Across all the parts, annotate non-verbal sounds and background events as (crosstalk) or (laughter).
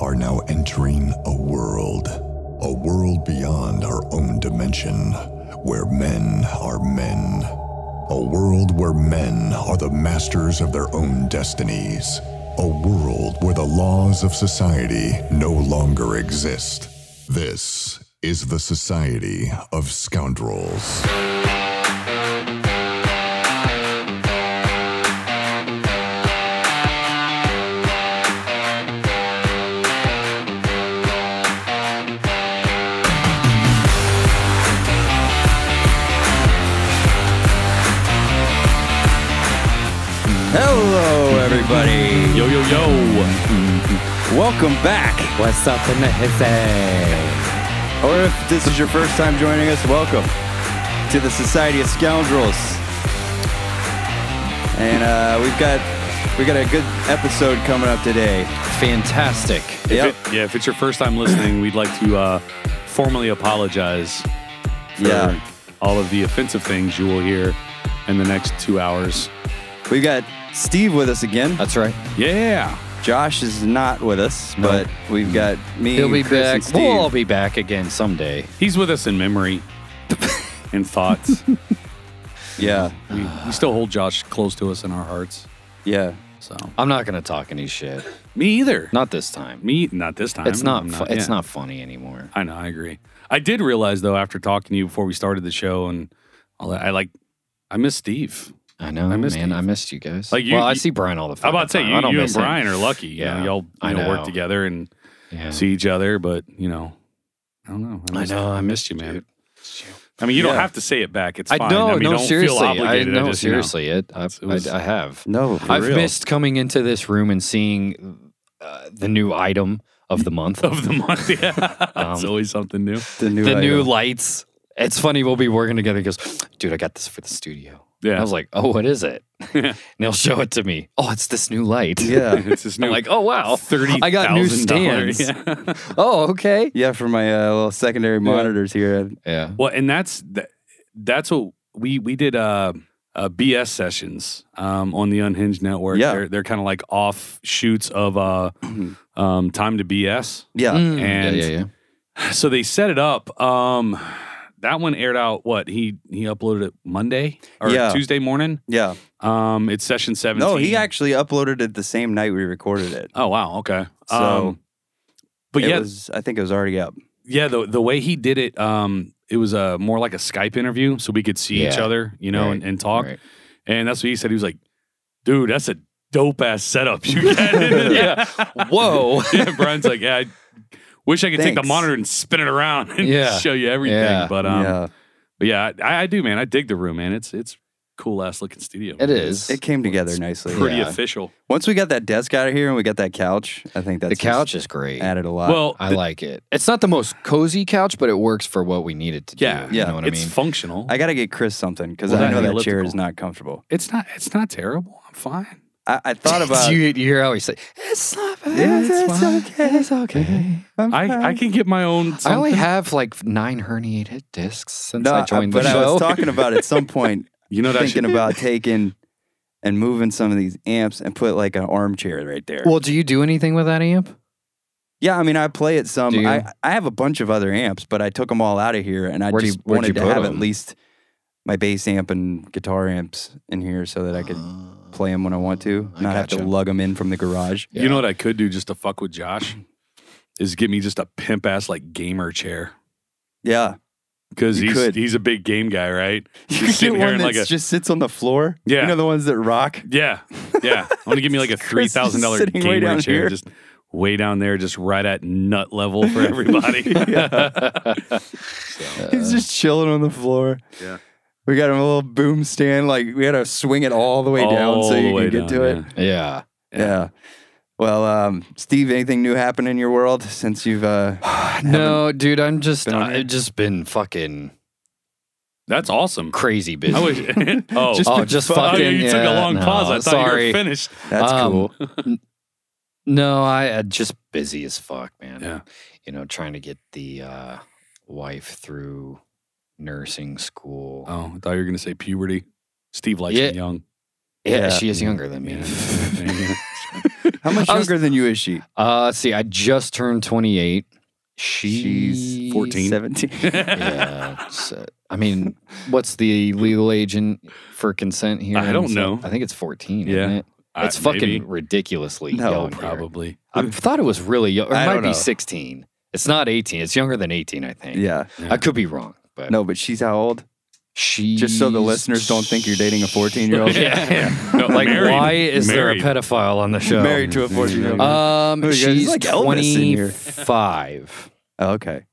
are now entering a world, a world beyond our own dimension, where men are men. A world where men are the masters of their own destinies. A world where the laws of society no longer exist. This is the Society of Scoundrels. Hello, everybody. Yo, yo, yo. Welcome back. What's up in the hissy? Or if this is your first time joining us, welcome to the Society of Scoundrels. And uh, we've got we got a good episode coming up today. Fantastic. Yep. If it- yeah, if it's your first time listening, we'd like to uh, formally apologize for Yeah. all of the offensive things you will hear in the next two hours. We got Steve with us again. That's right. Yeah. Josh is not with us, but we've got me. He'll be Chris, back. and Steve. We'll all be back again someday. He's with us in (laughs) memory and thoughts. we, yeah, we still hold Josh close to us in our hearts. yeah. So I'm not gonna talk any shit. me either. Not this time. me. Not this time. It's not. I'm fu- It's yeah. not funny anymore. I know. I agree. I did realize though after talking to you before we started the show and all that, I like. I miss Steve. I know, I missed man. you. I missed you guys. Like, you- well, I you- see Brian all the time. I'm about to say you, I don't you and miss him. Brian are lucky. You Yeah, know, y'all I you know, know. work together and Yeah. see each other, but you know, I don't know. I missed- know. I missed you, man. I mean, you don't Yeah. have to say it back. It's I fine. I know. mean, No, don't seriously. Feel I obligated. know. just, you seriously, it. I've, It was- I, I have. No, for I've real. missed coming into this room and seeing uh, the new item of the month. (laughs) of (laughs) the month. Yeah, (laughs) it's Um, always something (laughs) new. the new the new item. lights. It's funny. We'll be working together. He goes, dude, I got this for the studio. Yeah. I was like, oh, what is it? (laughs) and he'll show it to me. Oh, it's this new light. yeah. It's this new. (laughs) I'm like, oh wow, thirty. I got new stands. Yeah. (laughs) Oh, okay. Yeah, for my uh, little secondary monitors here. Yeah. well, and that's that, that's what we we did. Uh, uh, BS sessions um, on the Unhinged Network. Yeah. They're, they're kind of like offshoots of uh, Mm-hmm. (clears throat) um, Time to BS. Yeah, Mm. And- yeah, yeah, yeah. So they set it up. Um, that one aired out. What he he uploaded it Monday or Yeah. Tuesday morning. yeah. Um, it's session seventeen. No, he actually uploaded it the same night we recorded it. Oh wow. Okay. So- um, but it yeah, was, I think it was already up. yeah. The the way he did it, um, it was a more like a Skype interview, so we could see each Yeah. other, you know, and, Right. and talk. Right. And that's what he said. He was like, "Dude, that's a dope ass setup (laughs) you got." yeah. Whoa. (laughs) yeah. Brian's like, "Yeah, I wish I could take the Thanks. monitor and spin it around and Yeah. (laughs) show you everything." Yeah. But um, yeah, But yeah, I, I do, man. I dig the room, man. It's it's cool ass looking studio. It is. it came together nicely. pretty Yeah. official. Once we got that desk out of here and we got that couch, I think that's the couch just is great. added a lot. Well, I th- like it. It's not the most cozy couch, but it works for what we need it to Yeah, do. You yeah. know what I it's mean? functional. I got to get Chris something because Well, I that know and the that chair elliptical. is not comfortable. it's not it's not terrible. I'm fine. I, I (laughs) (laughs) thought about (laughs) you, you hear how he say, it's not bad. Yeah, it's, it's fine. okay. It's okay. I'm fine." I, I can get my own. I only something. have like nine herniated discs since no, I I joined but the I show. was talking about at (laughs) some point you know that thinking should, about taking and moving some of these amps and put like an armchair right there. well, do you do anything with that amp? yeah, I mean, I play it Do some. you? I, I have a bunch of other amps, but I took them all out of here and I Where do you- just where'd you wanted to put have at them? least my bass amp and guitar amps in here so that I (gasps) could Uh, play them when I want to, I not have to gotcha. lug them in from the garage. You know what I could do just to fuck with Josh is get me just a pimp ass like gamer chair Yeah, because You he's could. he's a big game guy, right? (laughs) He's sitting here in like that a just sits on the floor. Yeah. you know the ones that rock. yeah (laughs) yeah. I want to give me like a three Chris is thousand dollar sitting way gamer down chair here. just. Way down there, just right at nut (laughs) level for everybody. (laughs) He's just chilling on the floor. Uh, Yeah. we got him a little boom stand. Like we had to swing it all the way down All so the you way could get down, to it. yeah. Yeah. Yeah. Well, um, Steve, anything new happen in your world since you've? Uh, No, dude, I'm just been on I've here? just been fucking (laughs) That's awesome. crazy busy. I wish. (laughs) oh, Just oh, been just fu- oh, fucking. yeah, you took a yeah, long no, pause. I thought sorry. you were finished. that's Um, cool. (laughs) No, I uh, just busy as fuck, man. Yeah. You know, trying to get the uh, wife through nursing school. Oh, I thought you were gonna say puberty. Steve likes (laughs) Yeah. me young. yeah, yeah. she is younger than me. Yeah. How much I was- younger than you is she? Uh, let's see, I just turned 28. She's She's 14. 17. yeah. so- I mean, what's the legal age in, for consent here? I in don't Sa- know. I think it's 14. Yeah. Isn't it? I- It's fucking Uh, maybe. ridiculously No, young. here. probably. I thought it was really young. Or it I might don't be know. 16. It's not 18. It's younger than 18, I think. yeah. I could be wrong, but No, but she's how old? she. Just so the listeners don't think you're dating a 14-year-old. (laughs) (laughs) Yeah. yeah. No, (laughs) Like, married, why is married. there a pedophile on the show? Married to a 14-year-old. Uh, Um, Oh, you guys, it's she's like Elvis in here. (laughs) 25. Oh, okay.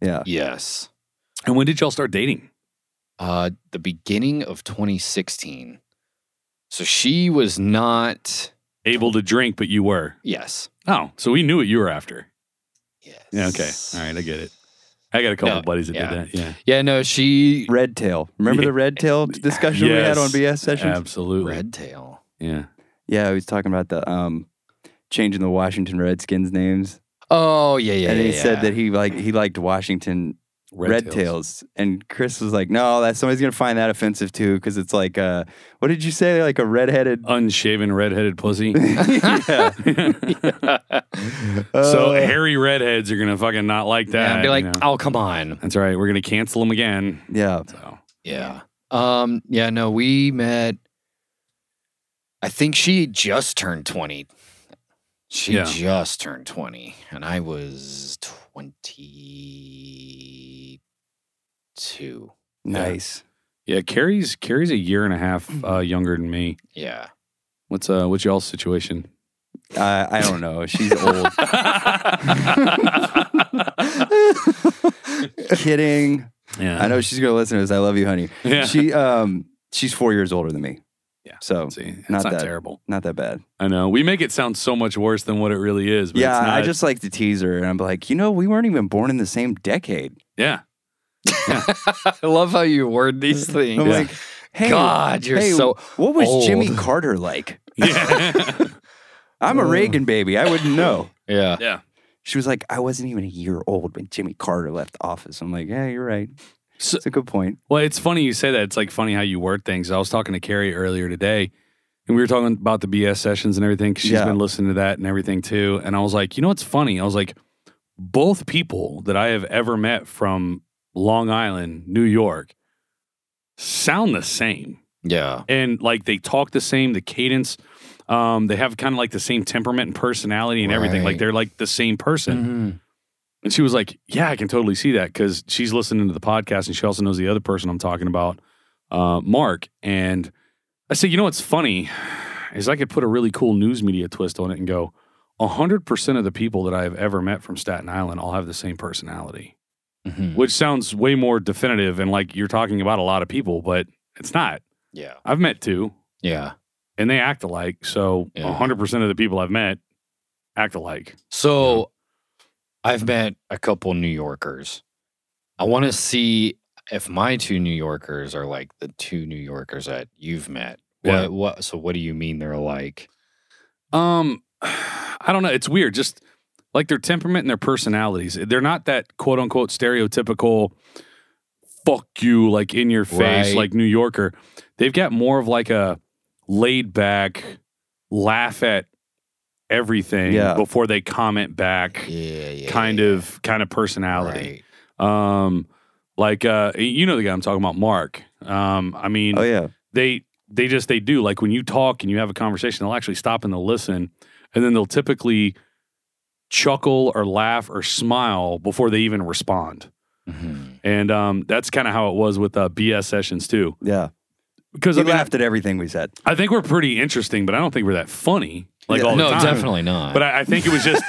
Yeah. yes. And when did y'all start dating? Uh, the beginning of 2016. So she was not. Able to drink, but you were. Yes. Oh, so we knew what you were after. Yes. Yeah, okay. All right, I get it. I got a couple No, buddies that yeah. did that. Yeah. Yeah. No, she. Red tail. Remember Yeah. the red tail discussion we had on Yes. Um, BS sessions? Absolutely. Red tail. Yeah. Yeah, he was talking about the um changing the Washington Redskins names. Oh yeah, yeah. and yeah, he yeah. said that he liked he liked Washington Red, tails. And Chris was like, No, that somebody's gonna find that offensive too, because it's like uh what did you say? Like a redheaded Uh, Unshaven redheaded (laughs) pussy. (laughs) Yeah. so Oh, Uh, hairy redheads are gonna fucking not like that. Yeah, I'd be you like, know? oh come on. That's right. We're gonna cancel them again. Yeah. So Yeah. Um. Yeah. No, we met. I think she just turned twenty. She Yeah. just turned twenty, and I was twenty-two. Nice. yeah, Carrie's Carrie's a year and a half uh, younger than me. (laughs) Yeah. (laughs) What's uh what's y'all's situation? I I don't know. She's old. yeah. Kidding. I know she's gonna listen to this. I love you, honey. Yeah. She um she's four years older than me. Yeah. So See, it's Not not, that. terrible. not that bad. I know. We make it sound so much worse than what it really is. But yeah, it's not, I just like to tease her and I'm like, you know, we weren't even born in the same decade. yeah. I love how you word these (laughs) things. I'm like, hey, God, you're hey, so. what was old. Jimmy Carter like? Yeah. (laughs) (laughs) I'm a Oh. Reagan baby. I wouldn't know. Yeah. yeah. She was like, I wasn't even a year old when Jimmy Carter left office. I'm like, yeah, you're right. So- It's a good point. Well, it's funny you say that. It's like funny how you word things. I was talking to Carrie earlier today, and we were talking about the BS sessions and everything. Cause she's Yeah. been listening to that and everything too. And I was like, you know what's funny? I was like, both people that I have ever met from Long Island, New York, sound the same, Yeah. and like they talk the same. The cadence, um, they have kind of like the same temperament and personality and everything. Like Right. they're like the same person. Mhm. And she was like, "Yeah, I can totally see that because she's listening to the podcast and she also knows the other person I'm talking about, uh, Mark." And I said, "You know what's funny is I could put a really cool news media twist on it and go, hundred percent of the people that I've ever met from Staten Island all have the same personality, Mm-hmm, Mhm. which sounds way more definitive and like you're talking about a lot of people, but it's not. Yeah. I've met two Yeah. and they act alike, so Yeah. hundred percent of the people I've met act alike. So I've met a couple New Yorkers. I want to see if my two New Yorkers are like the two New Yorkers that you've met. Yeah. What, what, so what do you mean they're alike? Um, (sighs) I don't know. It's weird. Just like their temperament and their personalities. They're not that quote unquote stereotypical fuck you, like in your face, Right. like New Yorker. They've got more of like a laid back, laugh at everything Yeah. before they comment back Yeah, yeah. kind of kind of personality. Um like uh you know the guy I'm talking about, Mark. Um, I mean Oh, yeah. they they just they do like when you talk and you have a conversation they'll actually stop and they'll listen and then they'll typically chuckle or laugh or smile before they even respond Mm-hmm. and um, that's kind of how it was with uh, bs sessions too Yeah. because He I, mean, laughed at everything we said. I think we're pretty interesting but i don't think we're that funny like Yeah. all the No, time. definitely not. but I, I think it was just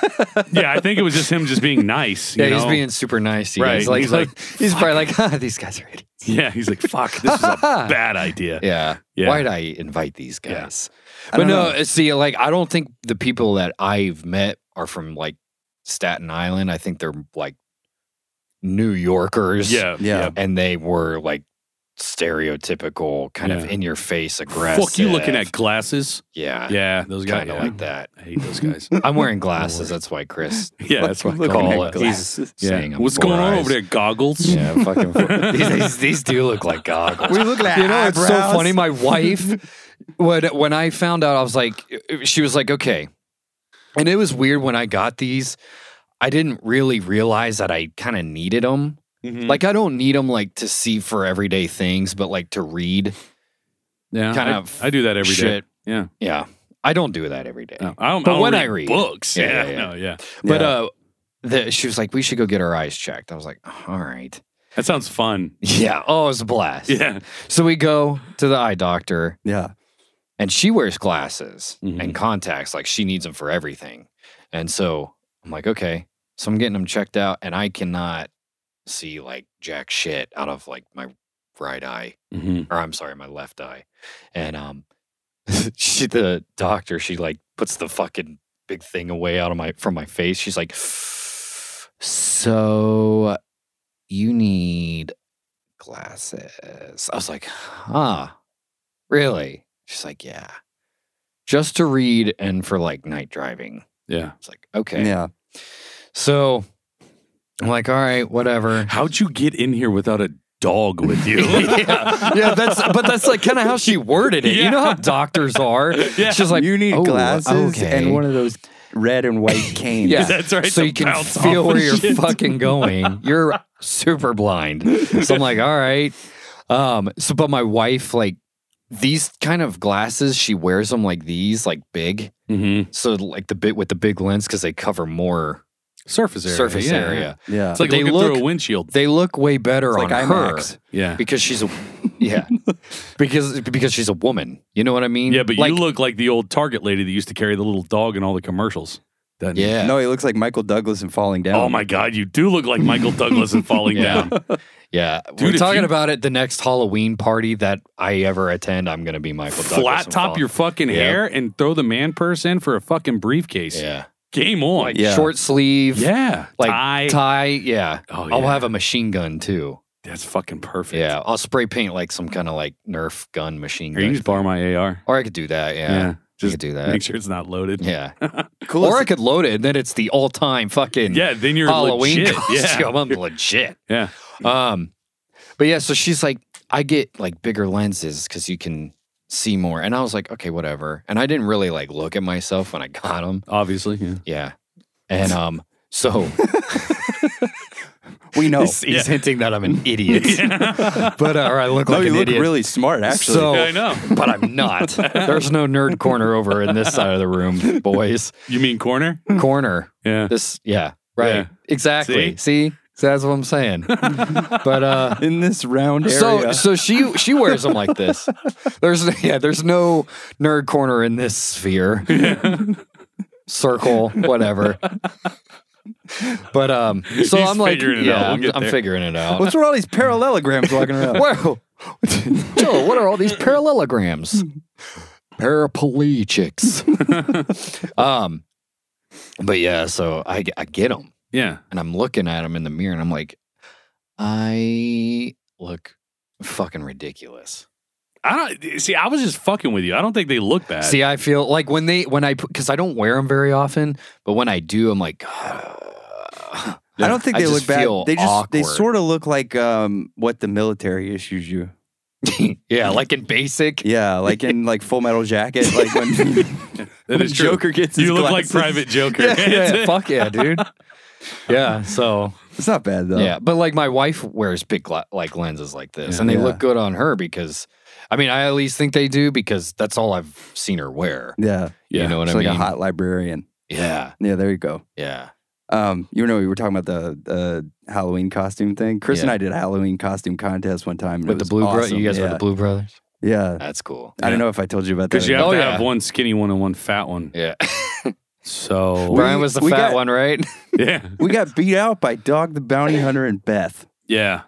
yeah i think it was just him just being nice you (laughs) yeah, he's know? being super nice. To you. Right, He's like, he's he's, like, like, (laughs) he's probably like, "Huh, these guys are (laughs) idiots. yeah he's like fuck this (laughs) is a bad idea Yeah. yeah Why'd I invite these Yeah. guys? I But don't no, uh, know. see, like, I don't think the people that I've met are from like Staten Island. I think they're like New Yorkers. yeah Yeah. And they were like stereotypical, kind of Yeah. in your face, aggressive. fuck you looking at glasses Yeah. yeah those guys Kind of yeah. like that. i hate those guys I'm (laughs) wearing glasses. That's why Chris yeah that's what i Looking call at call it it. glasses. saying I'm What's going on four-eyes. over there? Goggles. (laughs) (laughs) Yeah, fucking. four- these, these, these do look like (laughs) goggles. We look like you know it's so (laughs) eyebrows. funny my wife when when i found out i was like she was like okay And it was weird when I got these. I didn't really realize that I kind of needed them. Like, Like I don't need them like to see for everyday things, but like to read yeah, kind I, of I do that every day. shit. Yeah. Yeah. Oh. I don't do that every day. No, I don't, But I don't when read I read- books, Yeah, yeah, yeah, yeah. no, yeah, But Yeah. uh the, she was like, "We should go get our eyes checked." I was like, "All right." (laughs) that sounds fun. (laughs) Yeah. Oh, it's a blast. Yeah, So we go to the eye doctor, yeah. and she wears glasses Mhm. and contacts. Like she needs them for everything. And so I'm like, okay. So I'm getting them checked out, and I cannot see like jack shit out of like my right eye, Mhm. or I'm sorry, my left eye. And um, (laughs) she, the doctor, she like puts the fucking big thing away out of my from my face. She's like, (sighs) so you need glasses. I was like, huh, really? She's like, yeah, just to read and for like night driving. yeah. It's like, okay. Yeah. So I'm like, all right, whatever. (laughs) How'd you get in here without a dog with (laughs) you? yeah, yeah, that's but that's like kind of how she worded it. You know how doctors are. (laughs) Yeah. She's like, you need "Oh, glasses okay." and one of those red and (laughs) white canes. Yeah. that's right. so to you can bounce feel off where and you're shit. fucking (laughs) going. You're super blind. So I'm like, all right. Um, so but my wife, like these kind of glasses, she wears them like these, like big. Mhm. So like the bit with the big lens because they cover more surface area. surface yeah. area. (laughs) Yeah. It's like But they looking through look- a windshield. They look way better It's on like her IMAX. Yeah, because she's a yeah because because she's a woman. You know what I mean? yeah. But like, you look like the old Target lady that used to carry the little dog in all the commercials. doesn't you? yeah No, he looks like Michael Douglas in Falling Down. Oh my God, you do look like Michael Douglas in Falling (laughs) Yeah. Down. yeah. Dude, We're if talking you- about it. The next Halloween party that I ever attend, I'm gonna be Michael. Douglas Flat and top fall- your fucking Yeah. hair and throw the man purse in for a fucking briefcase. yeah Game on. like Yeah. short sleeve yeah. like tie. tie. Yeah. oh, I'll yeah. have a machine gun too. That's fucking perfect. Yeah, I'll spray paint like some kind of like Nerf gun machine Or you can gun, just borrow my AR. or I could do that. Yeah, I Just could do that. make sure it's not loaded. (laughs) Yeah, Cool. or I could load it, and then it's the all-time fucking Yeah, then you're Halloween legit. Yeah. costume. (laughs) I'm legit. (laughs) Yeah. Um, but yeah, so she's like, I get like bigger lenses because you can see more, and I was like, okay, whatever. And I didn't really like look at myself when I got them. Obviously. Yeah. Yeah, and um, so we Oh, know. (laughs) he's, he's hinting that I'm an (laughs) idiot, but uh, or I look (laughs) No, like you an look idiot. really smart, actually. So- Yeah, I know. but I'm not. There's no nerd corner over in this side of the room, boys. You mean (laughs) corner? Corner. Yeah. This, yeah, right. Yeah. Exactly. See? So that's what I'm saying. but uh in this round area. so so she she wears them like this. There's yeah, there's no nerd corner in this sphere. Circle, whatever. But um so He's I'm like figuring it yeah, out. We'll I'm, get I'm there. figuring it out. What's with all these parallelograms walking around? (laughs) Whoa. Joe, what are all (laughs) these parallelograms? Paraplegics. (laughs) um, but yeah, so I, I get them Yeah. and I'm looking at them in the mirror and I'm like, I look fucking ridiculous. I don't see. I was just fucking with you. I don't think they look bad. See, I feel like when they, when I, because I don't wear them very often, but when I do, I'm like, (sighs) I I don't think they just look bad. feel They just they awkward. sort of look like um, what the military issues you. (laughs) yeah, like in basic. Yeah, like in like Full Metal Jacket, like (laughs) when, that when is true. Joker gets his you look like glasses. Private Joker. (laughs) (laughs) Yeah, yeah, fuck (laughs) yeah, dude. Yeah, so It's not bad though. Yeah, but like my wife wears big gla- like lenses like this, Yeah. and they Yeah. look good on her because, I mean, I at least think they do because that's all I've seen her wear. yeah. You know what It's I like mean? a hot librarian. yeah, Yeah, there you go. yeah. Um, you know, we were talking about the uh, Halloween costume thing. Chris and Yeah. I did a Halloween costume contest one time. and it With the was blue bro- awesome. you guys yeah. were the blue brothers. Yeah. That's cool. I Yeah. don't know if I told you about that. Because you or have not. Oh, to yeah. have one skinny one and one fat one. Yeah, (laughs) (laughs) So Brian was the we fat got- (laughs) one, right? yeah, we got beat out by Dog the Bounty Hunter and Beth. yeah.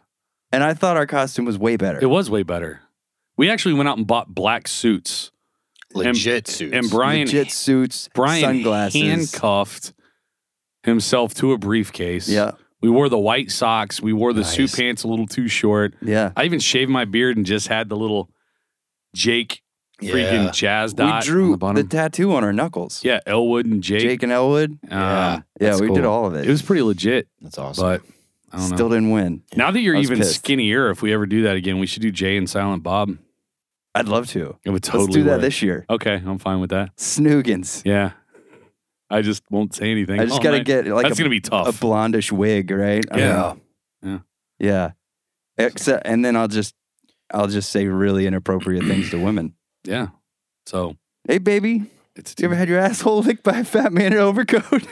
And I thought our costume was way better. It was way better. We actually went out and bought black suits, Legit suits. and Brian Legit suits, Brian sunglasses. handcuffed himself to a briefcase. Yeah. We wore the white socks. We wore the suit Nice. pants a little too short. Yeah. I even shaved my beard and just had the little Jake freaking yeah. jazz We dot on drew the the, bottom. tattoo on our knuckles. yeah, Elwood and Jake. Jake and Elwood. Um, yeah, Yeah, That's we did cool. all of it. It was pretty legit, That's awesome. but I don't know. Still didn't win. now that you're I was even pissed. skinnier, if we ever do that again, we should do Jay and Silent Bob. I'd love to. It would totally Let's do that work. this year. Okay, I'm fine with that. Snoogans. Yeah. I just won't say anything. I just all got to night. get like Oh, That's a, gonna be a tough. blondish wig, right? I Yeah. don't know. yeah, Except, and then I'll just I'll just say really inappropriate things to women. (clears throat) yeah. So Hey, baby, it's you ever had your asshole licked by a fat man in an overcoat? (laughs)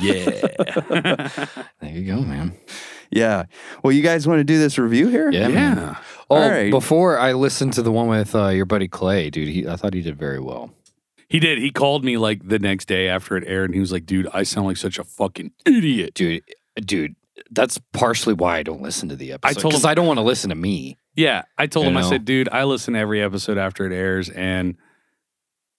Yeah. there you go, man. yeah. Well, you guys want to do this review here? Yeah. man. yeah. Oh, All right. before I listened to the one with uh, your buddy Clay, dude, he, I thought he did very well. (laughs) He did. He called me like the next day after it aired, and he was like, "Dude, I sound like such a fucking idiot." Dude, dude, that's partially why I don't listen to the episode. told Because him- I don't want to listen to me. Yeah, I told You him. I know? said, "Dude, I listen to every episode after it airs, and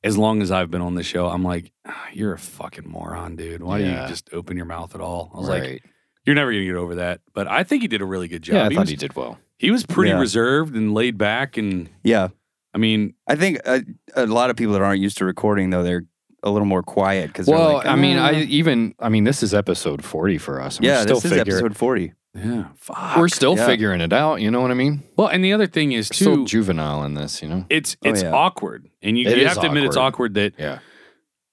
as long as I've been on the show, I'm like, "Ah, you're a fucking moron, dude. Why do Yeah. you just open your mouth at all?" I was like, Right. "You're never gonna get over that." But I think he did a really good job. yeah, I he, thought was, he did well. he was pretty Yeah. reserved and laid back, and Yeah. I mean, I think a, a lot of people that aren't used to recording though they're a little more quiet because Well, like, I mean, I "Mm." even, I mean, this is episode 40 for us. And yeah we're still this is figure- episode forty. yeah, fuck. We're still yeah. figuring it out. You know what I mean? well, and the other thing is We're still too, juvenile in this, you know? it's Oh, it's yeah. awkward, and you, It you is have to admit it's awkward that Yeah.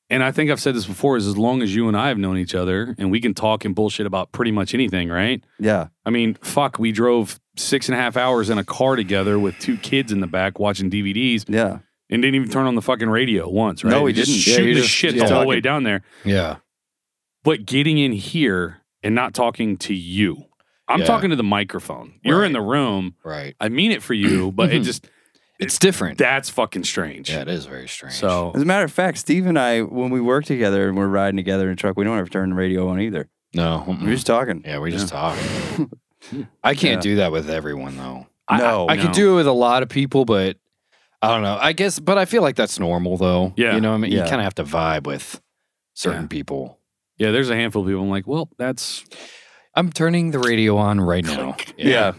and I think I've said this before is as long as you and I have known each other and we can talk and bullshit about pretty much anything, right? Yeah, I mean, fuck, we drove six and a half hours in a car together with two kids in the back watching DVDs yeah, and didn't even turn on the fucking radio once, right? No, we just didn't. Yeah, shooting you the just- shit yeah. the whole way down there. Yeah. But getting in here and not talking to you. I'm Yeah. talking to the microphone. You're in Right. the room. Right. I mean it for you, but (clears throat) it Mhm. just It's different. that's fucking strange. yeah, it is very strange. So As a matter of fact, Steve and I, when we work together and we're riding together in a truck, we don't ever turn the radio on either. no. mm-mm. We're just talking. Yeah, we (laughs) just talk. I can't Yeah. do that with everyone though. I- no, Oh, I could no. do it with a lot of people, but I don't know. I guess, but I feel like that's normal though. Yeah. you know, what I mean, you Yeah. kind of have to vibe with certain Yeah. people. yeah, there's a handful of people. I'm like, well, that's I'm turning the radio (laughs) on right now. Yeah.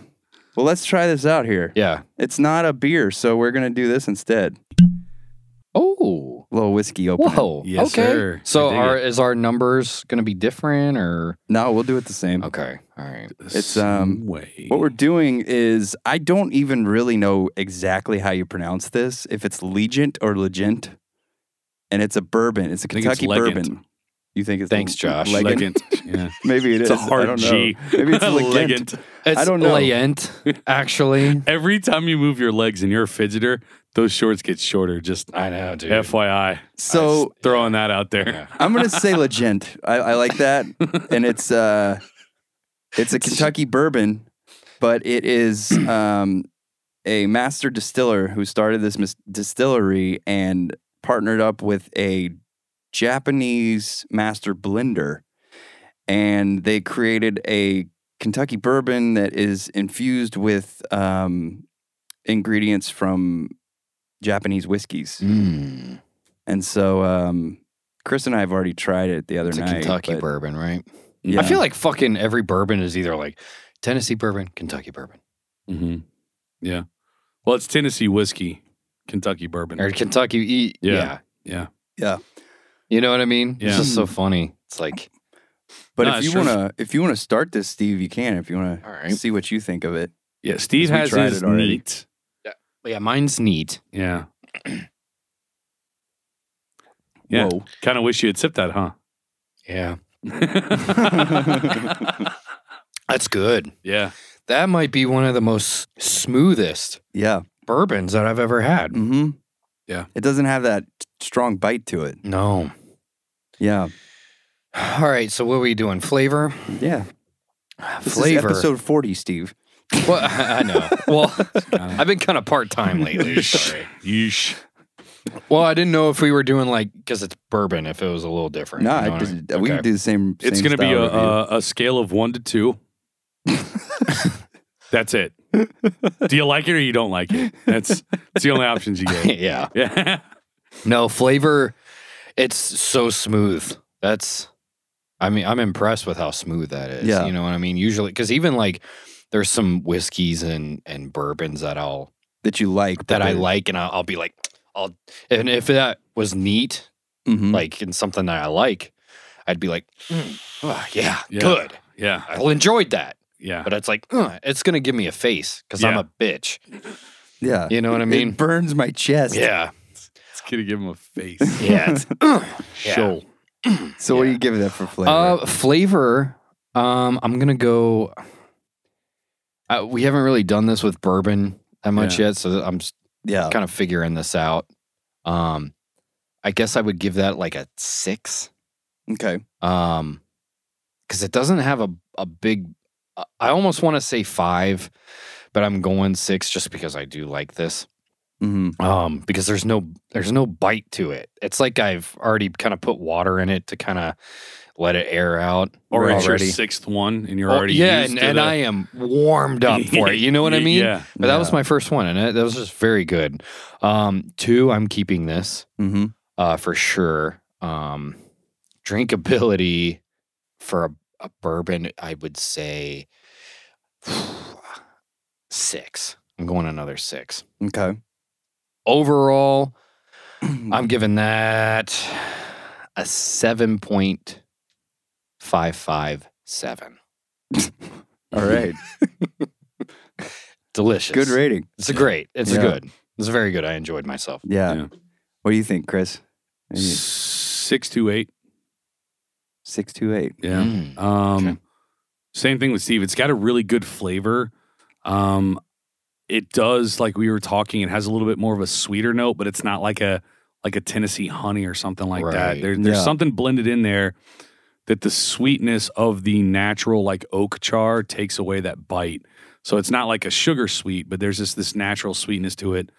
Well, let's try this out here. yeah. It's not a beer, so we're gonna do this instead. Oh, A little whiskey opener. whoa. Yes, okay. sir. So, I dig are is our numbers going to be different or No, we'll do it the same. okay? All right. It's, um, some way. What we're doing is, I don't even really know exactly how you pronounce this. If it's Legent or Legent, and it's a bourbon. It's a I think it's Kentucky Legant. bourbon. You think it's Thanks, Josh. Legant? Legant. (laughs) Yeah. Maybe it It's is. a I hard don't G. know. (laughs) Maybe it's Legant. It's don't know. Lient, actually. Every time you move your legs and you're a fidgeter, those shorts get shorter. Just I know, dude. FYI. So Just throwing that out there. Yeah. I'm gonna say Legend. I, I like that, and it's uh, it's a Kentucky bourbon, but it is um, a master distiller who started this mis- distillery and partnered up with a Japanese master blender, and they created a Kentucky bourbon that is infused with um, ingredients from Japanese whiskeys. Mm, And so um, Chris and I have already tried it the other it's a night. Kentucky but- bourbon, right? Yeah. I feel like fucking every bourbon is either like Tennessee bourbon, Kentucky bourbon, Mhm. Yeah. Well, it's Tennessee whiskey, Kentucky bourbon. or Kentucky. E- Mm. Yeah. yeah. Yeah. Yeah. You know what I mean? It's Yeah. just so funny. It's like, But No, if it's you true. wanna, if you wanna start this, Steve, you can. If you wanna all right. see what you think of it, Yeah. Steve We has tried his it already. neat. Yeah, mine's neat. Yeah. Yeah. whoa, Kind of wish you had sipped (laughs) that, huh? (laughs) Yeah. That's good. yeah. That might be one of the most smoothest yeah, bourbons that I've ever had. mm-hmm, Yeah. It doesn't have that strong bite to it. No. Yeah, All right. So, what are we doing? Flavor? yeah. This Flavor. is episode forty, Steve. (laughs) Well, I know. (laughs) Well, Kinda- I've been kind of part time (laughs) lately. Sorry. Yeesh. Well, I didn't know if we were doing like because it's bourbon. If it was a little different, No, you know I what just, mean? (laughs) we Okay. can do the same. It's same going to be style a, uh, review. a, a scale of one to (laughs) two. That's it. Do you like it or you don't like it? That's, that's the only options you get. (laughs) yeah. Yeah. No flavor. It's so smooth. That's. I mean, I'm impressed with how smooth that is. Yeah. You know what I mean? Usually, because even like there's some whiskeys and and bourbons that I'll that you like but that I they're- like, and I'll, I'll be like, I'll and if that was neat, Mhm. like and something that I like, I'd be like, "Mm, oh, yeah, Yeah. good. Yeah. I'll enjoyed that. (laughs) Yeah. But it's like, "Ugh, it's gonna give me a face because I'm Yeah. a bitch. yeah. You know what I Uh, It mean? burns my chest. Yeah. It's gonna give him a face. Yeah. it's- yeah. Shoal. So what do Yeah. you give that for flavor? Uh, flavor. Um, I'm gonna go. Uh, we haven't really done this with bourbon that much yet, so I'm s- yeah. kind of figuring this out. Um, I guess I would give that like a six. Okay. Um, because it doesn't have a a big. I- I almost want to say five, but I'm going six just because I do like this. hmm um because there's no there's no bite to it it's like i've already kind of put water in it to kind of let it air out Or it's your already. sixth one and you're Oh, already yeah used and, to and the- i am warmed up for it you know what i mean (laughs) Yeah. but that was my first one and it, that was just very good um two i'm keeping this hmm uh for sure um drinkability for a, a bourbon i would say (sighs) six i'm going another six Okay. (clears throat) overall I'm giving that a 7.557. All (laughs) right. Delicious. Good rating. It's a great. It's Yeah. a good. It's very good. I enjoyed myself. Yeah. Yeah. What do you think, Chris? Maybe six two eight. Six two eight. Yeah. Mm. Um, Okay. Same thing with Steve. It's got a really good flavor. Um, it does, like we were talking, it has a little bit more of a sweeter note, but it's not like a like a Tennessee honey or something like that. Right. There, there's Yeah. something blended in there that the sweetness of the natural like oak char takes away that bite. So it's not like a sugar sweet, but there's just this natural sweetness to it.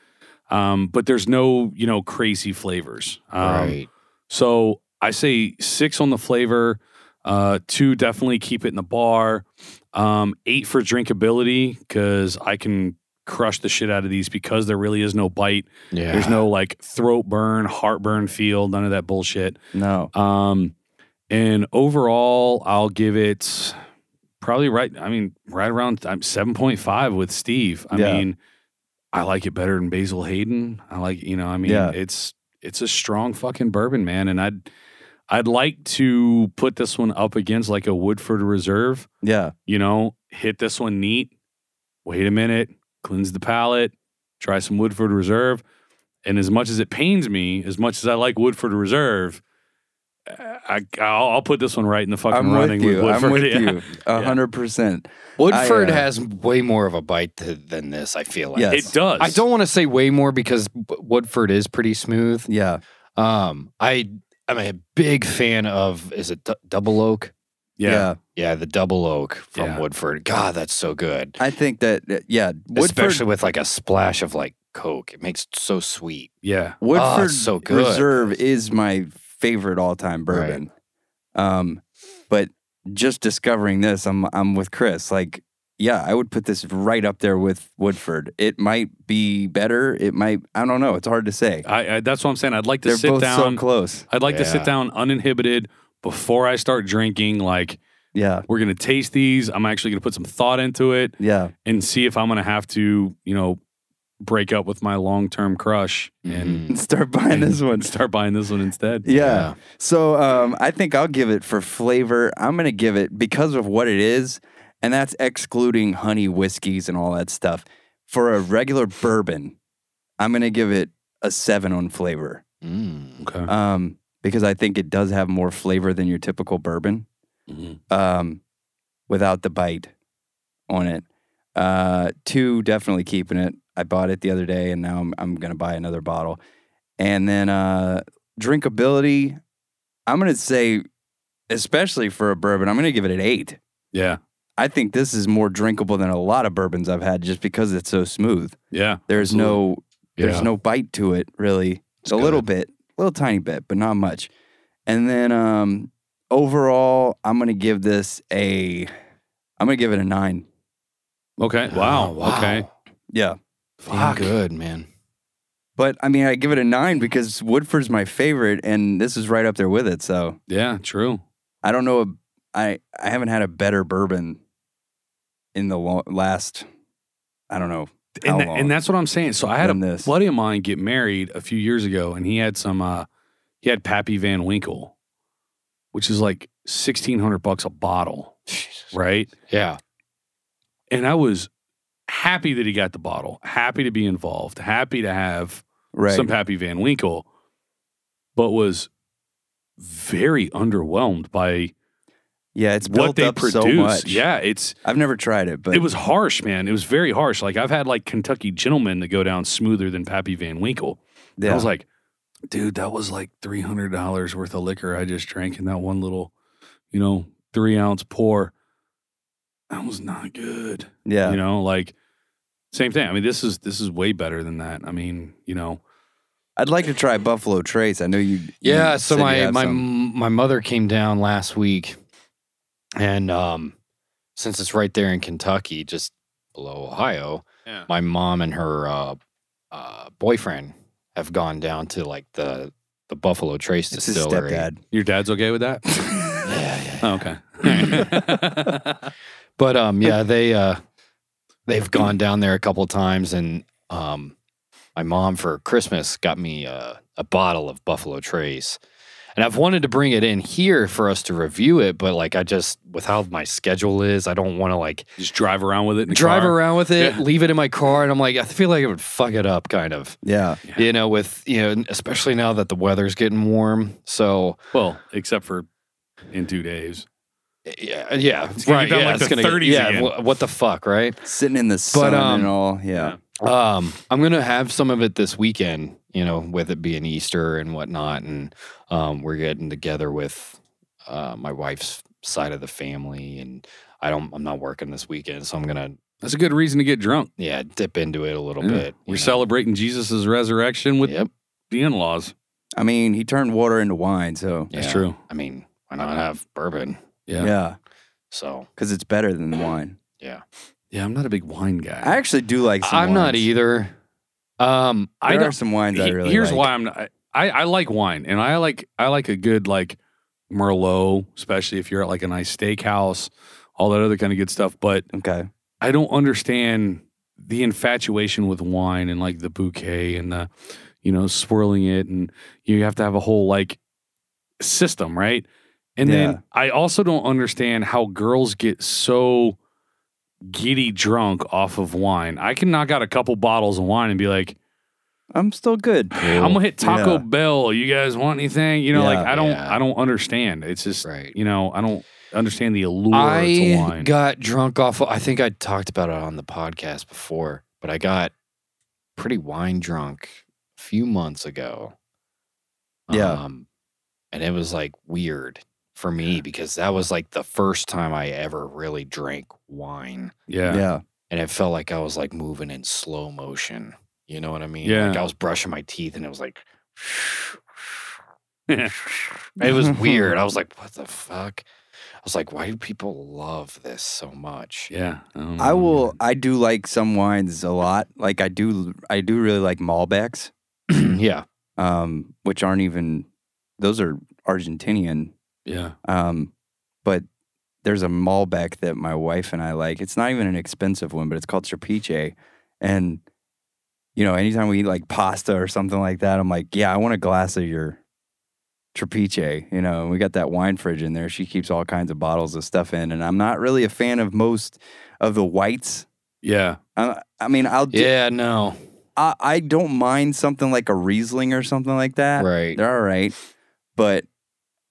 Um, but there's no, you know, crazy flavors. Um, right. so I say six on the flavor, uh, two definitely keep it in the bar, um, eight for drinkability because I can crush the shit out of these because there really is no bite. Yeah. There's no like throat burn, heartburn feel, none of that bullshit. No. Um, and overall, I'll give it probably right. I mean, right around I'm seven point five with Steve. I Yeah. mean, I like it better than Basil Hayden. I like you know. I mean, Yeah. it's it's a strong fucking bourbon, man. And I'd I'd like to put this one up against like a Woodford Reserve. Yeah. You know, hit this one neat. Wait a minute, cleanse the palate. Try some Woodford Reserve. And as much as it pains me, as much as I like Woodford Reserve, uh, I, I'll, I'll put this one right in the fucking I'm running with you. with I'm Woodford. with (laughs) Yeah. you. A Yeah. hundred percent. Woodford I, uh, has way more of a bite to, than this, I feel like. Yes. It does. I don't want to say way more because B- Woodford is pretty smooth. Yeah. Um, I I'm a big fan of is it D- Double Oak? Yeah. Yeah, the Double Oak from Yeah. Woodford. God, that's so good. I think that that- yeah. Woodford especially with like a splash of like Coke. It makes it so sweet. Yeah. Woodford Oh, Ah, it's so good. Reserve is my favorite all-time bourbon. Um, but just discovering this, I'm I'm with Chris. Like, yeah, I would put this right up there with Woodford. It might be better. It might. I don't know. It's hard to say. I, I, that's what I'm saying. I'd like to They're sit both so down. close. I'd like to sit Yeah. down uninhibited before I start drinking. Like, Yeah. we're going to taste these. I'm actually going to put some thought into it Yeah. (laughs) and see if I'm going to have to, you know, break up with my long term crush and Mhm. Start buying this one. (laughs) start buying this one instead. Mm-hmm. Yeah. So um, I think I'll give it for flavor. I'm gonna give it because of what it is, and that's excluding honey whiskeys and all that stuff. For a regular bourbon, I'm gonna give it a seven on flavor Mm. Okay. um, because I think it does have more flavor than your typical bourbon Mhm. um, without the bite on it. Uh, two, definitely keeping it. I bought it the other day and now I'm, I'm going to buy another bottle. And then uh, drinkability, I'm going to say, especially for a bourbon, I'm going to give it an eight. Yeah. I think this is more drinkable than a lot of bourbons I've had just because it's so smooth. Yeah. There's no there's Yeah. no bite to it really. It's a little bit, little tiny bit, but not much. And then um overall, I'm gonna give this a I'm gonna give it a nine. Okay. Wow. Oh, wow. Okay. Yeah. Damn Fuck. good, man. But I mean I give it a nine because Woodford's my favorite and this is right up there with it. So Yeah. True. I don't know a, I I haven't had a better bourbon in the lo- last I don't know. How And, tha- long? and that's what I'm saying. So I had a than this. buddy of mine get married a few years ago, and he had some. uh He had Pappy Van Winkle, which is like sixteen hundred bucks a bottle, right? Yeah. And I was happy that he got the bottle, happy to be involved, happy to have Right. some Pappy Van Winkle, but was very underwhelmed by Yeah, it's built what they up produce. so much. Yeah, it's I've never tried it, but it was harsh, man. It was very harsh. Like I've had like Kentucky gentlemen that go down smoother than Pappy Van Winkle. yeah. I was like, dude, that was like three hundred dollars worth of liquor I just drank in that one little, you know, three ounce pour. That was not good. yeah. You know, like same thing. I mean, this is this is way better than that. I mean, you know, I'd like to try Buffalo Trace. I know you. you Yeah, so said you my have my some. my mother came down last week, and um, since it's right there in Kentucky, just below Ohio, Yeah. my mom and her uh, uh, boyfriend have gone down to like the the Buffalo Trace it's his distillery. stepdad. your dad's okay with that. (laughs) Yeah, yeah. Oh, okay. But um, yeah, they uh, they've gone down there a couple of times, and um, my mom for Christmas got me a, a bottle of Buffalo Trace, and I've wanted to bring it in here for us to review it, but like I just with how my schedule is, I don't want to like (laughs) Just drive around with it. In the drive car. around with it, Yeah. leave it in my car, and I'm like I feel like it would fuck it up, kind of, Yeah, Yeah. you know, with you know, especially now that the weather's getting warm, so Well, except for in two days. yeah, yeah, It's gonna get down like the 30s yeah, again. wh- what the fuck, right? sitting in the sun um, and all. Yeah, Um, I'm gonna have some of it this weekend, you know, with it being Easter and whatnot, and um, we're getting together with uh, my wife's side of the family, and I don't, I'm not working this weekend, so I'm gonna, That's a good reason to get drunk. yeah, dip into it a little Yeah. bit. We're you know. celebrating Jesus' resurrection with Yep, the in laws. I mean, he turned water into wine, so yeah. true. I mean, why not have bourbon? Yeah. yeah. yeah, So because it's better than wine. I'm not a big wine guy. I actually do like. Some I'm not wines. either. Um, There I are don't. some wines I He- really. Here's like. why I'm not, I, I like wine and I like I like a good like Merlot, especially if you're at like a nice steakhouse, all that other kind of good stuff. But Okay. I don't understand the infatuation with wine and like the bouquet and the, you know, swirling it. And you have to have a whole like system, right? And Yeah. then I also don't understand how girls get so giddy drunk off of wine. I can knock out a couple bottles of wine and be like, I'm still good. I'm gonna hit Taco Yeah. Bell. You guys want anything? You know, like Yeah. I don't, Yeah. I don't understand. It's just, Right. you know, I don't understand the allure to I wine. got drunk off. I think I talked about it on the podcast before, but I got pretty wine drunk a few months ago. Yeah. Um, and it was like weird for me because that was like the first time I ever really drank wine. yeah. Yeah. And it felt like I was like moving in slow motion. You know what I mean? Like Yeah. I was brushing my teeth and it was like, it was weird. I was like, what the fuck? I was like, why do people love this so (clears throat) much? (laughs) (clears throat) Yeah. don't I Mm-hmm. know, will. man. I do like some wines a lot. Like I do. I do really like Malbecs, yeah. um, which aren't even. Those are Argentinian Yeah. Um, but there's a Malbec that my wife and I like. It's not even an expensive one, but it's called Serpiche. And you know, anytime we eat like pasta or something like that, I'm like, yeah, I want a glass of your Trapiche. You know, and we got that wine fridge in there. She keeps all kinds of bottles of stuff in, and I'm not really a fan of most of the whites. Yeah. I, I mean, I'll do, Yeah, no. I, I don't mind something like a Riesling or something like that. Right. They're all right. But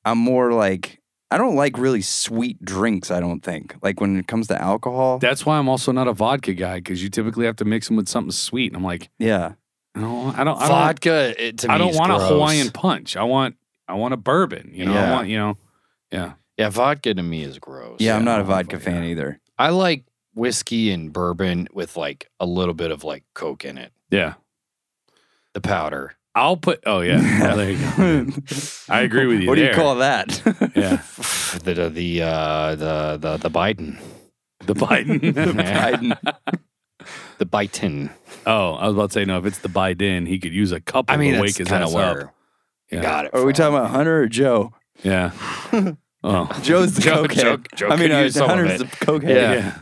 I'm more like, I don't like really sweet drinks, I don't think. Like when it comes to alcohol. That's why I'm also not a vodka guy because you typically have to mix them with something sweet. And I'm like, yeah. no, I don't, I don't, Vodka it, to me I don't is want a gross. Hawaiian punch. I want, I want a bourbon. You know, I Yeah. want, you know, yeah, Yeah, vodka to me is gross. Yeah, I'm not a no, vodka fuck fan yeah. either. I like whiskey and bourbon with like a little bit of like coke in it. yeah. The powder. (sighs) I'll put. Oh (laughs) yeah, Yeah, there you (laughs) go. I agree with you What do there. you call that? Yeah, The the the uh, the, the the Biden. the (laughs) Biden. Biden. The Biden. (laughs) oh, I was about to say no. If it's the Biden, he could use a couple I mean, to that's wake his kinda ass where up. Yeah. I got it. Are we from. talking about Hunter or Joe? (laughs) Yeah. Oh. Joe's (laughs) the Joe- cokehead. Joe- Joe I mean, could uh, use some of Hunter's it. the cokehead. Yeah.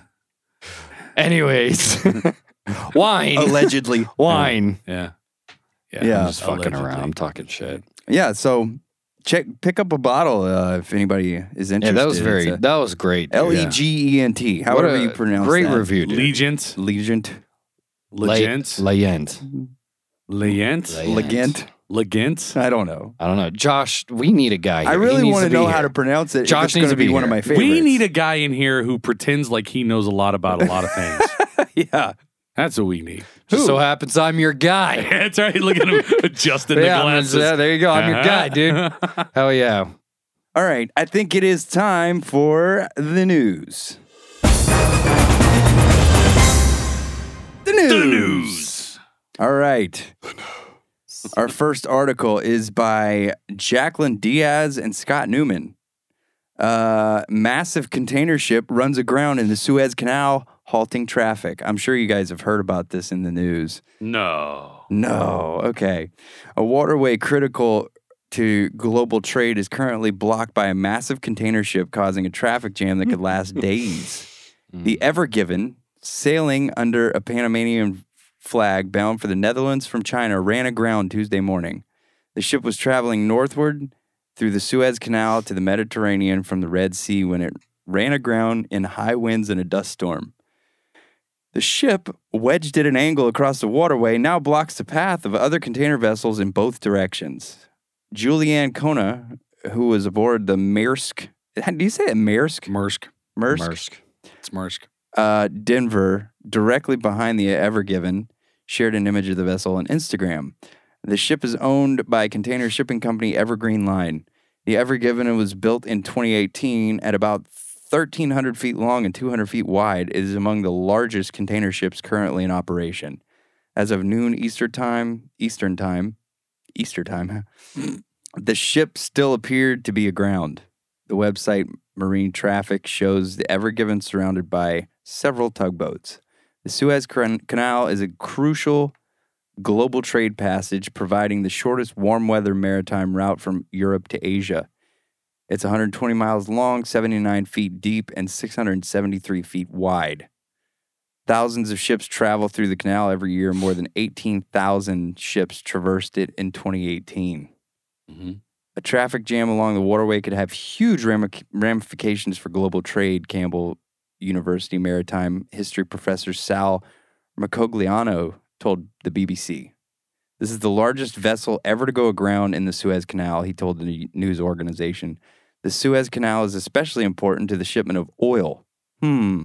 Anyways, (laughs) (laughs) wine, Oh, Allegedly. wine. Yeah. Yeah. Yeah. I'm just fucking around. I'm allegedly. talking shit. Yeah. So check, pick up a bottle uh, if anybody is interested. Yeah, that was It's very. a- That was great. dude. L E G E N T. What However a you pronounce Great that. review, dude. Legent. Legent. Le- Legent. Legend. Legent. Legend. Legent. Legint? I don't know. I don't know. Josh, we need a guy. Here. I He really needs want to be know here. how to pronounce it. if Josh it's needs gonna to be be one of here. my favorites. We need a guy in here who pretends like he knows a lot about a lot of (laughs) things. yeah. That's what we need. (laughs) Just so happens I'm your (laughs) guy. That's right. Look (laughs) at him adjusting yeah, the I'm- glasses. yeah, there you go. I'm your guy, dude. Uh-huh. Hell yeah. All right. I think it is time for the news. The news. the news. All right. Our first article is by Jacqueline Diaz and Scott Newman. Uh, massive container ship runs aground in the Suez Canal, halting traffic. I'm sure you guys have heard about this in the news. (laughs) No. No. Okay. A waterway critical to global trade is currently blocked by a massive container ship, causing a traffic jam that could last days. The Ever Given, sailing under a Panamanian flag bound for the Netherlands from China, ran aground Tuesday morning. The ship was traveling northward through the Suez Canal to the Mediterranean from the Red Sea when it ran aground in high winds and a dust storm. The ship, wedged at an angle across the waterway, now blocks the path of other container vessels in both directions. Julianne Kona, who was aboard the Maersk, (laughs) do you say it Maersk? Mersk. Maersk? It's Mersk. uh, Denver, directly behind the Ever Given, shared an image of the vessel on Instagram. The ship is owned by container shipping company Evergreen Line. The Ever Given was built in 2018 at about 1,300 feet long and 200 feet wide. It is among the largest container ships currently in operation. As of noon Easter time, Eastern time, Easter time, (laughs) huh? the ship still appeared to be aground. The website marine traffic shows the Ever Given surrounded by several tugboats. The Suez Can- Canal is a crucial global trade passage, providing the shortest warm weather maritime route from Europe to Asia. It's 120 miles long, 79 feet deep, and 673 feet wide. Thousands of ships travel through the canal every year. More than 18,000 ships traversed it in 2018. Mm-hmm. A traffic jam along the waterway could have huge ramic- ramifications for global trade, Campbell University maritime history professor Sal Macogliano told the BBC. This is the largest vessel ever to go aground in the Suez Canal, he told the n- news organization. The Suez Canal is especially important to the shipment of oil. Hmm.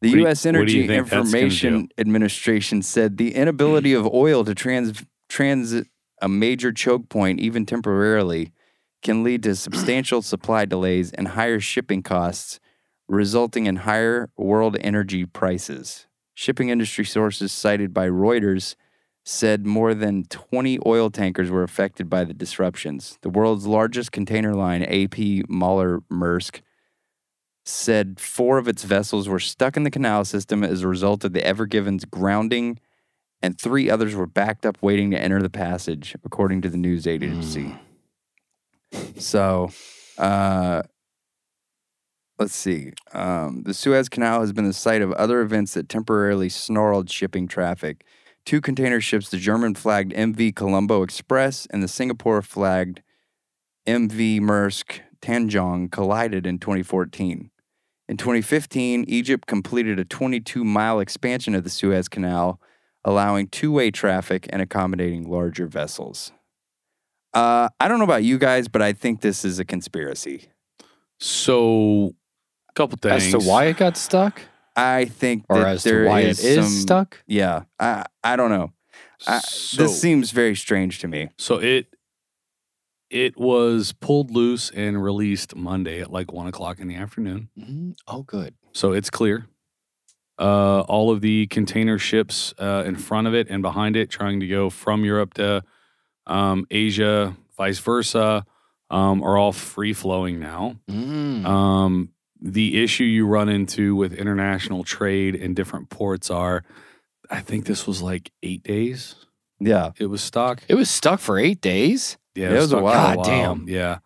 The What do you- U.S. what do you Energy think that's gonna Information Administration said the inability of oil to trans- transit a major choke point, even temporarily, can lead to substantial (clears throat) supply delays and higher shipping costs, resulting in higher world energy prices. Shipping industry sources cited by Reuters said more than 20 oil tankers were affected by the disruptions. The world's largest container line, AP Mahler Maersk, said four of its vessels were stuck in the canal system as a result of the Ever Given's grounding, and three others were backed up waiting to enter the passage, according to the news agency. So, uh, let's see. Um, the Suez Canal has been the site of other events that temporarily snarled shipping traffic. Two container ships, the German flagged MV Colombo Express and the Singapore flagged MV Maersk Tanjong, collided in 2014. In 2015, Egypt completed a 22 mile expansion of the Suez Canal, allowing two way traffic and accommodating larger vessels. Uh, I don't know about you guys, but I think this is a conspiracy. So, couple things. As to why it got stuck? I think Or that as there to why it is some- stuck? Yeah, I I don't know. I- so, this seems very strange to me. so it it was pulled loose and released Monday at like one o'clock in the afternoon. Mm-hmm. Mhm. Oh, good. So it's clear. Uh, all of the container ships uh, in front of it and behind it, trying to go from Europe to um, Asia, vice versa, um, are all free flowing now. Mm. Um, the issue you run into with international trade in different ports are, I think this was like eight days. Yeah, It was stock. it was stuck for eight days. Yeah, It was a stock for while. God damn. Yeah.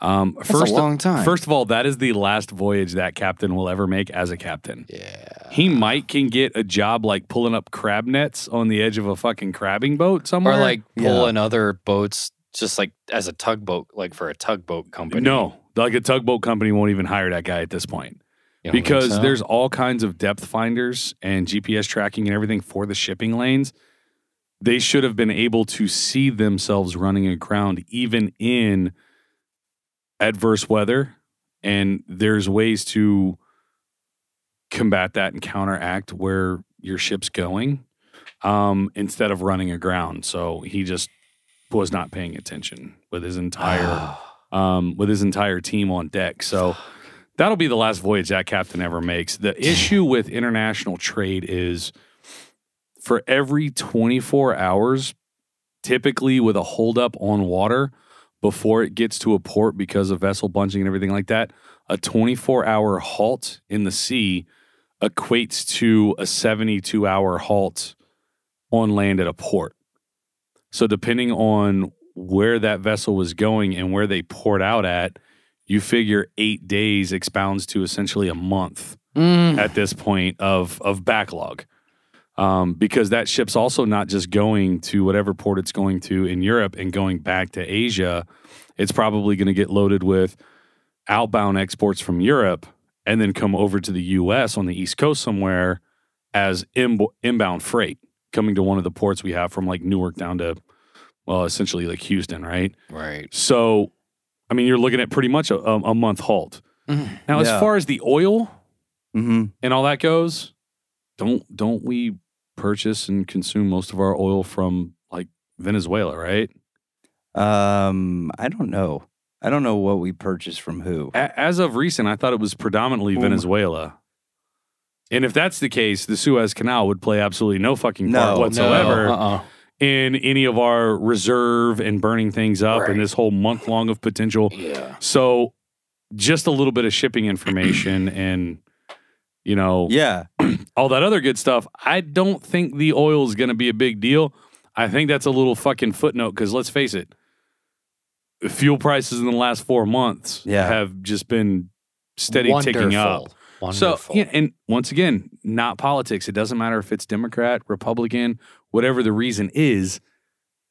Um, That's first, a long time. first of all, that is the last voyage that captain will ever make as a captain. yeah. He might can get a job like pulling up crab nets on the edge of a fucking crabbing boat somewhere. Or like Yeah. pulling other boats, just like as a tugboat, like for a tugboat company. no, like a tugboat company won't even hire that guy at this point. You don't think because so? there's all kinds of depth finders and GPS tracking and everything for the shipping lanes they should have been able to see themselves running aground even in adverse weather. And there's ways to combat that and counteract where your ship's going um, instead of running aground. So he just was not paying attention with his Ah. (sighs) entire um, with his entire team on deck. So that'll be the last voyage that captain ever makes. The issue with international trade is for every 24 hours, typically with a holdup on water before it gets to a port because of vessel bunching and everything like that, a 24 hour halt in the sea equates to a 72 hour halt on land at a port. So, depending on where that vessel was going and where they poured out at, you figure eight days expounds to essentially a month Mm. at this point of of backlog um, because that ship's also not just going to whatever port it's going to in Europe and going back to Asia. It's probably going to get loaded with outbound exports from Europe and then come over to the U.S. on the East Coast somewhere as imbo inbound freight coming to one of the ports we have from like Newark down to well essentially like Houston, right? Right. So, I mean, you're looking at pretty much a, a, a month halt. Now, as Yeah. far as the oil hmm and all that goes, don't don't we purchase and consume most of our oil from like Venezuela, right? Um, I don't know. I don't know what we purchased from who. A- as of recent, I thought it was predominantly Boom. Venezuela. And if that's the case, the Suez Canal would play absolutely no fucking part No, Uh-huh. whatsoever uh-uh. in any of our reserve and burning things up Right. and this whole month long of potential. Yeah. So, just a little bit of shipping information and you know Yeah. all that other good stuff. I don't think the oil is going to be a big deal. I think that's a little fucking footnote because let's face it, fuel prices in the last four months Yeah. have just been steady ticking up. Wonderful. So, yeah, and once again, not politics. It doesn't matter if it's Democrat, Republican, whatever the reason is.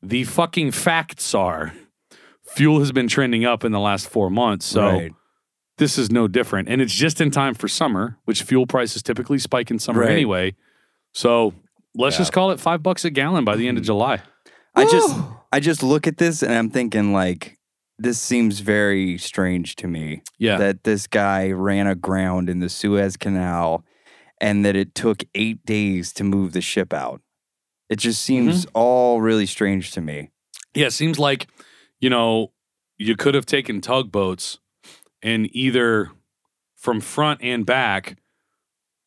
The fucking facts are fuel has been trending up in the last four months. So, Right. this is no different. And it's just in time for summer, which fuel prices typically spike in summer Right. anyway. So let's Yeah. just call it five bucks a gallon by the end of July. I just I just look at this and I'm thinking like this seems very strange to me Yeah. that this guy ran aground in the Suez Canal and that it took 8 days to move the ship out. It just seems all really strange to me. yeah. It seems like, you know, you could have taken tugboats and either from front and back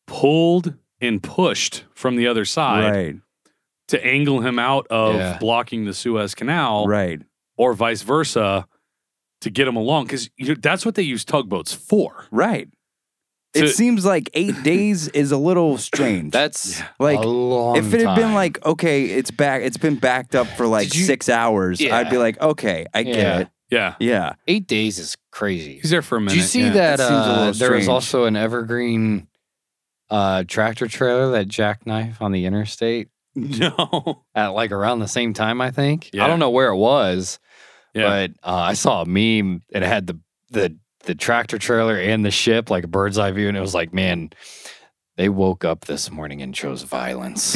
pulled and pushed from the other side right. to angle him out of Yeah. blocking the Suez Canal. Right. or vice versa to get them along because that's what they use tugboats for. Right. So- it seems like (laughs) 8 days is a little strange. that's like a long if it had been time. like okay, it's back, it's been backed up for like Did you- six hours. Yeah. I'd be like, okay, I Yeah. get it. Yeah, (laughs) Yeah, (laughs) eight days is crazy. he's there for a minute. Did you see yeah. (laughs) that? That seems a uh, little there was strange. also an evergreen uh, tractor trailer that jackknife on the interstate No. at like around the same time. I think Yeah. I don't know where it was, Yeah. but uh, I saw a meme and it had the the the tractor trailer and the ship like a bird's eye view, and it was like, man, they woke up this morning and chose (laughs) violence.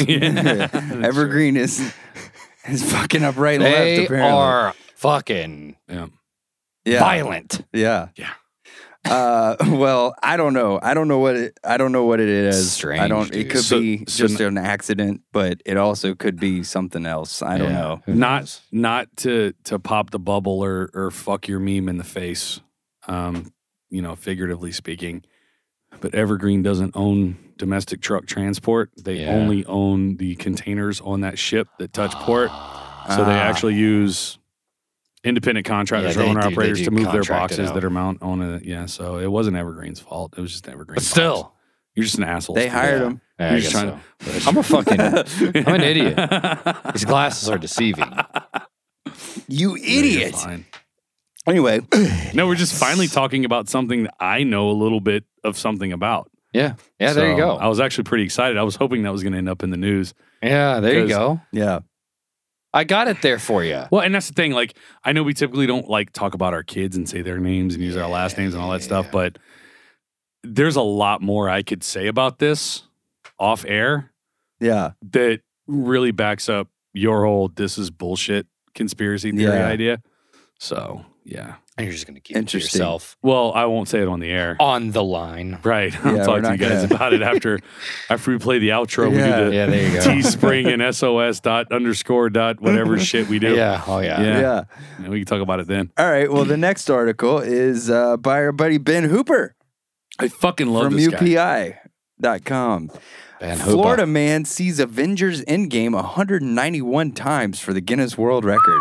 (laughs) yeah. Evergreen is (laughs) is fucking up right and left. they Apparently, are fucking yeah, violent. yeah, Yeah. Uh, (laughs) well, I don't know. I don't know what it. I don't know what it is. Strange, I don't. dude. It could So- be so just an accident, but it also could be something else. I don't Yeah. know. Who Not- knows? Not to to pop the bubble or or fuck your meme in the face, um, you know, figuratively speaking. But Evergreen doesn't own domestic truck transport. They Yeah. only own the containers on that ship that touch (sighs) port. Ah. So they Ah. actually use independent contractors Yeah, or they owner do- they operators do to move their contract it boxes out. that are mount on a yeah. So it wasn't Evergreen's fault. It was just Evergreen. but still, you're just an asshole. They Steve. hired Yeah. him. Yeah, I You're just guess trying so. I'm (laughs) a (laughs) fucking. I'm an (laughs) idiot. These You're glasses are (laughs) deceiving. You idiot. fine. Anyway, (clears throat) No, we're just finally talking about something that I know a little bit of something about. Yeah, yeah. there you So go. I was actually pretty excited. I was hoping that was going to end up in the news. yeah, there you because- go. yeah, I got it there for you. Well, and that's the thing. Like, I know we typically don't like talk about our kids and say their names and use our last names and all that stuff, Yeah. but there's a lot more I could say about this off air yeah. that really backs up your whole this is bullshit conspiracy theory Yeah. idea. So yeah. And (laughs) you're just going to keep it to Interesting. yourself Well, I won't say it on the air. on the line. Right. (laughs) I'll Yeah, talk we're to you not guys gonna- about it (laughs) after after we play the outro. We do the Yeah, there (laughs) you go. Teespring and SOS dot underscore dot (laughs) whatever shit we do. Yeah. Oh, yeah. Yeah. yeah. And we can talk about it then. All right. Well, the next article is uh, by our buddy Ben Hooper I fucking love from this (laughs) guy. UPI.com. Van Hoba. Florida man sees Avengers Endgame 191 times for the Guinness World Record.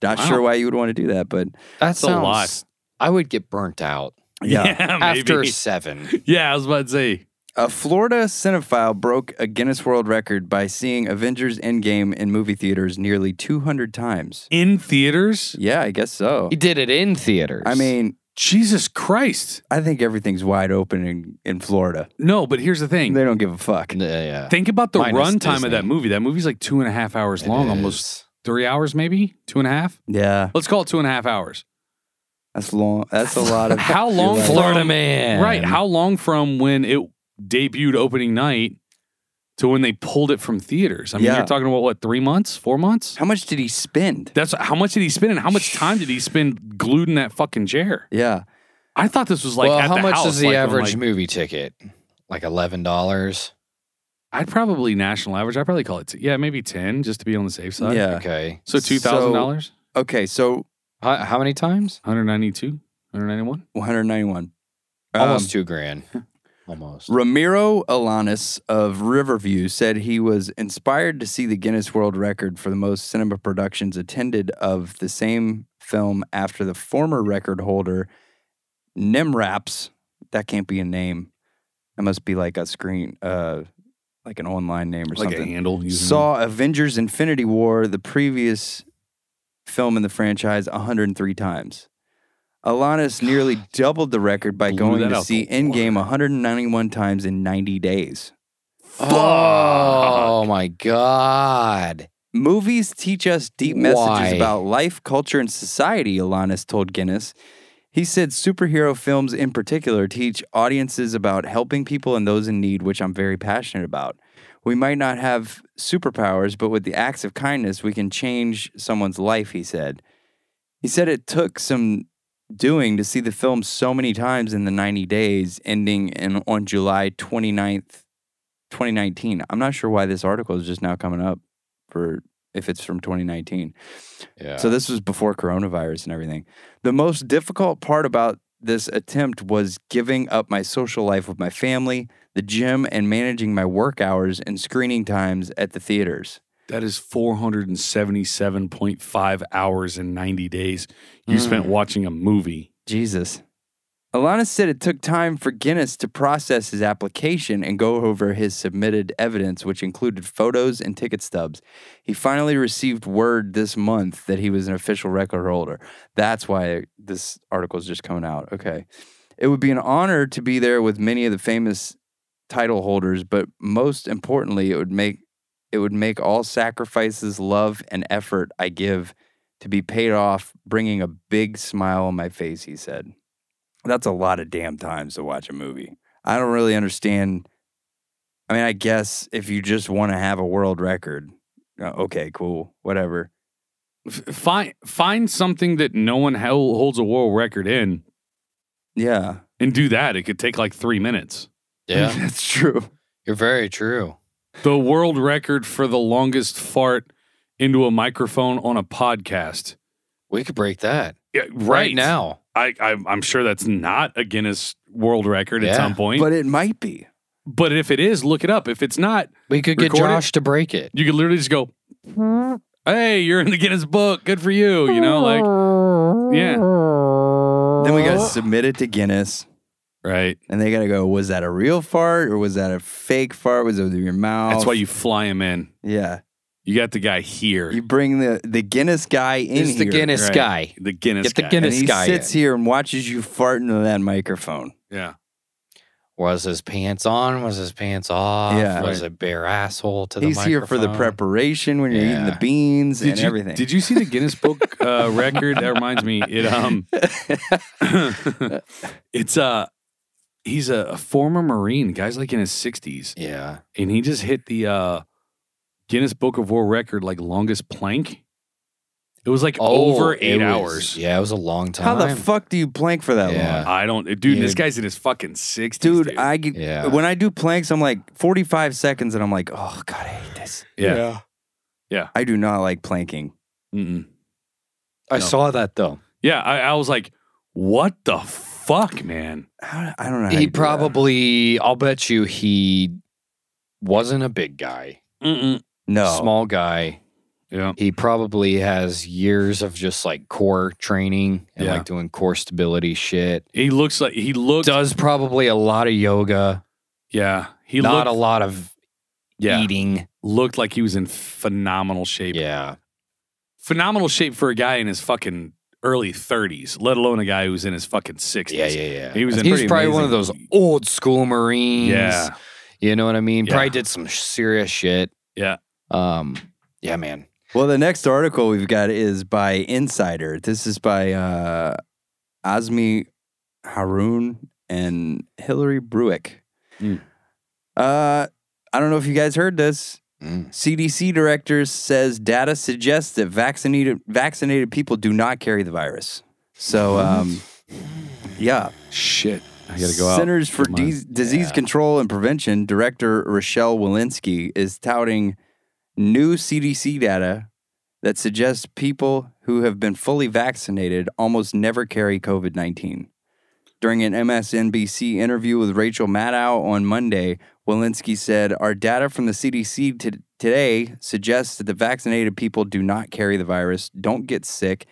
Not Wow. sure why you would want to do that, but That That's a lot. sounds. I would get burnt out yeah. (laughs) after maybe. seven. Yeah, I was about to say. A Florida cinephile broke a Guinness World Record by seeing Avengers Endgame in movie theaters nearly 200 times. In theaters? Yeah, I guess so. He did it in theaters. I mean, Jesus Christ. I think everything's wide open in, in Florida. No, but here's the thing. They don't give a fuck. yeah, uh, yeah. Think about the Minus runtime of Disney. that movie. That movie's like two and a half hours It long, is. almost three hours, maybe two and a half. Yeah, Let's call it two and a half hours. that's long. That's a lot of. (laughs) How long You're right. for- Florida from- man. Right. How long from when it debuted opening night to when they pulled it from theaters? I mean, Yeah. you're talking about what, three months, four months? How much did he spend? That's how much did he spend and how much time did he spend glued in that fucking chair? Yeah, I thought this was like, well, at how the much house, is the like, on, average like- movie ticket? Like eleven dollars. I'd probably national average. I'd probably call it, t- yeah, maybe 10 just to be on the safe side. yeah. Okay. So So- $2,000, Okay, so How, how many times? 192, 191. 191. Um, Almost (laughs) two grand. Almost. Ramiro Alanis of Riverview said he was inspired to see the Guinness World Record for the most cinema productions attended of the same film after the former record holder, Nimraps. That can't be a name. That must be like a screen, uh, like an online name or Like a something. handle. username. Saw Avengers Infinity War, the previous film in the franchise, 103 times. Alanis (sighs) nearly doubled the record by Blew going that to out see the water. Endgame 191 times in 90 days. Oh my god. Movies teach us deep messages Why? about life, culture, and society, Alanis told Guinness. He said superhero films in particular teach audiences about helping people and those in need, which I'm very passionate about. We might not have superpowers, but with the acts of kindness, we can change someone's life, he said. He said it took some doing to see the film so many times in the 90 days, ending in, on July 29th, 2019. I'm not sure why this article is just now coming up for if it's from 2019. Yeah. So this was before coronavirus and everything. The most difficult part about this attempt was giving up my social life with my family, the gym, and managing my work hours and screening times at the theaters. That is 477.5 hours in 90 days you spent Mm. watching a movie. Jesus. Alanis said it took time for Guinness to process his application and go over his submitted evidence, which included photos and ticket stubs. He finally received word this month that he was an official record holder. That's why this article is just coming out. Okay. It would be an honor to be there with many of the famous title holders, but most importantly, it would make it would make all sacrifices, love, and effort I give to be paid off, bringing a big smile on my face, he said. That's a lot of damn times to watch a movie. I don't really understand. I mean, I guess if you just want to have a world record, uh, okay, cool, whatever. F- find find something that no one hel- holds a world record in Yeah, (laughs) and do that. It could take like 3 minutes. yeah. that's true. You're very true. The world record for the longest fart into a microphone on a podcast. We could break that Yeah, right now. I, I I'm sure that's not a Guinness World Record Yeah. at some point. But, But it might be. if it is, look it up. If it's not, We could get Record it? Josh to break it. you could literally just go, "Hey, you're in the Guinness Book. Good for you." You know, like yeah, Then we got to submit it to Guinness, right. and they got to go, was that a real fart or was that a fake fart? Was it with your mouth? Oh. That's why you fly him in. (laughs) Yeah. You got the guy here, You bring the, the Guinness guy in It's the here, Guinness right. guy. the Guinness Get the guy. Guinness- and he guy sits in. here and watches you fart into that microphone. Yeah, Was his pants on? Was his pants off? Yeah. Was a bare asshole to the He's here for the microphone? preparation when you're eating the Yeah. beans did and you, everything. Did you see the Guinness Book (laughs) uh, record? That reminds me. It um, it's uh, he's a, a former Marine. Guy's like in his sixties. Yeah. and he just hit the uh Guinness Book of World Record like longest plank. It was like Oh, over it eight was- hours. Yeah, it was a long time. How the fuck do you plank for that Yeah. long? I don't, dude. This Dude. guy's in his fucking sixties, Dude, I get, Yeah. when I do planks, I'm like 45 seconds and I'm like, oh God, I hate this. yeah. I do not like planking. Mm-mm. I No. saw that though. Yeah, I, I was like, what the fuck, man? How, I don't know. how He you do that. probably, I'll bet you he wasn't a big guy, Mm-mm. no. small guy. Yeah, He probably has years of just like core training and Yeah. like doing core stability shit. he looks like he looked. Does probably a lot of yoga, yeah, he not looked, a lot of yeah, eating. looked like he was in phenomenal shape. Yeah. Phenomenal shape for a guy in his fucking early thirties, let alone a guy who's in his fucking sixties. Yeah, yeah, yeah. He was in He's pretty probably one of those amazing- old school Marines. Yeah, You know what I mean? Yeah. Probably did some serious shit. Yeah. Um, yeah, man. Well, the next article we've got is by Insider. This is by uh, Azmi Haroon and Hillary Bruick. Mm. Uh, I don't know if you guys heard this. Hmm. Mm. CDC director says data suggests that vaccinated vaccinated people do not carry the virus. So, um, yeah. shit. I gotta go out. Centers for Get mine. Dis- Disease Yeah. Control and Prevention Director Rochelle Walensky is touting new CDC data that suggests people who have been fully vaccinated almost never carry COVID 19. During an MSNBC interview with Rachel Maddow on Monday, Walensky said, Our data from the CDC to- today suggests that the vaccinated people do not carry the virus, don't get sick,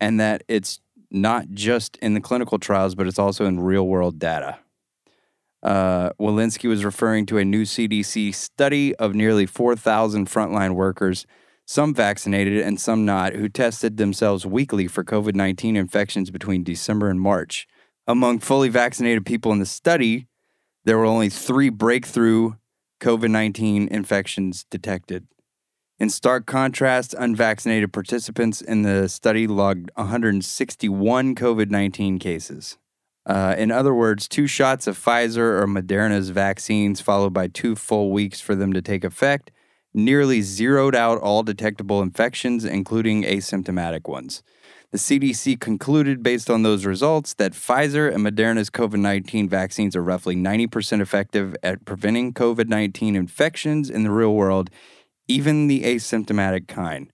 and that it's not just in the clinical trials, but it's also in real world data. Uh, Walensky was referring to a new CDC study of nearly 4,000 frontline workers, some vaccinated and some not, who tested themselves weekly for COVID 19 infections between December and March. Among fully vaccinated people in the study, there were only three breakthrough COVID 19 infections detected. In stark contrast, unvaccinated participants in the study logged 161 COVID 19 cases. Uh, in other words, two shots of Pfizer or Moderna's vaccines, followed by two full weeks for them to take effect, nearly zeroed out all detectable infections, including asymptomatic ones. The CDC concluded, based on those results, that Pfizer and Moderna's COVID 19 vaccines are roughly 90% effective at preventing COVID 19 infections in the real world, even the asymptomatic kind.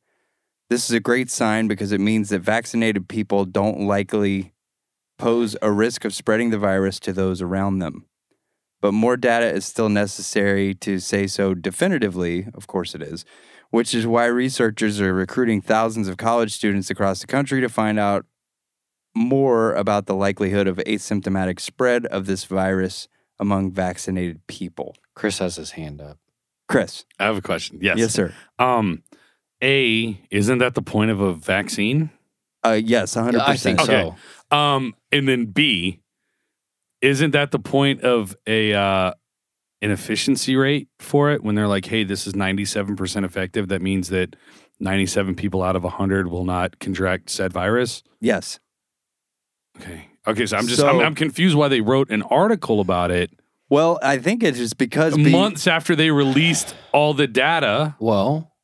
This is a great sign because it means that vaccinated people don't likely pose a risk of spreading the virus to those around them. But more data is still necessary to say so definitively, of course it is, which is why researchers are recruiting thousands of college students across the country to find out more about the likelihood of asymptomatic spread of this virus among vaccinated people. Chris has his hand up. Chris. I have a question. Yes, Yes. sir. Um, a isn't that the point of a vaccine? Uh, yes, 100%. I think Okay. so. Um, and then B, isn't that the point of a uh, an efficiency rate for it? When they're like, hey, this is ninety seven percent effective, that means that ninety seven people out of hundred will not contract said virus. Yes. Okay. Okay, so I'm just So- I'm, I'm confused why they wrote an article about it Well, I think it's just because be- months after they released all the data Well,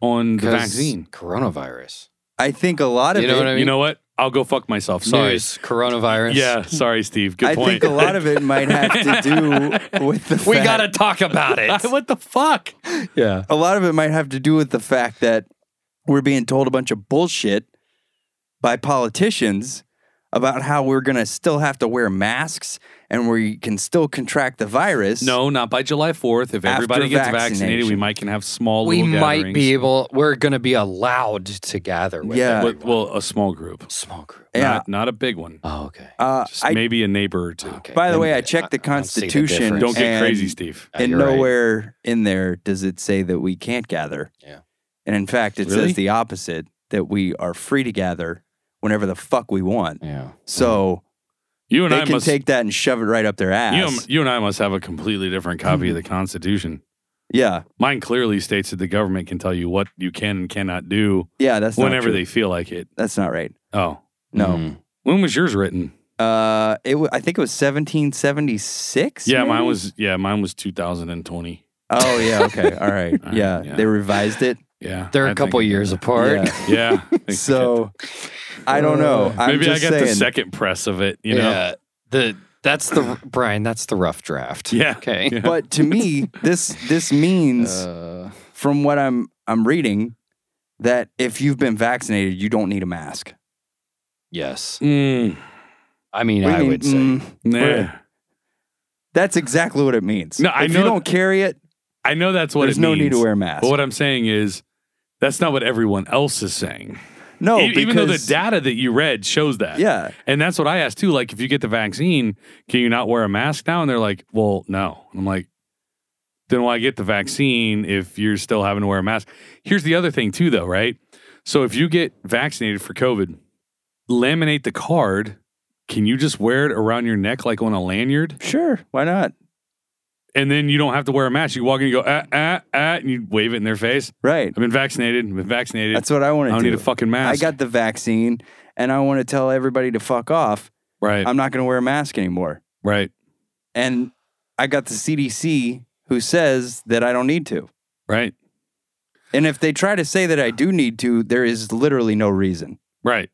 on the 'cause vaccine. Coronavirus. I think a lot of You know it what I mean? You know what? I'll go fuck myself. Sorry. News, coronavirus. Yeah, sorry, Steve. Good I point. think a (laughs) lot of it might have to do with the We fact- got to talk about (laughs) it. (laughs) what the fuck? yeah. a lot of it might have to do with the fact that we're being told a bunch of bullshit by politicians about how we're going to still have to wear masks and we can still contract the virus. No, not by July 4th. If After everybody gets vaccinated, vaccination. we might can have small We little might be gatherings. able, we're going to be allowed to gather with Yeah. But- everyone. well, a small group. small group. Yeah. Not, not a big one. Oh, okay. Uh, Just I, maybe a neighbor or two. okay. by the Then way, I checked the I- I see the Constitution. difference. Don't get and- crazy, Steve. Yeah, and you're right. nowhere in there does it say that we can't gather. Yeah. And in fact, it Really? says the opposite that we are free to gather whenever the fuck we want. Yeah. So Mm. You and they I can must. take that and shove it right up their ass. you, you and I must have a completely different copy of Mm-hmm. the Constitution. yeah. Mine clearly states that the government can tell you what you can and cannot do Yeah. That's not whenever true. they feel like it. That's not right. Oh, No. Mm. when was yours written? Uh, it w- I think it was 1776. Yeah, maybe? mine was. Yeah, mine was 2020. Oh yeah. (laughs) Okay. All right. All right, yeah. yeah. They revised (laughs) it. Yeah, They're I a couple think- years apart. Yeah. (laughs) Yeah, I (laughs) think So I don't (laughs) know. I'm Uh, maybe I just got saying, the (laughs) second press of it. You (laughs) know, Yeah. The that's the Brian, that's the rough draft. Yeah. Okay. Yeah. But to me, this this means Uh, from what I'm I'm reading that if you've been vaccinated, you don't need a mask. yes. Mm, I mean, What do I you mean, would say mm? nah. Really? that's exactly what it means. No, I if know- you don't carry it, I know that's what there's it no means, need to wear a mask. But what I'm saying is. That's not what everyone else is saying. no, E- even though the because- data that you read shows that. Yeah, And that's what I asked too. Like, if you get the vaccine, can you not wear a mask now? And they're like, well, no. And I'm like, then why get the vaccine if you're still having to wear a mask? Here's the other thing too, though, right? So if you get vaccinated for COVID, laminate the card. Can you just wear it around your neck like on a lanyard? sure. Why not? And then you don't have to wear a mask. You walk in, you go, ah, ah, ah, and you wave it in their face. Right. I've been vaccinated. I've been vaccinated. That's what I I want to don't do. need a fucking I mask. got the vaccine, and I want to tell everybody to fuck off. right, I'm not going to wear a mask anymore. right, And I got the CDC who says that I don't need to. right, And if they try to say that I do need to, there is literally no reason. right.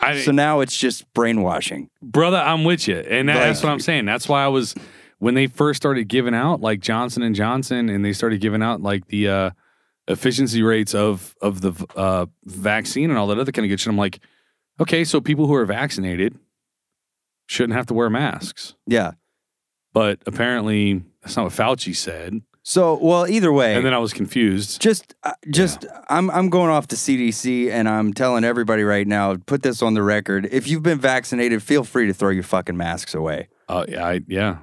I, so now it's just brainwashing. brother i'm with you and that, that's Like- what i'm saying that's why i was when they first started giving out like johnson and johnson and they started giving out like the uh efficiency rates of of the uh vaccine and all that other kind of good shit i'm like okay so people who are vaccinated shouldn't have to wear masks Yeah. but apparently that's not what fauci said So well, either way, and then i was confused just uh, just I'm I'm going off the CDC and I'm telling everybody right now, put this on the record. If you've been vaccinated, feel free to throw your fucking masks away. uh, yeah, I, yeah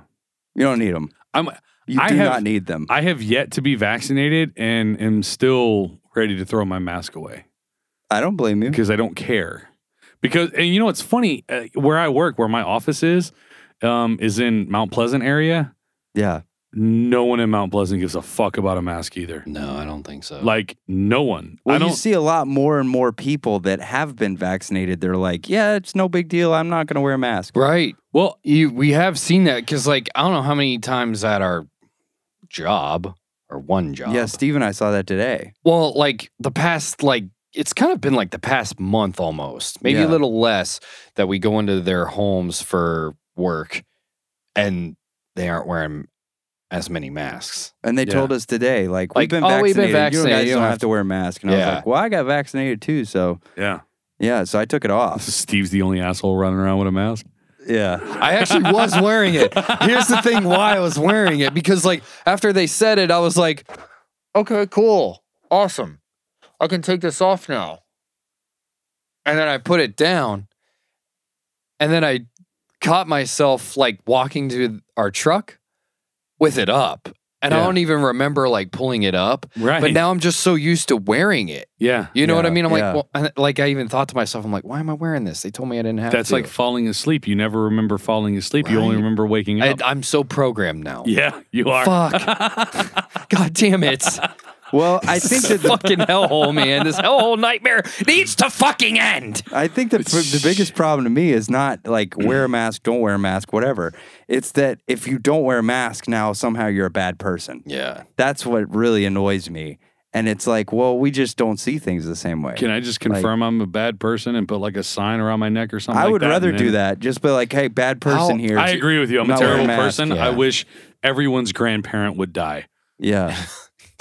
You don't need them. I'm- You I do have- not need them. i have yet to be vaccinated and am still ready to throw my mask away I don't blame you. because I don't care. Because and you know it's funny uh, where I work, where my office is, um, is in Mount Pleasant area. Yeah. No one in Mount Pleasant gives a fuck about a mask either. No, I don't think so. Like no one. I Well, don't. you see a lot more and more people that have been vaccinated. They're like, yeah, it's no big deal. I'm not going to wear a mask. right. well, You, we have seen that because, like, I don't know how many times at our job or one job. Yeah, Steve and I saw that today. Well, like the past, like it's kind of been like the past month almost, maybe a Yeah. little less, that we go into their homes for work, and they aren't wearing as many masks. And they Yeah. told us today, like, Like, we've been oh, vaccinated. we've been You guys vaccinated. You don't don't have, have to wear a mask. And I Yeah. was like, well, I got vaccinated too. So, yeah. yeah. So I took it off. Steve's the only asshole running around with a mask. (laughs) Yeah. I actually was wearing it. Here's the thing: why I was wearing it because, like, after they said it, I was like, "Okay, cool, awesome, I can take this off now." And then I put it down, and then I caught myself like walking to our truck with it up, and I Yeah. don't even remember like pulling it up. Right. But now I'm just so used to wearing it. yeah. You know what I Yeah, mean? I'm yeah. like, well, I, like I even thought to myself, I'm like, why am I wearing this? They told me I didn't have That's to. like falling asleep. You never remember falling asleep. You only Right. remember waking I, up. I'm so programmed now. yeah, you are. Fuck. (laughs) God damn it. Well, (laughs) I think that the, fucking hellhole, man. This hellhole nightmare needs to fucking end. I think the, the biggest problem to me is not like wear a mask, don't wear a mask, whatever. It's that if you don't wear a mask now, somehow you're a bad person. Yeah. That's what really annoys me. And it's like, well, we just don't see things the same way. Can I just confirm I'm a bad person and put like a sign around my neck or something? I like would that rather and do then- that. Just be like, hey, bad person I'll- here. I agree with you. I'm a Not wearing terrible a mask, person. I yeah. wish everyone's grandparent would die. (laughs) Yeah.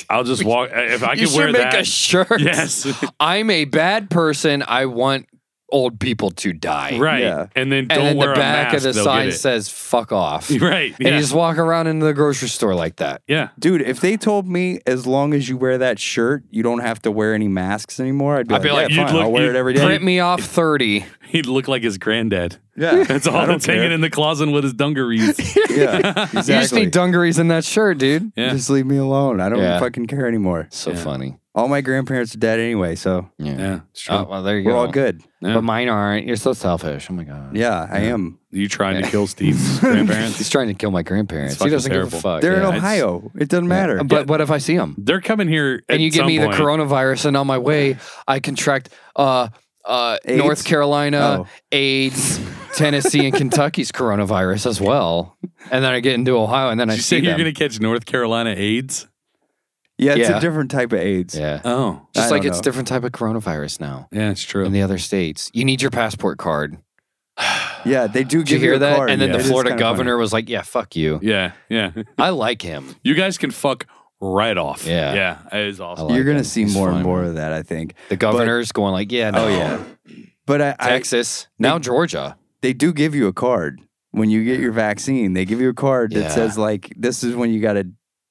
I'll just walk if I you could should wear make that. a shirt. (laughs) yes, I'm a bad person. I want old people to die. right. Yeah. And then don't And then wear the back a mask. of the they'll sign get it. (laughs) says fuck off. right. And Yeah. you just walk around into the grocery store like that. yeah. Dude, if they told me as long as you wear that shirt, you don't have to wear any masks anymore, I'd be I'd like, be like, yeah, you'd fine, look- I'll wear you'd it every day. Print me off 30. He'd look like his granddad. Yeah. (laughs) (laughs) That's all I don't that's hanging care. in the closet with his dungarees. (laughs) yeah. Exactly. You just need dungarees in that shirt, dude. Yeah. Just leave me alone. I don't Yeah. fucking care anymore. So Yeah. funny. All my grandparents are dead anyway, so (laughs) Yeah. yeah. It's true. Oh, well, there you we're go. all good. Yeah. But mine aren't. You're so selfish. Oh my God. Yeah, I Yeah. am. you trying to kill (laughs) Steve's grandparents? He's trying to kill my grandparents. It's He fucking doesn't terrible. give a fuck. They're yeah. in Ohio. It doesn't matter. But what if I see him? They're coming here at And you give some me point. the coronavirus, and on my way, I contract uh, uh, North AIDS? Carolina, Oh. AIDS, Tennessee, and Kentucky's coronavirus as well. And then I get into Ohio, and then Did I you see say you're them. going to catch North Carolina AIDS? Yeah, it's Yeah. a different type of AIDS. Yeah. Oh, Just I like don't it's know. different type of coronavirus now yeah, it's true. in the other states. You need your passport card. Yeah, they do Did you give hear a that? card. and then It the is Florida kinda funny. governor was like, "Yeah, fuck you. yeah, yeah. I like him." You guys can fuck right off. Yeah. yeah, that is awesome. I like You're gonna him. see He's more fun. and more of that, I think. The governor's going like, "Yeah, no. Oh yeah, but I, I Texas, now Georgia." they do give you a card when you get your vaccine. They give you a card Yeah. that says like, "This is when you got to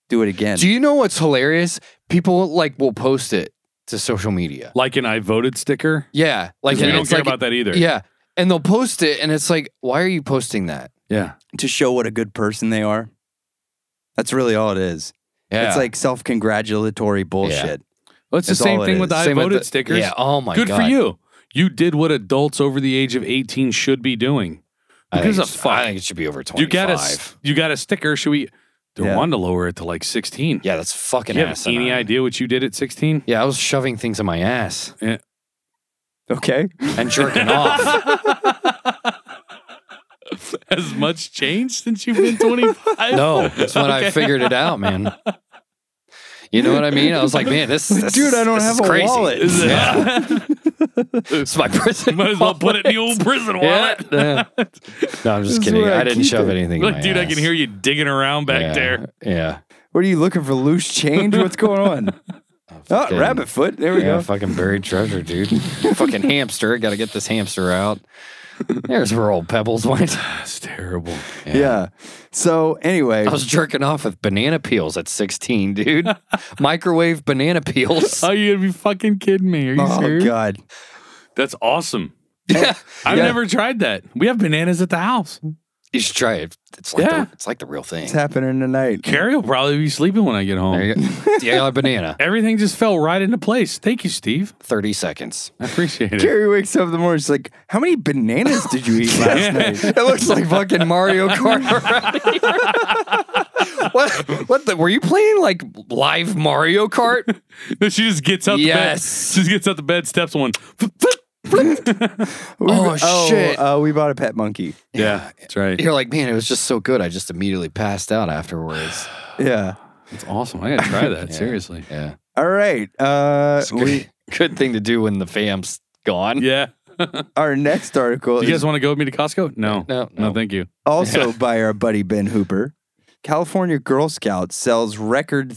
do it again." Do you know what's hilarious? People like will post it to social media. Like an I voted sticker. Yeah, Like like we and don't it's care like- about that either. Yeah, and they'll post it, and it's like, why are you posting that? yeah. to show what a good person they are. That's really all it is. Yeah, It's like self-congratulatory bullshit. Well, it's the That's same all it thing with is. the I Same with voted the- stickers. Yeah. Oh my Good god. for you. You did what adults over the age of 18 should be doing. I Who think, gives a it's- I fuck? think it should be over twenty-five. You got a s- you got a sticker. Should we? They Yeah. want to lower it to like 16. yeah, that's Do fucking you have asinine. any idea what you did at 16? Yeah, I was shoving things in my ass Okay, (laughs) and (laughs) jerking off. (laughs) Has much changed since you've (laughs) been 25? No, that's when I Okay. figured it out, man. You know what I mean? I was like, (laughs) man, this, this Dude, is- I don't this have is a crazy. wallet. (laughs) Is it- Yeah, it's my (laughs) prison. Might as well put it in the old prison Yeah, wallet. (laughs) yeah. No, I'm just This is kidding. where I, I didn't keep shove it. anything. in Like, my dude, I ass. can hear you digging around back Yeah, there. Yeah. what are you looking for? Loose change? What's going (laughs) on? oh, fucking- rabbit foot. There we yeah, go. fucking buried treasure, (laughs) dude. fucking hamster. Got to get this hamster out. There's where old pebbles went. That's terrible. Yeah. So anyway, I was jerking off with banana peels at (laughs) 16, dude. Microwave banana peels. Oh, you gotta be fucking kidding me. Are you oh (laughs) serious? god, That's awesome. yeah. I've Yeah. never tried that. We have bananas at the house. You should try it. It's like, Yeah. the, it's like the real thing. it's happening tonight. Carrie will probably be sleeping when I get home. There you go. Yeah, banana. Everything just fell right into place. Thank you, Steve. 30 seconds. I appreciate it. (laughs) (laughs) Carrie wakes up in the morning. She's like, "How many bananas did you eat last (laughs) Yeah. night?" It looks like fucking (laughs) Mario Kart (laughs) around here. what? What the? Were you playing like live Mario Kart? No, she just gets out Yes. (laughs) the bed. She just gets out the bed, steps one. (laughs) We- (laughs) Oh, shit. Uh, we bought a pet monkey. yeah, that's right. You're like, man, it was just so good. I just immediately passed (sighs) out afterwards. Yeah. That's awesome. I gotta try (laughs) that. Yeah. Seriously. Yeah. All right. Uh, It's a good, we, good thing to do when the fam's gone. Yeah. our next article is You guys want (laughs) to go with me to Costco? No. No, No, no. thank you. also by our buddy Ben Hooper. California Girl Scouts sells record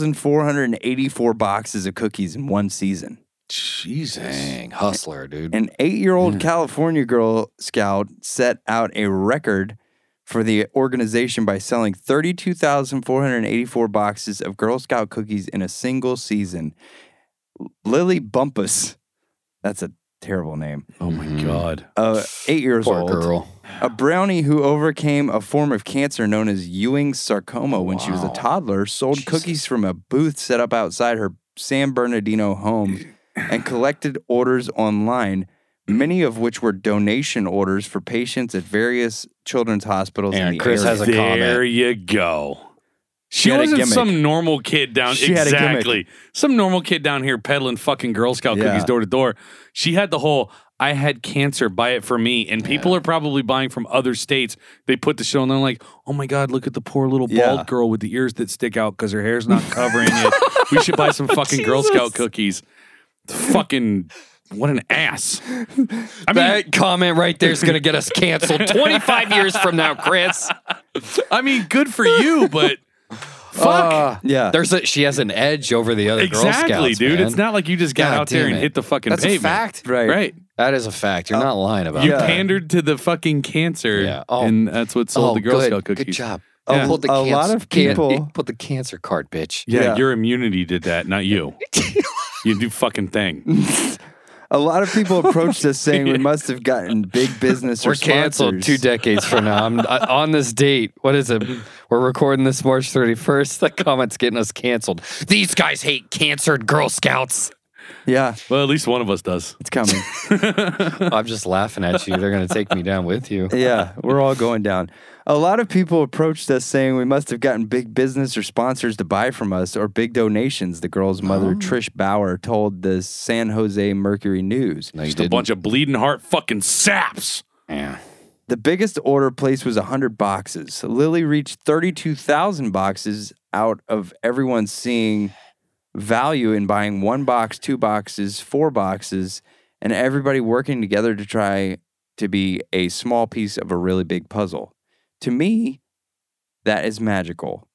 32,484 boxes of cookies in one season. Jesus. Dang, hustler, dude. An eight year old Yeah. California Girl Scout set out a record for the organization by selling 32,484 boxes of Girl Scout cookies in a single season. Lily Bumpus, that's a terrible name, Oh my Mhm. God. uh, eight years Poor old. girl. A brownie who overcame a form of cancer known as Ewing's sarcoma when she was a Wow. toddler sold Jesus. cookies from a booth set up outside her San Bernardino home and collected orders online, many of which were donation orders for patients at various children's hospitals in And the Chris area. has a there comment. you go. She, had a wasn't gimmick. some normal kid down She had a gimmick. exactly. Some normal kid down here peddling fucking Girl Scout Yeah. cookies door to door. She had the whole I had cancer, buy it for me. And people are probably buying from other states. They put the show and they're like, oh my God, look at the poor little Yeah. bald girl with the ears that stick out because her hair's not covering it. We (laughs) should buy some fucking Girl Scout cookies. Fucking what an ass. I mean, that comment right there is going to get us (laughs) canceled 25 years from now, Chris. I mean, good for you, (laughs) but Oh, fuck. Uh, Yeah. There's a, she has an edge over the other exactly, Girl Scouts, dude. man. It's not like you just got God out there damn and it. hit the fucking That's pavement. a fact. right. Right. That is a fact. Uh, You're not lying about You it. Yeah. pandered to the fucking cancer, Yeah. Oh. and that's what sold oh, the Girl good. Scout cookies. Good job. A- You pulled the a lot cancer- of can- people- you pulled the cancer card, bitch. Yeah, Yeah. your immunity did that, not (laughs) you. you do fucking thing. A lot of people approached (laughs) us saying we must have gotten big business We're or canceled sponsors. (laughs) two decades from now. I'm I, on this date. What is it? We're recording this March 31st. That comment's getting us canceled. These guys hate cancered (laughs) Girl Scouts. Yeah, Well, at least one of us does. it's coming. I'm just laughing at you. They're going to take me down with (laughs) you. yeah, we're all going down. A lot of people approached us saying we must have gotten big business or sponsors to buy from us or big donations, the girl's mother, Trish Bauer, told the San Jose Mercury News. No, you Just a bunch of bleeding heart fucking saps. Yeah. The biggest order placed was 100 boxes. So Lily reached 32,000 boxes out of everyone seeing value in buying one box, two boxes, four boxes, and everybody working together to try to be a small piece of a really big puzzle. To me, that is magical.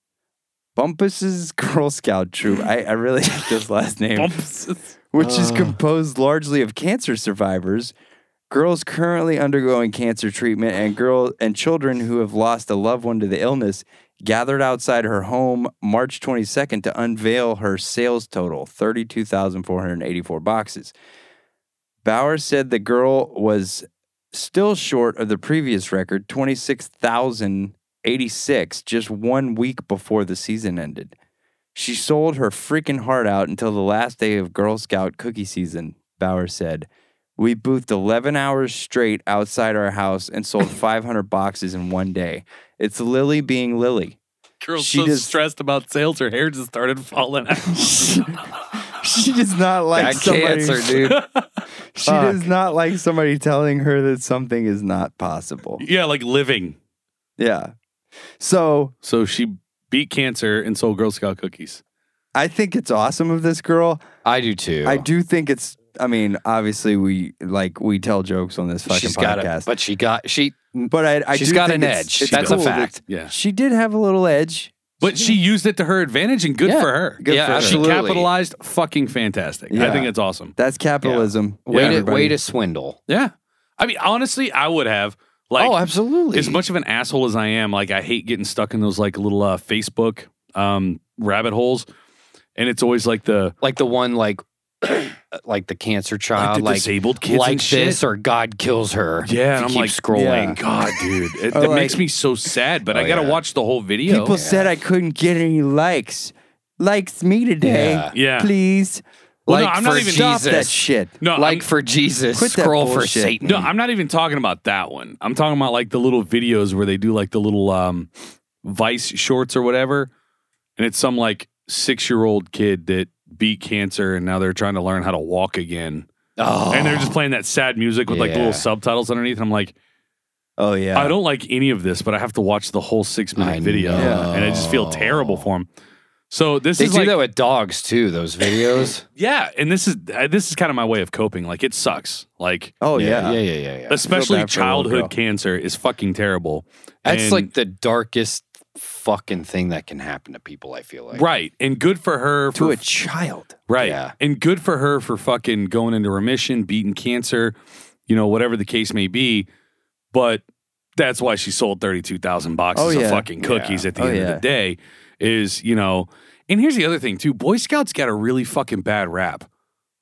Bumpus's (laughs) Girl Scout troop. I, I really like this last name Bumps. which is Uh. composed largely of cancer survivors, girls currently undergoing cancer treatment, and girl and children who have lost a loved one to the illness, gathered outside her home March 22nd to unveil her sales total 32,484 boxes. Bauer said the girl was still short of the previous record, 26,086, just one week before the season ended. She sold her freaking heart out until the last day of Girl Scout cookie season, Bauer said. We boothed 11 hours straight outside our house and (laughs) sold 500 boxes in one day. It's Lily being Lily. (laughs) Girl's She so just- stressed about sales, her hair just started falling (laughs) out. She does not like Got cancer, (laughs) dude. She does not like somebody telling her that something is not possible. yeah, like living. Yeah. So So she beat cancer and sold Girl Scout cookies. I think it's awesome of this girl. I do too. I do think it's. I mean, obviously, we like we tell jokes on this fucking She's got a, podcast, but she got she. but, I, I she's do got think an it's- edge. it's That's cool a that- fact. Yeah. She did have a little edge. But she used it to her advantage and good Yeah. for her. Good yeah, for her. She absolutely. capitalized fucking fantastic. I Yeah. think it's awesome. That's capitalism. Way to everybody. way to swindle. Yeah. I mean, honestly, I would have. Like, oh, absolutely. as much of an asshole as I am, like I hate getting stuck in those like little uh, Facebook um, rabbit holes, and it's always like the like the one like (clears throat) like the cancer like, child the Uh, like disabled kids like and shit. this or God kills her. yeah, and If I'm you like, keep scrolling. Yeah. God, (laughs) dude, it, Or that like- makes me so sad. But Oh, I gotta yeah. watch the whole video. People said I couldn't get any likes. Likes me today. Yeah. yeah, Please. Well, no, like I'm not for even- Stop that Jesus. shit. no, like I'm, for Jesus, Quit that scroll for bullshit. Satan. no, I'm not even talking about that one. I'm talking about like the little videos where they do like the little um, Vice shorts or whatever, and it's some like six year old kid that beat cancer and now they're trying to learn how to walk again. oh. and they're just playing that sad music with like Yeah. little subtitles underneath. And I'm like, Oh yeah. I don't like any of this, but I have to watch the whole six minute I video, know. and I just feel terrible for him. So this They is do like, that with dogs too. Those videos. yeah, and this is uh, this is kind of my way of coping. Like it sucks. Like (laughs) oh yeah. yeah, yeah, yeah. yeah. especially bad for the little girl. childhood cancer is fucking terrible. That's And- like the darkest fucking thing that can happen to people. I feel like right, and good for her To for a child. Right. Yeah. And good for her for fucking going into remission, beating cancer, you know, whatever the case may be. But that's why she sold 32,000 boxes Oh, yeah. of fucking cookies at the Oh, end yeah. of the day is, you know, and here's the other thing too Boy Scouts got a really fucking bad rap.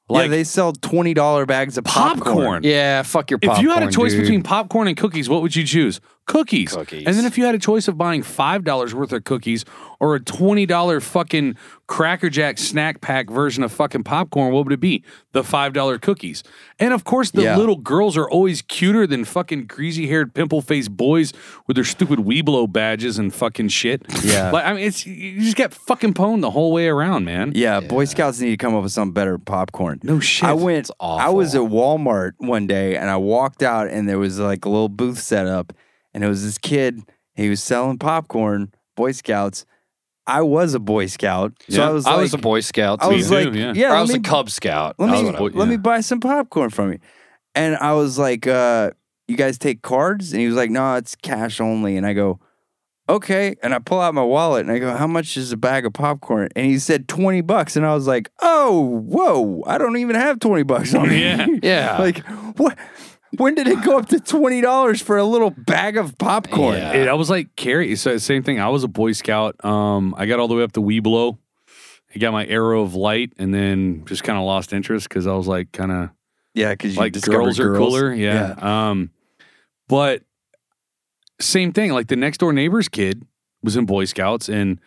yeah, Like they sell twenty dollar bags of popcorn. popcorn. Yeah, fuck your popcorn. if you had a choice dude. between popcorn and cookies, what would you choose? Cookies. Cookies. And then if you had a choice of buying $5 worth of cookies or a $20 fucking Cracker Jack snack pack version of fucking popcorn, what would it be? The $5 cookies. And of course, the Yeah. little girls are always cuter than fucking greasy haired, pimple faced boys with their stupid Weeblo badges and fucking shit. Yeah. Like, I mean, it's you just get fucking pwned the whole way around, man. Yeah, Boy Scouts need to come up with something better than popcorn. No shit. I went. It's I was at awful. Walmart one day, and I walked out, and there was like a little booth set up, and it was this kid. He was selling popcorn, Boy Scouts. I was a Boy Scout, so Yeah. I was. I like, was a Boy Scout. I too. was Me like, too, yeah, yeah. Or I let was me- a Cub Scout. let I me was a Boy- let me buy some popcorn from you. And I was like, uh, you guys take cards? And he was like, no, it's cash only. And I go, okay. And I pull out my wallet and I go, how much is a bag of popcorn? And he said 20 bucks. And I was like, oh, whoa, I don't even have 20 bucks on me. (laughs) Yeah. yeah. (sighs) like, what? When did it go up to $20 for a little bag of popcorn? Yeah. It, I was like Carrie. So same thing. I was a Boy Scout. Um, I got all the way up to Weeblo. I got my arrow of light, and then just kind of lost interest because I was like, kind of Yeah, because you like discovered girls are cooler. Yeah. Um, but same thing. Like the next door neighbor's kid was in Boy Scouts, and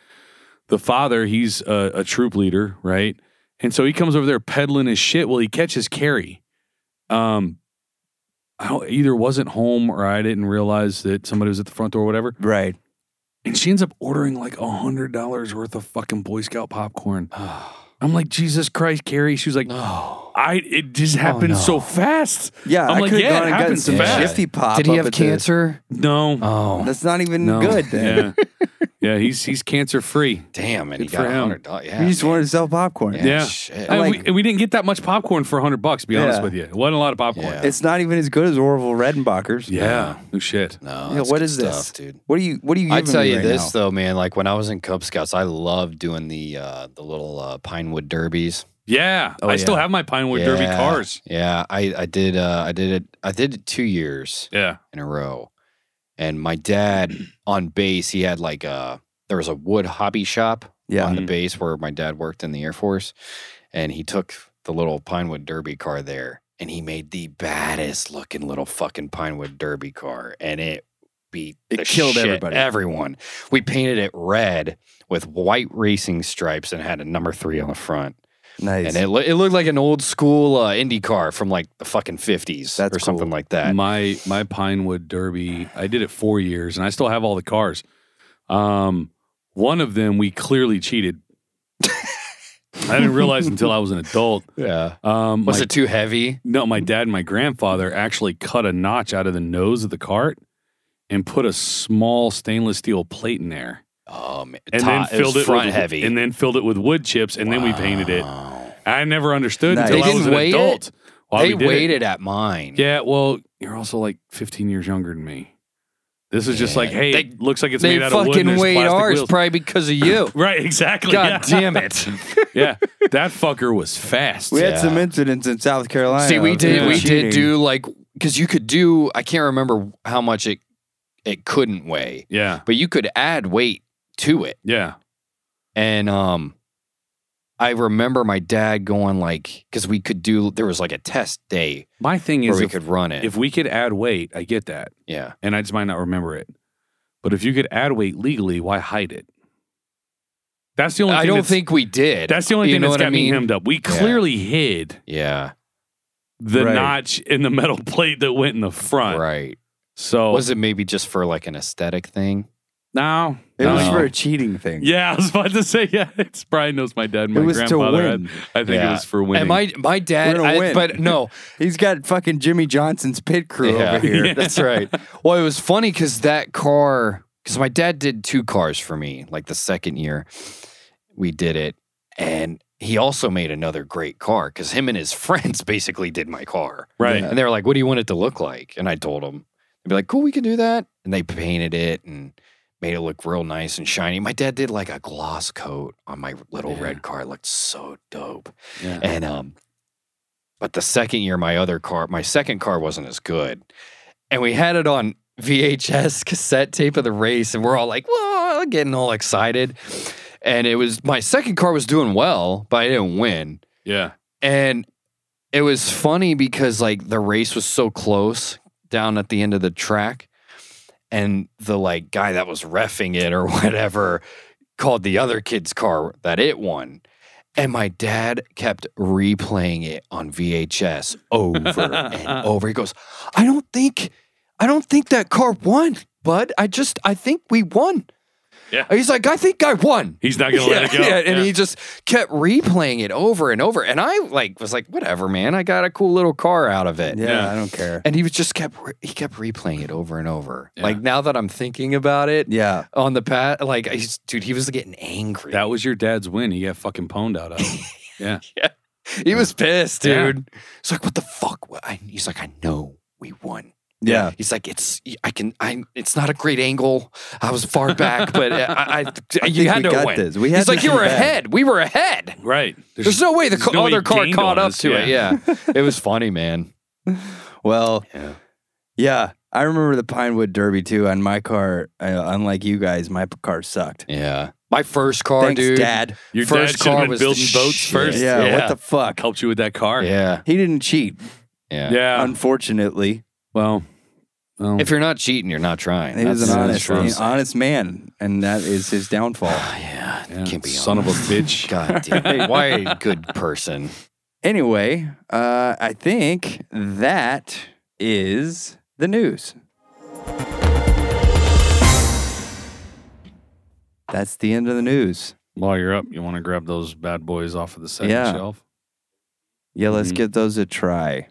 the father, he's a, a troop leader, right? And so he comes over there peddling his shit. Well, he catches Carrie. Um, I don't, either wasn't home or I didn't realize that somebody was at the front door or whatever. Right. And she ends up ordering like a hundred dollars worth of fucking Boy Scout popcorn. I'm like, Jesus Christ, Carrie. She was like, No. I it just happened no. so fast. Yeah, I'm I like, could have yeah, it gone and gotten happens some fast. jiffy pop. Did he up have at the- cancer? No. Oh, That's not even no. (laughs) good. Then (laughs) Yeah. yeah, he's he's cancer free. damn! And he Good for got a him. hundred dollars. Yeah, he just wanted to sell popcorn. yeah, Yeah. shit. I And, like- we, and we didn't get that much popcorn for 100 bucks, to be honest Yeah. with you. It wasn't a lot of popcorn. Yeah. Yeah. It's not even as good as Orville Redenbacher's. No shit. no, Yeah, that's what good is this? stuff, dude? What do you What do you? I giving tell me you right this now? though, man. Like when I was in Cub Scouts, I loved doing the uh, the little uh, Pinewood Derbies. Yeah. Oh, I still yeah. have my Pinewood Derby Yeah. cars. Yeah, I I did uh, I did it I did it two years Yeah. in a row, and (clears throat) my dad on base he had like a there was a wood hobby shop Yeah. on the base where my dad worked in the Air Force, and he took the little Pinewood Derby car there, and he made the baddest looking little fucking Pinewood Derby car, and it beat It the killed shit- everybody. Everyone. We painted it red with white racing stripes and had a number three on the front, Nice. and it loo- it looked like an old school uh, Indy car from like the fucking fifties or That's something cool. like that. My my Pinewood Derby, I did it four years and I still have all the cars. Um, one of them we clearly (laughs) cheated. I didn't realize until I was an adult. yeah. Um, Was my- it too heavy? No, my dad and my grandfather actually cut a notch out of the nose of the cart and put a small stainless steel plate in there, Um, and top- then filled was front with, heavy, and then filled it with wood chips, and then we painted it. Wow. I never understood Nice. until They I was didn't an weigh it? adult. why we they did it. waited at mine. Yeah, well, you're also like 15 years younger than me. This is just Yeah. like, hey, They- it looks like it's they made out of wood. and fucking there's weighed plastic ours wheels. probably because of you. right, exactly. (laughs) God yeah. damn it! (laughs) yeah, that fucker was fast. we had Yeah. some incidents in South Carolina. See, we of did people we cheating. did do like because you could do. I can't remember how much it it couldn't weigh, Yeah, but you could add weight to it. yeah. And um, I remember my dad going like because we could do. There was like a test day My thing where is, we if, could run it. if we could add weight, I get that. yeah, and I just might not remember it. But if you could add weight legally, why hide it? That's the only. I thing don't that's- think we did. that's the only you thing know that's what I got me mean? hemmed up. We clearly hid yeah, the Right. notch in the metal plate that went in the front. right. So Was it maybe just for like an aesthetic thing? now? It was No. for a cheating thing. Yeah, I was about to say. (laughs) Yeah, it's Brian knows my dad. And It my was to grandfather. win. I, I think it Yeah. was for winning. And my my dad, We're gonna I- win. (laughs) but no, He's got fucking Jimmy Johnson's pit crew (laughs) Yeah. over here. Yeah. That's right. Well, it was funny because that car, because my dad did two cars for me, like the second year we did it. And he also made another great car because him and his (laughs) friends basically did my car. right? And they were like, what do you want it to look like? And I told them, they'd be like, cool, we can do that. And they painted it and made it look real nice and shiny. My dad did like a gloss coat on my little Yeah. red car. It looked so dope. Yeah. And um, but the second year, my other car, my second car wasn't as good, and we had it on VHS cassette tape of the race, and we're all like, "Whoa!" getting all excited. And it was my second car was doing well, but I didn't win, Yeah. and it was funny because like the race was so close down at the end of the track, and the like guy that was refing it or (laughs) whatever called the other kid's car that it won. And my dad kept replaying it on VHS over and over. He goes, I don't think, I don't think that car won, bud. I just, I think we won. Yeah. He's like, I think I won. He's not gonna let it go. Yeah, and Yeah. he just kept replaying it over and over. And I like was like, whatever, man. I got a cool little car out of it. Yeah, Yeah. I don't care. And he was just kept re- he kept replaying it over and over. Yeah. Like now that I'm thinking about it Yeah. on the pat, like he's, dude, he was getting angry. that was your dad's win. He got fucking pwned out of. He was pissed, Yeah. dude. He's like, "What the fuck?" What- I, he's like, "I know we won." Yeah. He's like, "It's I can I. It's not a great angle. I was far back, but uh, I, I, (laughs) I you think had we to got win." this. We had He's like, this "You in were the bag." ahead. We were ahead." Right. There's no way the there's ca- no way other he car gained caught on up us, to it. Yeah, (laughs) it was funny, man. Well, Yeah. yeah. I remember the Pinewood Derby too. On my car, uh, unlike you guys, my p- car sucked. Yeah, my first car, Thanks, dude. Dad. your first dad should car have been was the building boats shit. first. Yeah, What the fuck? helped you with that car? Yeah, He didn't cheat, yeah, Yeah. unfortunately. well. well, If you're not cheating, you're not trying. He was That's- an that's honest, true. an honest man, and that is his downfall. (sighs) yeah, Yeah, can't be son of a honest. bitch. (laughs) God damn it. Why a good person? Anyway, uh, I think that is the news. That's the end of the news. While you're up, you want to grab those bad boys off of the second Yeah. shelf? Yeah, let's Mhm. give those a try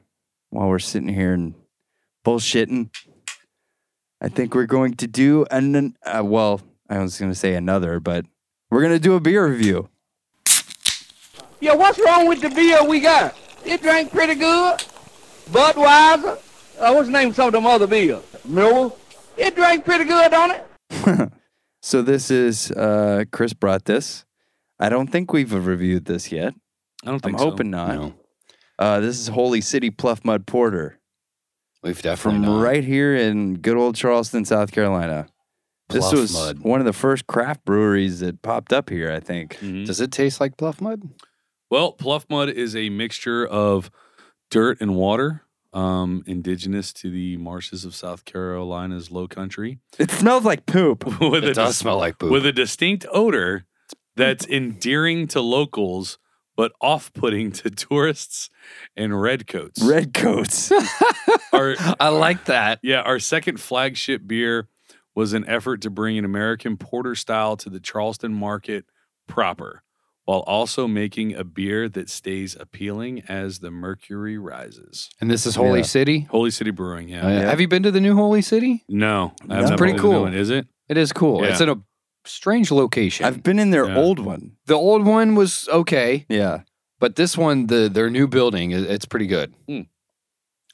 while we're sitting here and bullshitting. I think we're going to do an, uh, well, I was going to say another, but we're going to do a beer review. Yeah, what's wrong with the beer we got? It drank pretty good. Budweiser. Uh, what's the name of some of them other beers? Miller. It drank pretty good, don't it? So this is uh, Chris brought this. I don't think we've reviewed this yet. I don't I'm think so. hoping not. No. Uh, this is Holy City Pluff Mud Porter We've from definitely not. right here in good old Charleston, South Carolina. Pluff this was Mud. one of the first craft breweries that popped up here, I think. Mhm. Does it taste like bluff mud? Well, pluff mud is a mixture of dirt and water, um, indigenous to the marshes of South Carolina's low country. (laughs) It smells like poop. with It a does dis- smell like poop. with a distinct odor that's endearing to locals but off-putting to tourists and redcoats. Redcoats. Our- I like that. Yeah, our second flagship beer was an effort to bring an American porter style to the Charleston market proper, while also making a beer that stays appealing as the mercury rises. And this is Holy Yeah. City. Holy City Brewing, Oh, yeah. Uh, Yeah. Have you been to the new Holy City? No, I have That's not pretty been to the new cool. one, Is it? It is cool. Yeah. It's in a strange (laughs) location. I've been in their Yeah. old one. the old one was okay, Yeah. but this one, the their new building, i- it's pretty good. Hmm.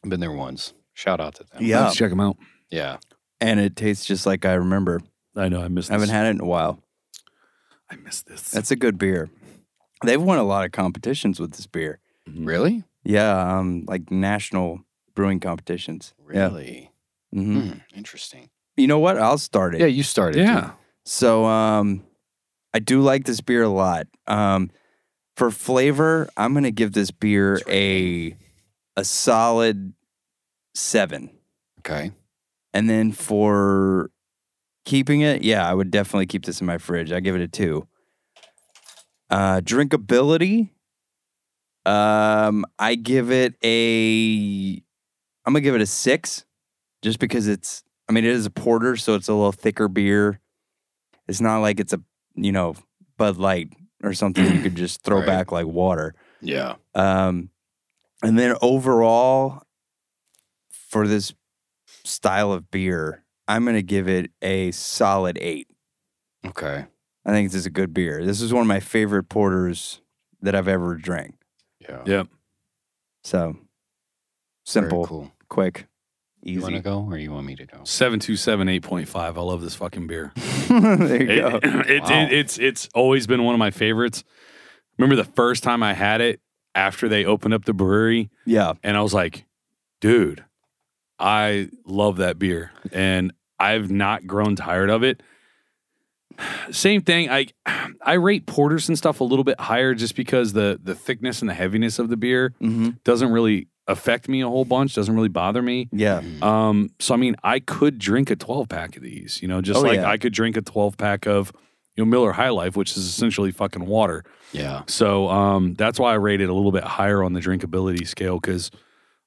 I've been there once. Shout out to them. Yeah. Let's check them out. Yeah. And it tastes just like I remember. I know I missed. I haven't this. had it in a while. I missed this. That's a good beer. They've won a lot of competitions with this beer. Hmm. Really? Yeah, um, like national brewing competitions. Yeah. Really? hmm Hmm, Interesting. You know what? I'll start it. Yeah, you started. dude. yeah. So um I do like this beer a lot. Um for flavor, I'm gonna give this beer a a solid seven. Okay. And then for keeping it, yeah, I would definitely keep this in my fridge. I give it a two. Uh drinkability. Um, I give it a I'm gonna give it a six just because it's I mean it is a porter, so it's a little thicker beer. It's not like it's a you know, Bud Light or something you could just throw Right. back like water. Yeah. Um, and then overall, for this style of beer, I'm going to give it a solid eight. Okay. I think this is a good beer. This is one of my favorite porters that I've ever drank. Yeah. Yep. So Very simple, cool. quick, You want to easy. go or you want me to go? Seven two seven eight point five. I love this fucking beer. (laughs) there you It- go. (laughs) it- Wow. it- it's it's always been one of my favorites. Remember the first time I had it after they opened up the brewery, Yeah. and I was like, "Dude, I love that beer," and I've not grown tired of it. Same thing. I I rate porters and stuff a little bit higher just because the the thickness and the heaviness of the beer hmm doesn't really affect me a whole bunch. Doesn't really bother me. Yeah. Mhm. Um, so I mean, I could drink a 12 pack of these, you know, just Oh, like yeah. I could drink a 12 pack of you know Miller High Life, which is essentially fucking water. Yeah. So um, that's why I rated a little bit higher on the drinkability scale because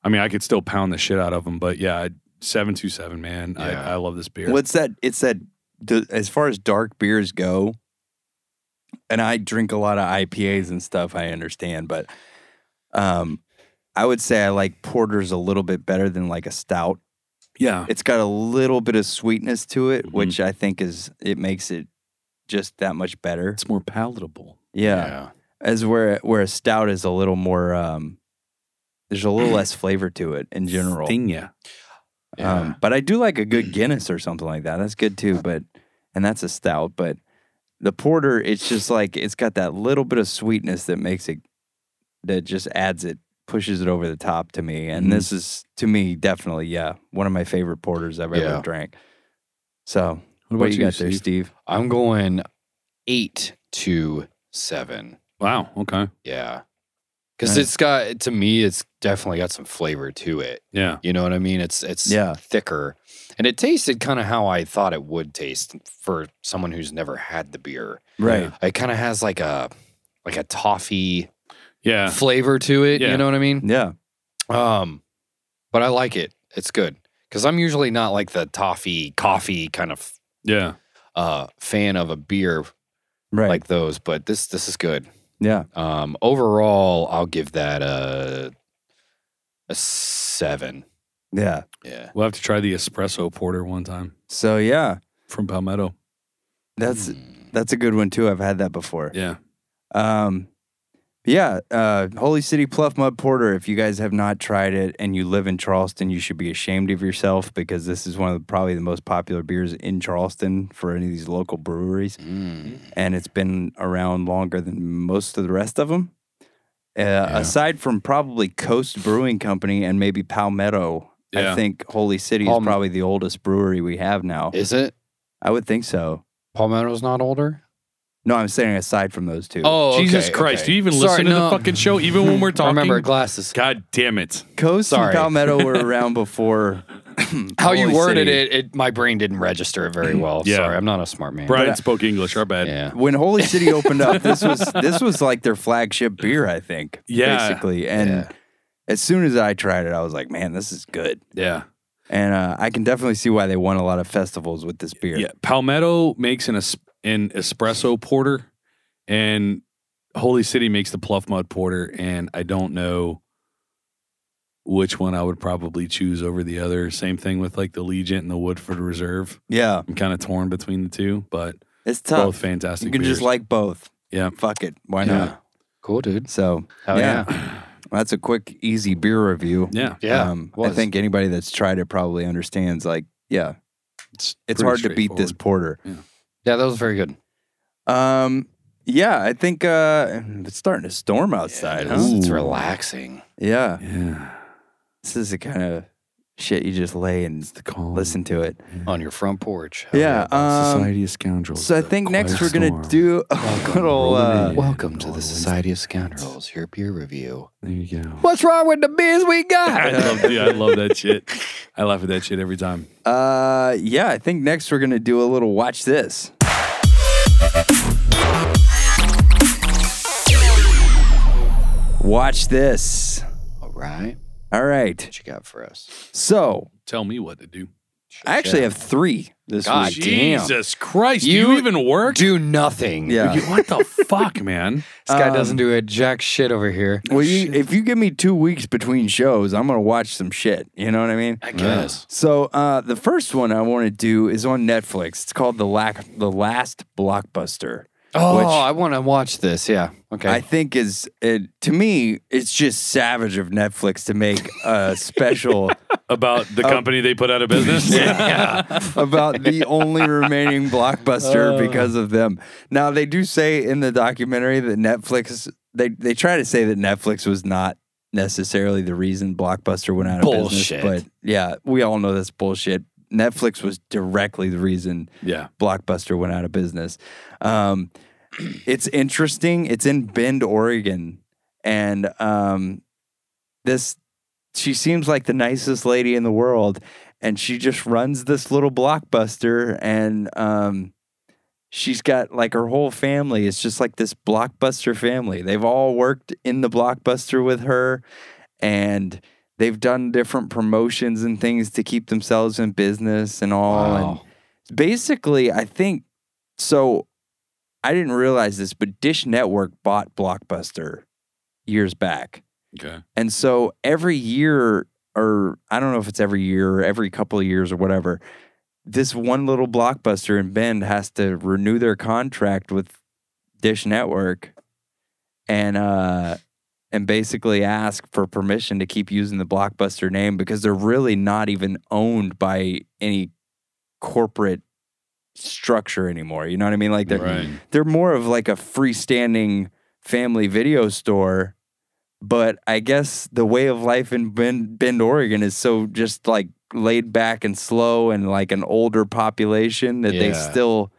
I mean I could still pound the shit out of them, but yeah, seven two seven, man, Yeah. I, I love this beer. What's that? It's that, d- as far as dark beers go, and I drink a lot of IPAs and stuff, I understand, but um, I would say I like porters a little bit better than like a stout. yeah, It's got a little bit of sweetness to it, Mhm. which I think is, it makes it just that much better. it's more palatable. Yeah. As where, where a stout is a little more, um, there's a little less flavor to it in general. Sting ya. Yeah. Um, but I do like a good Guinness or something like that. That's good too. But and that's a stout. But the porter, it's just like it's got that little bit of sweetness that makes it that just adds it, pushes it over the top to me. And Mhm. this is to me definitely, yeah, one of my favorite porters I've ever Yeah. drank. So What what, about you, you, got there, Steve? Steve? I'm going eight to seven. Wow. Okay. Yeah. Because Right. it's got to me, it's definitely got some flavor to it. Yeah. You know what I mean? It's it's Yeah. thicker, and it tasted kind of how I thought it would taste for someone who's never had the beer. Right. It kind of has like a like a toffee Yeah. flavor to it. Yeah. You know what I mean? Yeah. Um, but I like it. It's good because I'm usually not like the toffee coffee kind of Yeah. uh fan of a beer, Right. like those, but this this is good. yeah. Um, overall, I'll give that a a seven. Yeah. Yeah, We'll have to try the espresso porter one time So yeah, from Palmetto. that's Mm. that's a good one too. I've had that before. Yeah. Um, yeah, uh, Holy City Pluff Mud Porter. If you guys have not tried it and you live in Charleston, you should be ashamed of yourself because this is one of the, probably the most popular beers in Charleston for any of these local breweries, Mm. and it's been around longer than most of the rest of them. Uh, Aside from probably Coast Brewing Company and maybe Palmetto, I Yeah. think Holy City Palm- is probably the oldest brewery we have now. is it I would think so. Palmetto's not older? No, I'm saying aside from those two. Oh, Jesus okay, Christ. okay. Do you even Sorry, listen to no. the fucking show, even when we're talking? (laughs) Remember glasses. God damn it. Coast Sorry. and Palmetto (laughs) were around before. How you Holy worded City. it, it, my brain didn't register it very well. Yeah. Sorry, I'm not a smart man. Brian spoke English. Our bad. Yeah. When Holy City opened up, this was this was like their flagship beer, I think. Yeah. basically. And Yeah. as soon as I tried it, I was like, "Man, this is good." Yeah. And uh, I can definitely see why they won a lot of festivals with this beer. Yeah, Palmetto makes an es- an espresso porter, and Holy City makes the Pluff Mud Porter, and I don't know which one I would probably choose over the other. Same thing with like the Legion and the Woodford Reserve. Yeah, I'm kind of torn between the two, but it's tough. both fantastic. you can just beers. like both. Yeah. fuck it, why Yeah. not? Cool, dude. So Hell yeah. Yeah. that's a quick, easy beer review. yeah, Yeah. um, I was. think anybody that's tried it probably understands. Like, yeah, it's, it's pretty hard to beat this straightforward. porter. yeah, that was very good. Um, yeah, I think uh, it's starting to storm outside. Yeah, huh? it's, it's Ooh. relaxing. Yeah, Yeah, this is the kind of shit you just lay and the calm. listen to it. on your front porch. Hell Yeah. Um, Society of Scoundrels. so I The think next Quiet we're gonna Storm. do a (laughs) Welcome, little. Uh, rolling Welcome to Norway. the Society of Scoundrels, your beer review. There you go. What's wrong with the beers (laughs) we I got? love, dude, I (laughs) love that shit. I laugh at that shit every time. uh, yeah, I think next we're gonna do a little watch this. Watch this. All right. All right. What you got for us? So Tell me what to do. I actually have three this God week. damn. Jesus Christ. do You you even (laughs) work? (laughs) Do nothing. Yeah. You- what the fuck, man? This guy Um, doesn't do a jack shit over here. Well, you, if you give me two weeks between shows, I'm gonna watch some shit. You know what I mean? I guess. So uh, the first one I want to do is on Netflix. It's called the lack the last blockbuster. Oh, Which- I want to watch this. Yeah. Okay. I think is it, to me it's just savage of Netflix to make (laughs) a special About the company they put out (laughs) of business? about the only remaining Uh. blockbuster because of them. Now they do say in the documentary that Netflix they they try to say that Netflix was not necessarily the reason blockbuster went out of Bullshit. business, but yeah, we all know that's bullshit. Netflix was directly the reason Yeah. Blockbuster went out of business. Um, it's interesting. It's in Bend, Oregon, and um, this she seems like the nicest lady in the world, and she just runs this little Blockbuster, and um, she's got like her whole family. It's just like this Blockbuster family. They've all worked in the Blockbuster with her, and. They've done different promotions and things to keep themselves in business and all. And wow. basically, I think so. I didn't realize this, but Dish Network bought Blockbuster years back. Okay. And so every year, or I don't know if it's every year or every couple of years or whatever, this one little blockbuster in Bend has to renew their contract with Dish Network and uh and basically ask for permission to keep using the blockbuster name because they're really not even owned by any corporate structure anymore. You know what I mean? Like they're Right. they're more of like a freestanding family video store. But I guess the way of life in Bend, Bend, Oregon is so just like laid back and slow and like an older population that they Yeah. still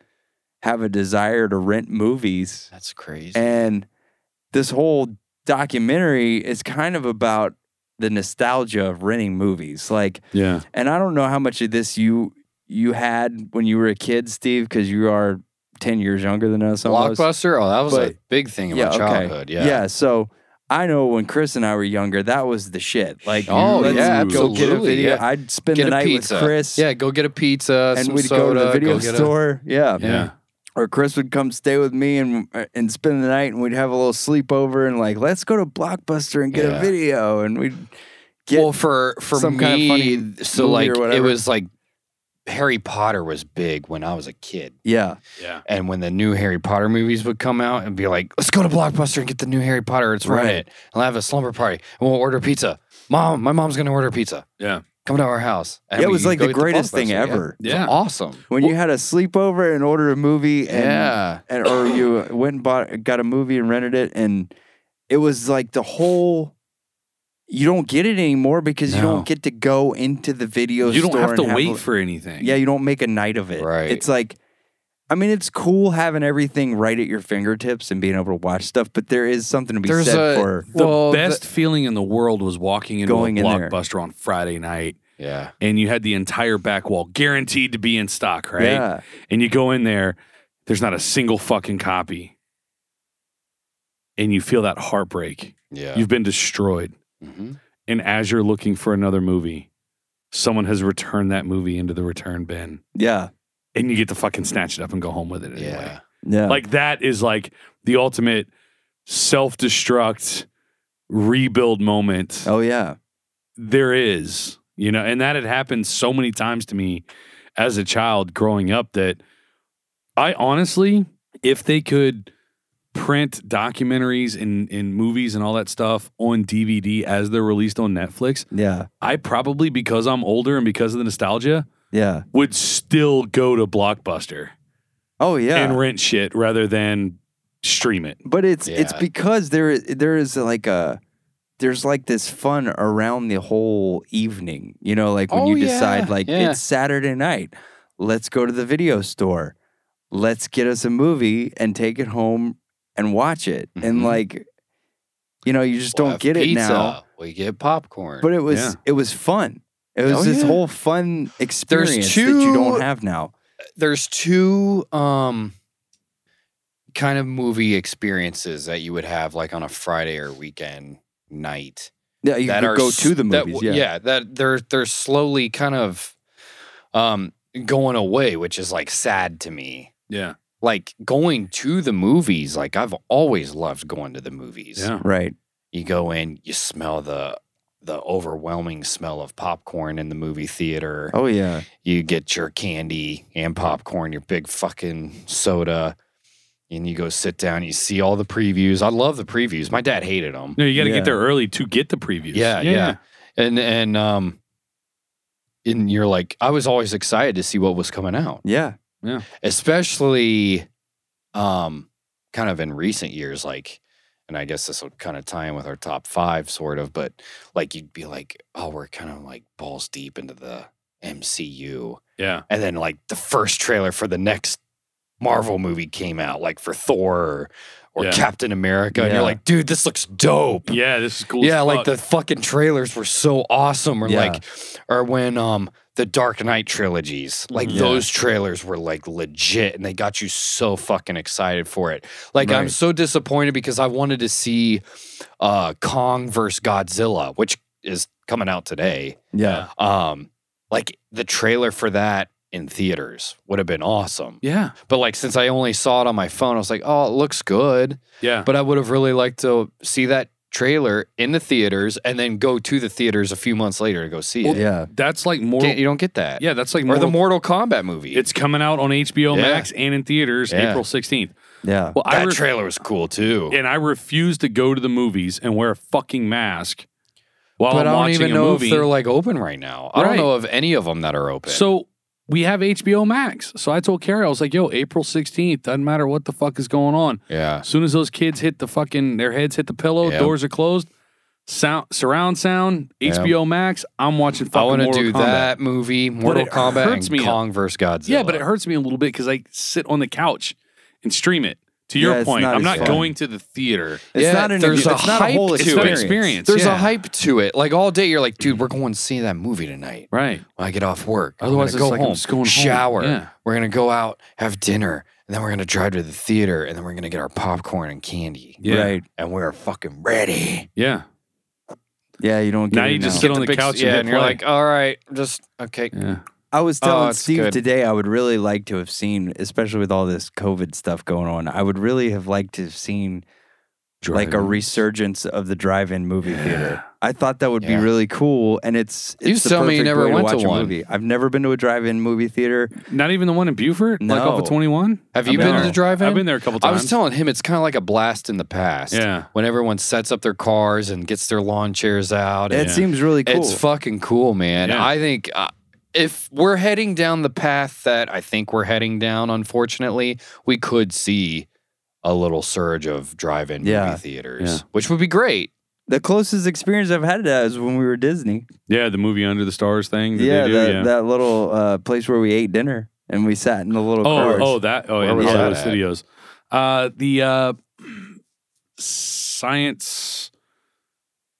have a desire to rent movies. That's crazy. And this whole documentary is kind of about the nostalgia of renting movies. Like, Yeah. and I don't know how much of this you you had when you were a kid, Steve, because you are ten years younger than us. Almost. Blockbuster? Oh, that was a But- big thing in Yeah, my okay. childhood. Yeah. Yeah. So I know when Chris and I were younger, that was the shit. Like, Oh, let's yeah, go get a absolutely, video. yeah. I'd spend Get the a night pizza. with Chris, Yeah, go get a pizza, and some we'd soda, go to the video get a- store. yeah. Yeah. or Chris would come stay with me and and spend the night, and we'd have a little sleepover, and like let's go to Blockbuster and get Yeah. a video, and we'd get well, for for some me, kind of funny so movie like or it whatever. was like Harry Potter was big when I was a kid, yeah, Yeah. and when the new Harry Potter movies would come out, and be like, "Let's go to Blockbuster and get the new Harry Potter." It's Right. right. And I'll have a slumber party, and we'll order pizza. Mom, my mom's gonna order pizza. Yeah. Come to our house. And yeah it we was like go the to greatest thing Blockbuster, yeah. ever. It's Yeah. awesome. When you had a sleepover and ordered a movie, and, yeah, and or (coughs) you went and bought got a movie and rented it, and it was like the whole. You don't get it anymore because you No. don't get to go into the video. You don't store have to and wait a- for anything. Yeah, you don't make a night of it. Right. It's like, I mean, it's cool having everything right at your fingertips and being able to watch stuff, but there is something to be There's said a- for The Well, the- best feeling in the world was walking into Going a in there. blockbuster on Friday night yeah. and you had the entire back wall guaranteed to be in stock, right? yeah, And you go in there, there's not a single fucking copy. And you feel that heartbreak. Yeah. You've been destroyed. hmm And as you're looking for another movie, someone has returned that movie into the return bin. yeah, And you get to fucking snatch it up and go home with it anyway. Yeah. yeah. Like that is like the ultimate self destruct rebuild moment oh yeah, there is, you know, and that had happened so many times to me as a child growing up that I honestly, if they could print documentaries and, and movies and all that stuff on DVD as they're released on Netflix, yeah, I probably, because I'm older and because of the nostalgia, yeah. would still go to Blockbuster Oh yeah. and rent shit rather than stream it. but it's it's Yeah. because there there is like a there's like this fun around the whole evening. You know, like when Oh, you decide yeah, like yeah. it's Saturday night, let's go to the video store. Let's get us a movie and take it home and watch it. And Mhm. like you know, you just We'll don't have get it pizza. now. We get popcorn. But it was Yeah. it was fun. It was Oh, this yeah. whole fun experience that you two- don't have now. there's two um kind of movie experiences that you would have like on a Friday or weekend night Yeah, you that could go s- to the that movies. w- yeah. that they're they're slowly kind of um going away, which is like sad to me. Yeah. Like going to the movies, like I've always loved going to the movies. Yeah. Right. You go in, you smell the the overwhelming smell of popcorn in the movie theater Oh yeah. you get your candy and popcorn, your big fucking soda, and you go sit down. You see all the previews. I love the previews. My dad hated them. No, you got to Yeah. get there early to get the previews. Yeah, yeah, And and um, and you're like, I was always excited to see what was coming out, Yeah. especially, um, kind of in recent years, like. And I guess this will kind of tie in with our top five, sort of, but like you'd be like, oh, we're kind of like balls deep into the MCU. Yeah. and then like the first trailer for the next Marvel movie came out, like for Thor or, Yeah. Captain America, and Yeah. you're like, dude, this looks dope. Yeah. This is cool. yeah, as like fuck. the fucking trailers were so awesome. Or Yeah. like, or when um the Dark Knight trilogies, like Mhm. Yeah. those trailers were like legit, and they got you so fucking excited for it. Like I'm Right. so disappointed because I wanted to see uh Kong versus Godzilla, which is coming out today Yeah. um like the trailer for that in theaters would have been awesome Yeah. but like since i only saw it on my phone i was like oh it looks good Yeah. but i would have really liked to see that trailer in the theaters and then go to the theaters a few months later to go see it Yeah. That's like Can't- Mortal. you don't get that yeah, that's like or the Mortal. mortal kombat movie it's coming out on HBO Yeah. Max and in theaters Yeah. April sixteenth. Yeah. Well, I that re- trailer was cool too and I refuse to go to the movies and wear a fucking mask while I'm but i don't watching even a know movie. if they're like open right now i Right. don't know of any of them that are open so we have HBO Max. So I told Carrie, I was like, "Yo, April sixteenth. Doesn't matter what the fuck is going on. yeah As soon as those kids hit the fucking their heads hit the pillow, Yeah. doors are closed. Sound surround sound. Yeah. HBO Max. I'm watching i fucking want to Mortal do Kombat. that movie mortal it kombat hurts and me. kong versus godzilla Yeah, but it hurts me a little bit because I sit on the couch and stream it. To Yeah, your it's point, not I'm as not fun. going to the theater. It's Yeah, not an it's there's a not a hype whole to it. It's not experience. experience. There's yeah. a hype to it. Like all day, you're like, dude, we're going to see that movie tonight. right? When I get off work, I'm Otherwise, gonna go it's like home, I'm just going home. shower. Yeah. We're gonna go out, have dinner, and then we're gonna drive to the theater, and then we're gonna get our popcorn and candy, Yeah. Right. and we're fucking ready. Yeah. Yeah, you don't get Now it you just now. sit on the big- couch. yeah, hit and you're play. like, all right, just okay. yeah. I was telling Oh, it's Steve good. today I would really like to have seen, especially with all this COVID stuff going on, I would really have liked to have seen like a Drive-in. resurgence of the drive-in movie theater. I thought that would Yeah. be really cool, and it's, it's You the tell me you perfect never way went to watch a one. movie. I've never been to a drive-in movie theater. Not even the one in Buford, like off of No. twenty one. Have you been to the drive-in? I've been there a couple I times. was telling him it's kind of like a blast in the past. Yeah. When everyone sets up their cars and gets their lawn chairs out. It and- seems really cool. It's fucking cool, man. Yeah. I think uh, if we're heading down the path that I think we're heading down, unfortunately, we could see a little surge of drive-in Yeah. movie theaters, Yeah. which would be great. the closest experience I've had to that is when we were Disney. yeah, the movie Under the Stars thing. That yeah, they do, that, yeah. that little uh, place where we ate dinner and we sat in the little oh, cars. oh, that. Oh, Where yeah, the was Hollywood that at? Studios. Uh, the uh, science.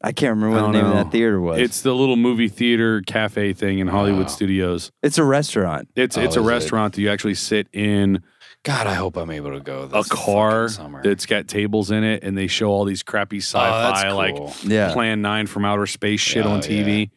I can't remember I what the don't name of know. that theater was. It's the little movie theater cafe thing in Hollywood Wow. Studios. it's a restaurant. It's Oh, it's a is it? restaurant that you actually sit in God, I hope I'm able to go. a This car fucking summer. that's got tables in it, and they show all these crappy Oh, that's sci-fi like cool. Oh, Yeah, Plan Nine from Outer Space shit Yeah, on TV.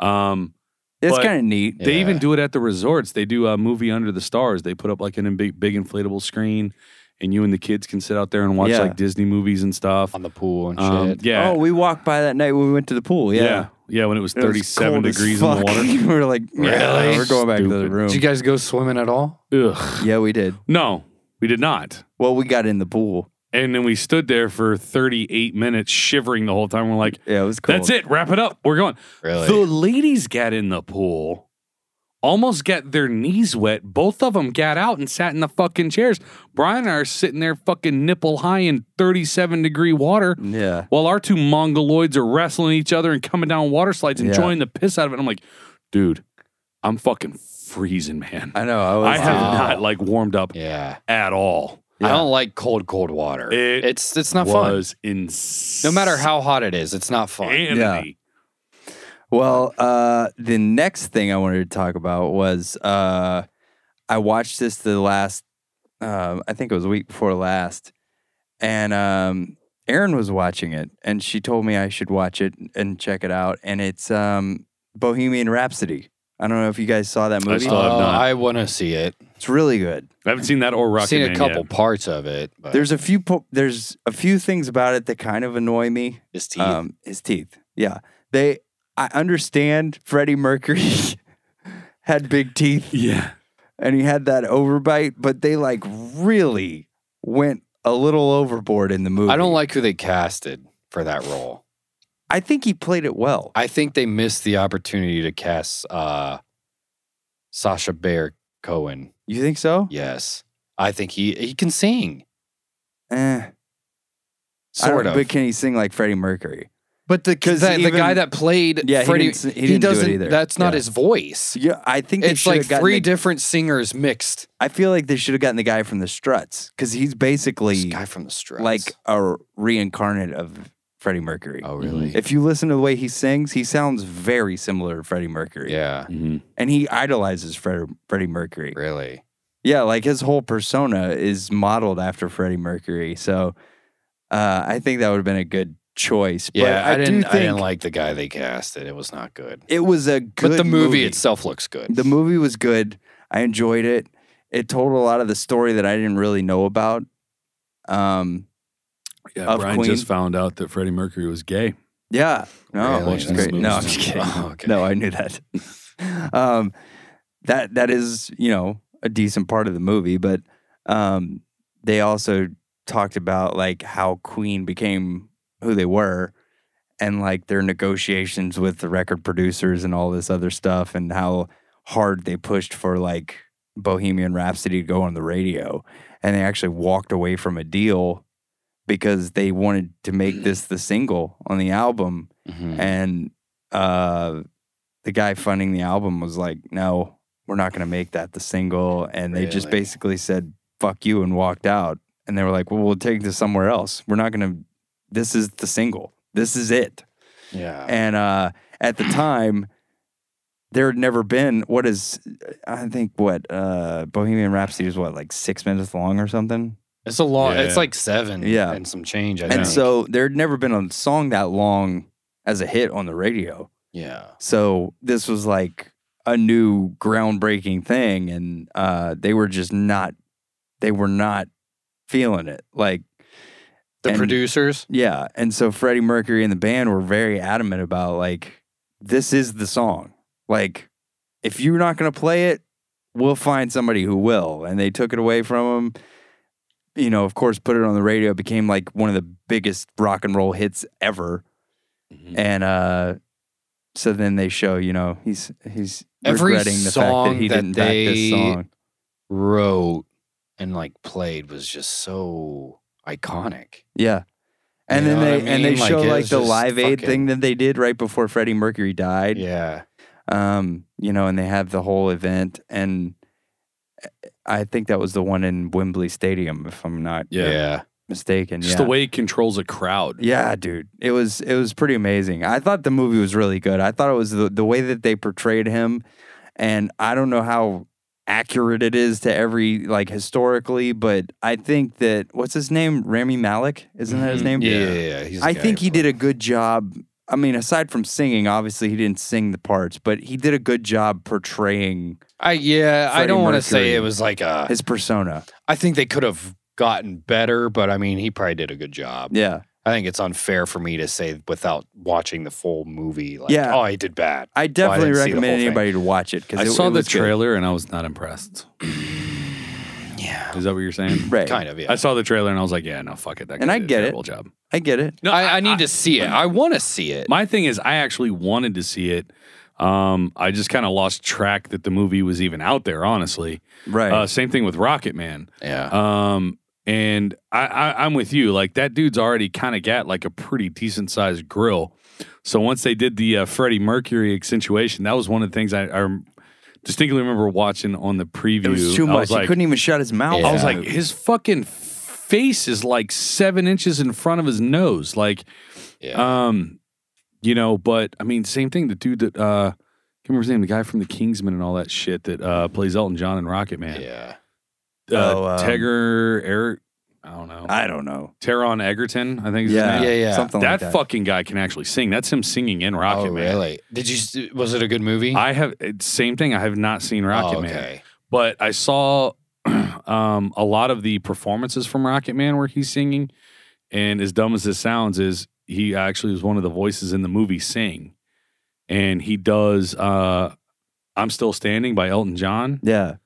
Um, it's but- kind of neat. Yeah. They even do it at the resorts. They do a movie under the stars. They put up like an in- big, big inflatable screen, and you and the kids can sit out there and watch Yeah. like Disney movies and stuff. on the pool and Um, shit. yeah, Oh, we walked by that night when we went to the pool. yeah, Yeah. yeah, When it was It was thirty-seven cold as degrees in (laughs) the fuck. water. we were like, really? Really? we're going back to the Stupid. room. Did you guys go swimming at all? (laughs) Ugh. Yeah, we did. No, we did not. Well, we got in the pool. And then we stood there for thirty-eight minutes, shivering the whole time. We're like, Yeah, it was cool. "That's it. Wrap it up. We're going." Really? The ladies got in the pool, almost got their knees wet. Both of them got out and sat in the fucking chairs. Brian and I are sitting there fucking nipple high in 37 degree water Yeah. while our two mongoloids are wrestling each other and coming down water slides, Yeah. enjoying the piss out of it. I'm like, dude, I'm fucking freezing, man. I know. I was. uh, I have Wow. not like warmed up yeah. at all. I Yeah. don't like cold, cold water. It it's it's not fun. was insane. No matter how hot it is, it's not fun. Well, uh, the next thing I wanted to talk about was uh, I watched this the last, uh, I think it was the week before last, and um, Erin was watching it, and she told me I should watch it and check it out, and it's um, Bohemian Rhapsody. I don't know if you guys saw that movie. still have Oh, not. I want to see it. It's really good. I haven't seen that or Rocket seen a couple parts of it. But There's a few po- there's a few things about it that kind of annoy me. his teeth. Um, his teeth. Yeah, they. I understand Freddie Mercury (laughs) had big teeth Yeah. and he had that overbite, but they like really went a little overboard in the movie. I don't like who they casted for that role. I think he played it well. I think they missed the opportunity to cast uh, Sasha Bear Cohen. You think so? Yes, I think he he can sing, Eh, I sort don't- of. But can he sing like Freddie Mercury? but the 'cause the, the even- guy that played Yeah, he Freddie, didn't s- he didn't do it doesn't. either. That's not Yeah. his voice. Yeah, I think they It's like should've gotten three the- different singers mixed. I feel like they should have gotten the guy from the Struts because he's This basically guy from the Struts. like a reincarnate of Freddie Mercury. oh really? If you listen to the way he sings, he sounds very similar to Freddie Mercury. yeah, And he idolizes Fred, Freddie Mercury. really. Yeah, like his whole persona is modeled after Freddie Mercury. So uh, I think that would have been a good choice. Yeah, but I, I, didn't. do I didn't think like the guy they casted. It was not good. it was a good but the movie, itself looks good. The movie was good. I enjoyed it. It told a lot of the story that I didn't really know about. Um, Yeah, Of Brian Queen. just found out that Freddie Mercury was gay. yeah. No, Really? which is That's great. movie No, I'm stuff. just kidding. Oh, okay. No, I knew that. (laughs) um, that that is you know a decent part of the movie, but um, they also talked about like how Queen became who they were, and like their negotiations with the record producers and all this other stuff, and how hard they pushed for like Bohemian Rhapsody to go on the radio, and they actually walked away from a deal because they wanted to make this the single on the album Mhm. and uh, the guy funding the album was like, "No, we're not going to make that the single," and they just Really? basically said, "Fuck you," and walked out. And they were like, "Well, we'll take this somewhere else. We're not going to. This is the single. This is it." Yeah. And uh, at the time, there had never been what is, I think, what uh, Bohemian Rhapsody is what like six minutes long or something. It's a long. Yeah. It's like seven. Yeah. and some change. I And think. so there had never been a song that long as a hit on the radio. yeah, So this was like a new groundbreaking thing, and uh, they were just not. They were not feeling it. Like The And- producers. yeah, and so Freddie Mercury and the band were very adamant about like this is the song. Like if you're not going to play it, we'll find somebody who will. And they took it away from him. You know, of course, put it on the radio. It became like one of the biggest rock and roll hits ever. And uh, so then they show, you know, he's he's Every regretting the fact that song he that didn't back they- this song. Wrote and like played was just so iconic. Yeah. And You then know they what I and they mean? Like, show it like was the just Live Aid fucking- thing that they did right before Freddie Mercury died. Yeah. um, you know, and they have the whole event, and eh, I think that was the one in Wembley Stadium, if I'm not Yeah. mistaken. Just yeah. the way he controls a crowd. yeah, dude, it was it was pretty amazing. I thought the movie was really good. I thought it was the the way that they portrayed him, and I don't know how accurate it is to every like historically, but I think that what's his name, Rami Malik, isn't that his Mhm. name? Yeah. yeah, yeah. He's the I guy think who he played- did a good job. I mean, aside from singing, obviously he didn't sing the parts, but he did a good job portraying I yeah, I Freddie don't want to say Mercury. it was like a. his persona. I think they could have gotten better, but I mean, he probably did a good job. Yeah. I think it's unfair for me to say without watching the full movie. Like, Yeah. oh, he did bad. I definitely didn't see the recommend whole thing. anybody to watch it because I it, saw it the was good. trailer and I was (clears throat) not impressed. Yeah, Is that what you're saying? Right. kind of. Yeah, I saw the trailer and I was like, yeah, no, fuck it. That And guy I did a get it. terrible job. I get it. No, I, I need to see it. I want to see it. My thing is, I actually wanted to see it. Um, I just kind of lost track that the movie was even out there. Honestly, Right. uh, same thing with Rocket Man. yeah, Um, and I, I, I'm with you. Like that dude's already kind of got like a pretty decent sized grill. So once they did the uh, Freddie Mercury accentuation, that was one of the things I, I distinctly remember watching on the preview. it was too I much. like, he couldn't even shut his mouth. Yeah. I was like, his fucking face is like seven inches in front of his nose. Like, yeah. um, you know, but I mean, same thing. The dude that uh, I can't remember his name, the guy from the Kingsman and all that shit that uh plays Elton John and Rocket Man. Uh, yeah. Oh, um, Tegger Eric. I don't know. I don't know. Teron Egerton, I think. Is Yeah. His name. Yeah, yeah. Something That, like that. fucking guy can actually sing. That's him singing in Rocket oh, Man. really? Did you? s- Was it a good movie? I have it's same thing. I have not seen Rocket oh, Man. okay. but I saw (clears throat) um, a lot of the performances from Rocket Man where he's singing. And as dumb as this sounds, is he actually was one of the voices in the movie Sing, and he does uh, "I'm Still Standing" by Elton John, yeah.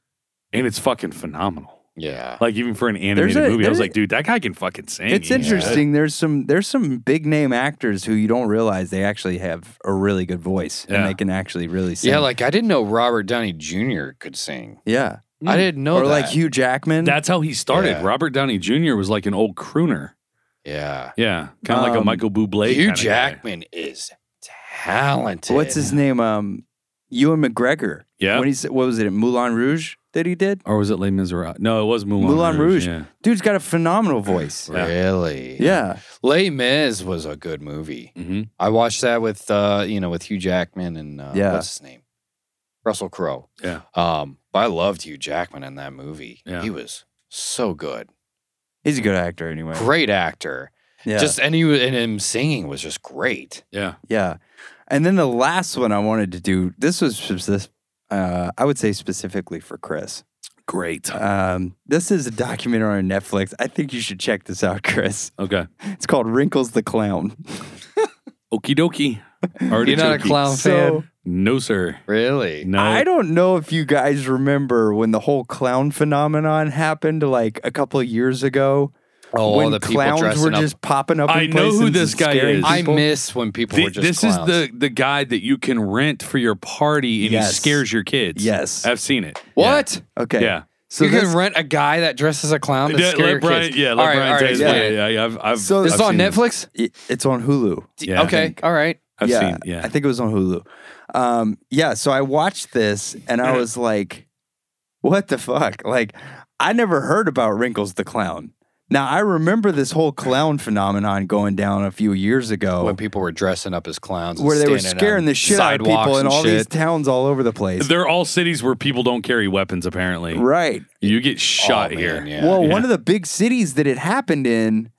and it's fucking phenomenal. Yeah. Like even for an animated a- movie, I was there's- like, dude, that guy can fucking sing. It's Yeah. interesting. There's some there's some big name actors who you don't realize they actually have a really good voice Yeah. and they can actually really sing. Yeah, like I didn't know Robert Downey Jr. could sing. yeah. I didn't know or that. like Hugh Jackman. That's how he started. Yeah. Robert Downey Jr. was like an old crooner. yeah. Yeah, kind of like a Um, Michael Bublé. Hugh kinda guy. Jackman is talented. What's his name? Um, Ewan McGregor. Yeah. When he's what was it? Moulin Rouge that he did. Or was it Les Miserables? No, it was Moulin, Moulin Rouge. Yeah. Dude's got a phenomenal voice. Yeah. Mm, Really? Yeah. Les Mis was a good movie. Mm-hmm. I watched that with uh, you know, with Hugh Jackman and uh, Yeah. what's his name? Russell Crowe. Yeah. Um, but I loved Hugh Jackman in that movie. Yeah. He was so good. He's a good actor anyway. Great actor. Yeah. Just and he wa- and him singing was just great. Yeah. yeah. And then the last one I wanted to do. This was this. Uh, I would say specifically for Chris. Great. Um, this is a documentary on Netflix. I think you should check this out, Chris. Okay. It's called Wrinkles the Clown. Okie (laughs) dokie. You're not a clown So- fan? No, sir. Really? No. I don't know if you guys remember when the whole clown phenomenon happened like a couple of years ago. Oh, when all the people clowns dressing were up. just popping up. I in know who places and this guy scaring is. I people. miss when people Thi- were just this clowns. is the the guy that you can rent for your party and he Yes. scares your kids. Yes. I've seen it. what? Okay. Yeah. So you this- can rent a guy that dresses a clown to Yeah, scare your let Brian, kids. yeah, let All right, Brian all right, take it. yeah. yeah, yeah, yeah, I've, I've, So- This I've is on seen it. Netflix. it- it's on Hulu. Yeah. okay, all right. I've yeah, seen, yeah. I think it was on Hulu. Um, yeah, so I watched this and Mm. I was like, what the fuck? Like, I never heard about Wrinkles the Clown. Now, I remember this whole clown phenomenon going down a few years ago When people were dressing up as clowns, and Oh. where they were standing on scaring the shit out of sidewalks people in and all shit. these towns all over the place. They're all cities where people don't carry weapons. Apparently, right. you get Oh, shot man, here. Yeah. well, Yeah. one of the big cities that it happened in,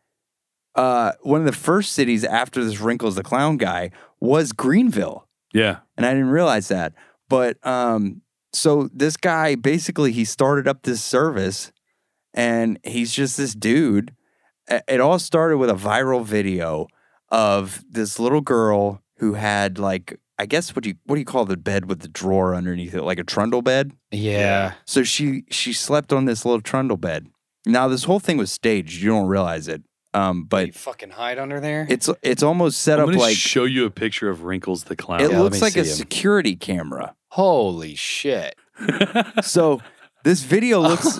uh, one of the first cities after this Wrinkles the Clown guy was Greenville. Yeah. and I didn't realize that. But um, so this guy basically he started up this service, and he's just this dude. A- It all started with a viral video of this little girl who had like I guess what do you what do you call the bed with the drawer underneath it, like a trundle bed. Yeah. So she she slept on this little trundle bed. Now this whole thing was staged. You don't realize it, um, but you fucking hide under there. it's it's almost set I'm up gonna like show you a picture of Wrinkles the clown. it let looks me like a see 'em. security camera. Holy shit. So this video Oh. (laughs) looks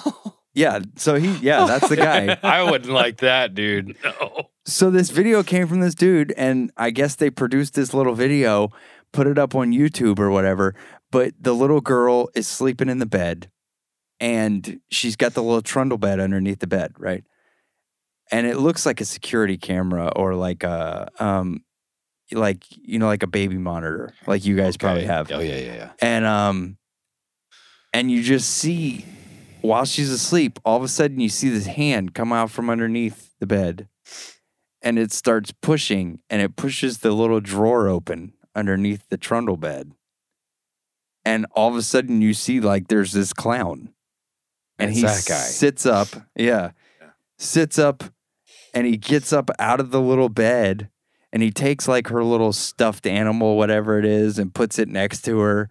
yeah. So he yeah that's the guy. I wouldn't like that, dude. no. So this video came from this dude, and I guess they produced this little video, put it up on YouTube or whatever. But the little girl is sleeping in the bed, and she's got the little trundle bed underneath the bed, right? And it looks like a security camera or like a um, like you know, like a baby monitor, like you guys (laughs) probably have Oh yeah, yeah, yeah. and um and you just see while she's asleep all of a sudden you see this hand come out from underneath the bed and it starts pushing and it pushes the little drawer open underneath the trundle bed and all of a sudden you see like there's this clown and It's he that guy. sits up yeah sits up and he gets up out of the little bed and he takes like her little stuffed animal, whatever it is, and puts it next to her.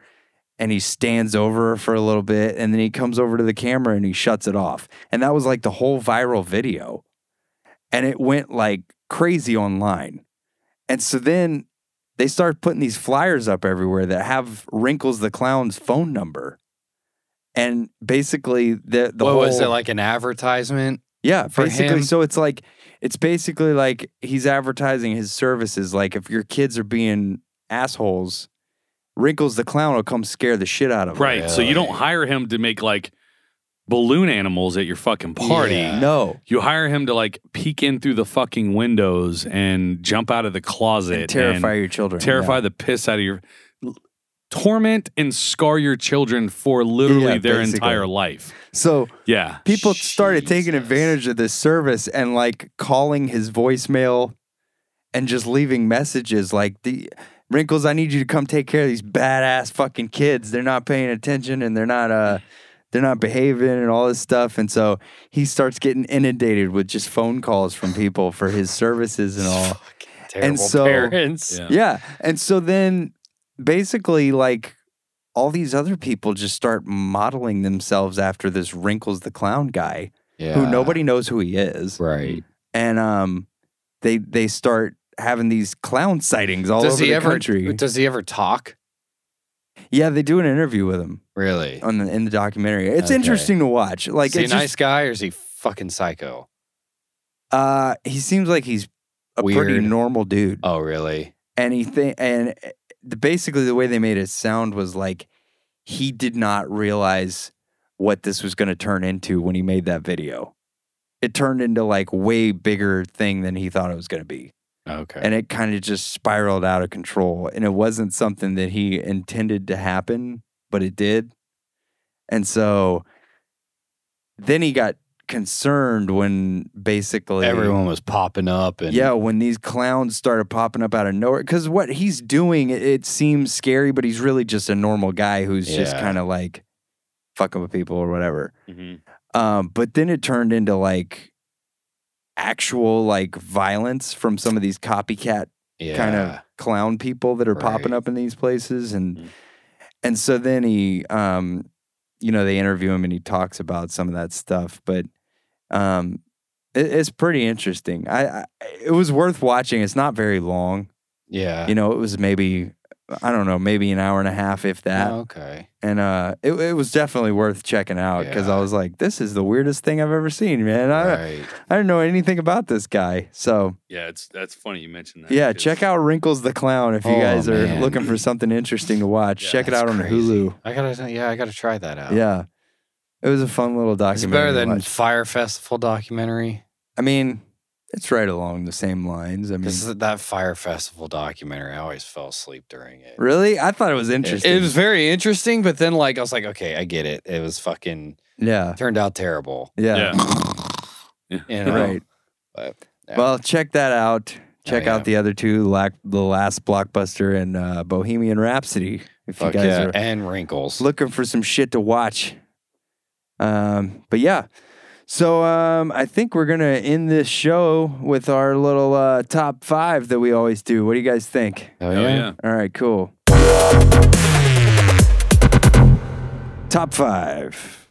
And he stands over her for a little bit, and then he comes over to the camera and he shuts it off. And that was like the whole viral video, and it went like crazy online. And so then they start putting these flyers up everywhere that have Wrinkles the Clown's phone number, and basically the the what whole was it like an advertisement? yeah, for basically. him. So it's like it's basically like he's advertising his services. Like if your kids are being assholes, Wrinkles the clown will come scare the shit out of them. (laughs) Right. So you don't Really? hire him to make like balloon animals at your fucking party. Yeah. No, You hire him to like peek in through the fucking windows and jump out of the closet and terrify and your children. terrify the piss out of your torment and scar your children for literally Yeah, their basically. entire life. Yeah. So Yeah. people started taking Jesus. advantage of this service and like calling his voicemail and just leaving messages like the wrinkles i need you to come take care of these badass fucking kids they're not paying attention and they're not uh they're not behaving and all this stuff and so he starts getting inundated with just phone calls from people for his services and all Fucking terrible so- parents. Yeah. yeah. And so then basically, like, all these other people just start modeling themselves after this Wrinkles the Clown guy Yeah. who nobody knows who he is. Right. And um, they they start having these clown sightings all does over he the ever country. does he ever talk? yeah, they do an interview with him Really? on the in the documentary. It's Okay. interesting to watch. Uh, Like is he a it's nice just, guy or is he fucking psycho? uh he seems like he's a pretty Weird. normal dude. Oh really? and he thi- and uh, the, basically the way they made it sound was like he did not realize what this was going to turn into when he made that video it turned into like way bigger thing than he thought it was going to be Okay. and it kind of just spiraled out of control and it wasn't something that he intended to happen but it did and so then he got concerned when basically Everyone was popping up and yeah, when these clowns started popping up out of nowhere, because what he's doing, it, it seems scary, but he's really just a normal guy who's just Yeah. kind of like fucking with people or whatever. Um, but then it turned into like actual like violence from some of these copycat yeah. kind of clown people that are popping Right. Mm-hmm. up in these places and Mm. and so then he um you know they interview him and he talks about some of that stuff but um it, it's pretty interesting I, I it was worth watching it's not very long yeah. you know it was maybe i don't know maybe an hour and a half if that Oh, Okay. and uh it, it was definitely worth checking out because i Yeah. was like this is the weirdest thing i've ever seen man i, right. I didn't know anything about this guy so Yeah, it's that's funny you mentioned that. yeah, check out Wrinkles the Clown if you Oh, guys are man. looking for something interesting to watch. Yeah, check it That's out on crazy. Hulu. I gotta yeah, I gotta try that out. Yeah. It was a fun little It's documentary. better to than watch. Mm-hmm. Fire Festival documentary. I mean, it's right along the same lines. I mean, This is that Fire Festival documentary. I always fell asleep during it. really? I thought it was It, interesting. it was very interesting, but then like I was like, okay, I get it. It was fucking yeah. turned out terrible. Yeah. Yeah. You know? (laughs) Right. But, yeah. Well, check that out. Check yeah. out the other two, Lac- the last blockbuster and uh, Bohemian Rhapsody, if Fuck you guys yeah. are and wrinkles. looking for some shit to watch. Um, but yeah, so um, I think we're gonna end this show with our little uh, top five that we always do. What do you guys think? Oh, Hell yeah. yeah. All right, cool. Top five.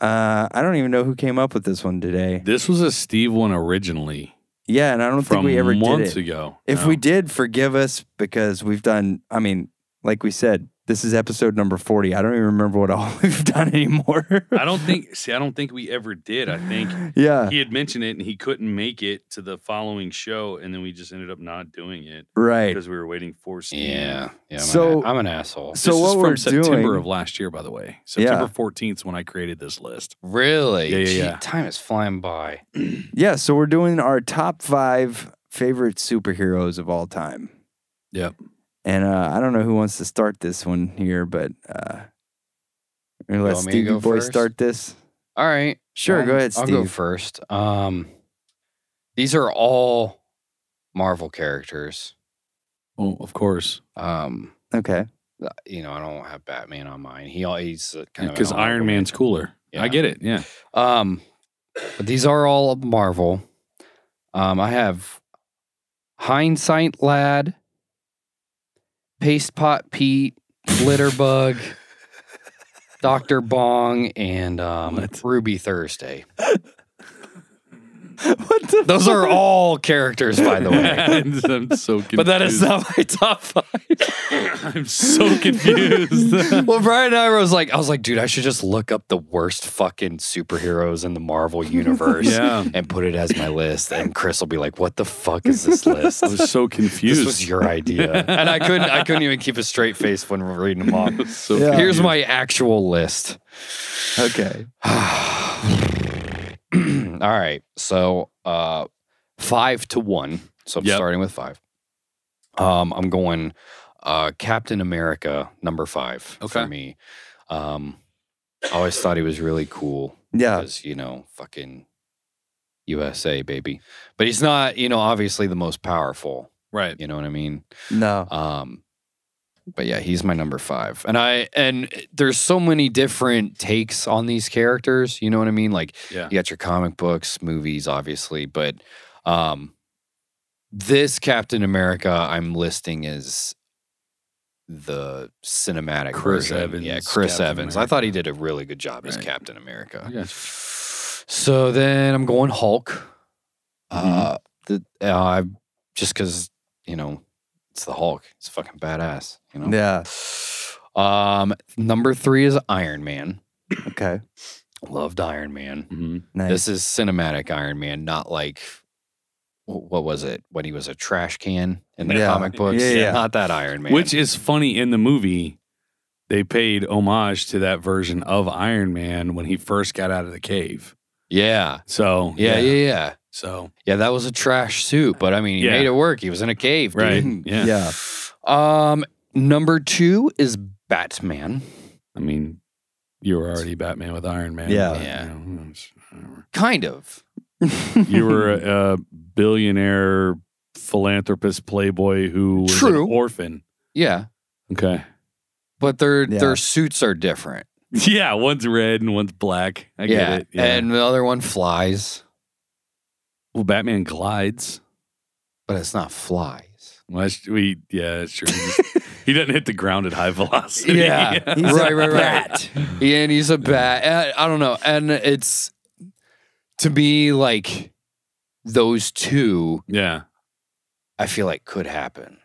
Uh, I don't even know who came up with this one today. This was a Steve one originally Yeah, and I don't from think we ever did months it. ago. If No. we did, forgive us because we've done. I mean, like we said, this is episode number forty. I don't even remember what all (laughs) we've done anymore. (laughs) I don't think. See, I don't think we ever did. I think yeah, he had mentioned it and he couldn't make it to the following show, and then we just ended up not doing it right. because we were waiting for Steve. Yeah. yeah I'm So- an, a- I'm an asshole. So this what is from we're September doing? of last year, by the way. Yeah. September fourteenth is when I created this list. Really? Yeah, yeah, Gee, yeah. time is flying by. yeah, so we're doing our top five favorite superheroes of all time. Yep. And uh, I don't know who wants to start this one here, but uh, you wanna let want me to Stevie go Boy first? start this. All right. Sure, Well, go ahead, I'll Steve. go first. Um, these are all Marvel characters. Oh, of course, Um, (laughs) Okay. you know, I don't have Batman on mine. He al- he's uh, kind of an because Iron honorable Man's cooler. Yeah. I get it. (laughs) Yeah, Um, but these are all Marvel. Um, I have Hindsight Lad, Paste Pot Pete, Litterbug, (laughs) Doctor Bong, and um, What? Ruby Thursday. what the? Those are all characters, by the way. I'm so confused. (laughs) But that is not my top (laughs) five. I'm so (laughs) confused. well, Brian and I was like, I was like, dude, I should just look up the worst fucking superheroes in the Marvel universe (laughs) yeah, and put it as my list. And Chris will be like, what the fuck is (laughs) this list? I was so confused. This was your idea, (laughs) and I couldn't. I couldn't even keep a straight face when we're reading them off. (laughs) (laughs) so Yeah. confused. Here's my actual list. (clears throat) Okay. All right, so uh, five to one. So I'm Yep. starting with five. Um, I'm going uh, Captain America number five Okay. for me. Um, I always thought he was really cool Yeah. because you know fucking USA baby, but he's not. You know, obviously the most powerful. right. You know what I mean? No. Um, but yeah, he's my number five, and I and there's so many different takes on these characters. You know what I mean? Like Yeah. you got your comic books, movies, obviously, but um, this Captain America I'm listing is the cinematic Chris version. Evans, Yeah, Chris Captain Evans. I thought he did America. a really good job as Right. Captain America. I got you. So then I'm going Hulk. Mm-hmm. Uh, the uh, I just because you know it's the Hulk. It's fucking badass. You know. Yeah. Um, number three is Iron Man. Okay. Loved Iron Man. Mhm. Nice. This is cinematic Iron Man, not like wh- what was it when he was a trash can in the Yeah. comic books? Yeah, yeah. Not that Iron Man. Which is funny in the movie. They paid homage to that version of Iron Man when he first got out of the cave. yeah, So yeah, yeah, yeah, So yeah. That was a trash suit, but I mean, he Yeah. made it work. He was in a cave, dude. right. (clears throat) yeah. Yeah. Um, number two is Batman. I mean, you were already Batman with Iron Man. Yeah. but, Yeah. You, know, it's- whatever. (laughs) Kind of. You were a, a billionaire philanthropist playboy who was True. an orphan. Yeah. Okay. (laughs) But their Yeah. their suits are different. Yeah, one's red and one's black. I yeah. get it. Yeah. And the other one flies, well, Batman glides. but it's (laughs) not flies. Well, that's, we yeah, that's true. He, (laughs) just- he doesn't hit the ground at high velocity. (laughs) Yeah. He's Right, a right, right. bat. Yeah, and he's a bat. Uh, I I don't know. And it's to be like those two, yeah. I feel like could happen.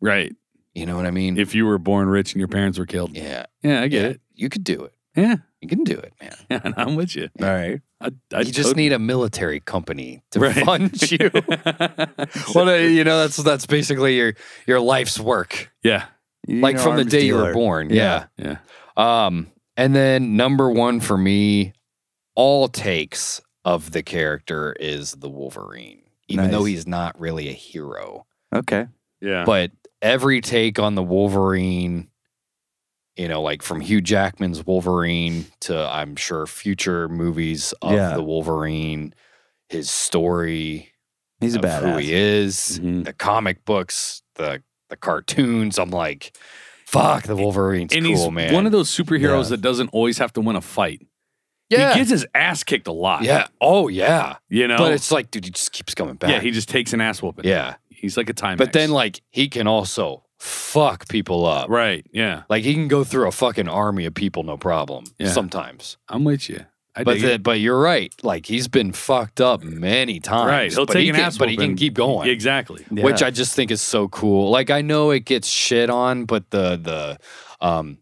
Right. You know what I mean? If you were born rich and your parents were killed. yeah. Yeah, I get yeah, it. You could do it. Yeah. You can do it, man. (laughs) And I'm with you. All right. I, I you just totally- need a military company to Right. (laughs) fund you. (laughs) well, no, you know that's that's basically your your life's work, yeah. You like know, from the arms day you dealer. were born. Yeah. Yeah. yeah. Um, and then number one for me, all takes of the character is the Wolverine, even though Nice. he's not really a hero, Okay. Yeah. but every take on the Wolverine. You know, like from Hugh Jackman's Wolverine to I'm sure future movies of Yeah. the Wolverine, his story, He's a of who badass. he is, Mhm. the comic books, the the cartoons. I'm like, fuck, the Wolverine's and cool, he's man. one of those superheroes Yeah. that doesn't always have to win a fight. yeah, He gets his ass kicked a lot. yeah, oh yeah. You know? But it's like, dude, he just keeps coming back. yeah, he just takes an ass whooping. yeah. He's like a time. But then like he can also fuck people up. right. Yeah. Like he can go through a fucking army of people, no problem. Yeah. Sometimes, I'm with you. I but dig the, it. but you're right. Like he's been fucked up many times. Right, he'll but take he an can, ass But he can whooping. keep going. Exactly. Yeah. which I just think is so cool. Like I know it gets shit on, but the the um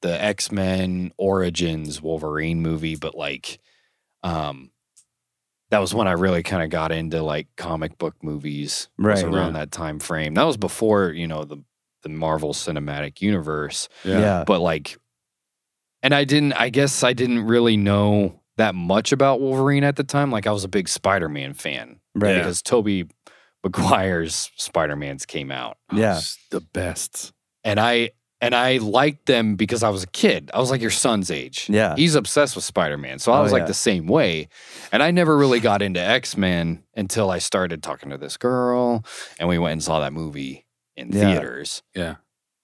the X Men Origins Wolverine movie, but like um that was when I really kind of got into like comic book movies. was Right, around that time frame. That was before you know the the Marvel Cinematic Universe, yeah. but like, and I didn't. I guess I didn't really know that much about Wolverine at the time. Like I was a big Spider Man fan Right. because Toby McGuire's Spider Man's came out, Yeah. Oh, It's the best. and I and I liked them because I was a kid. I was like your son's age. Yeah. he's obsessed with Spider Man, so I Oh, was like yeah. the same way. And I never really got into X Men until I started talking to this girl, and we went and saw that movie in Yeah. theaters. Yeah.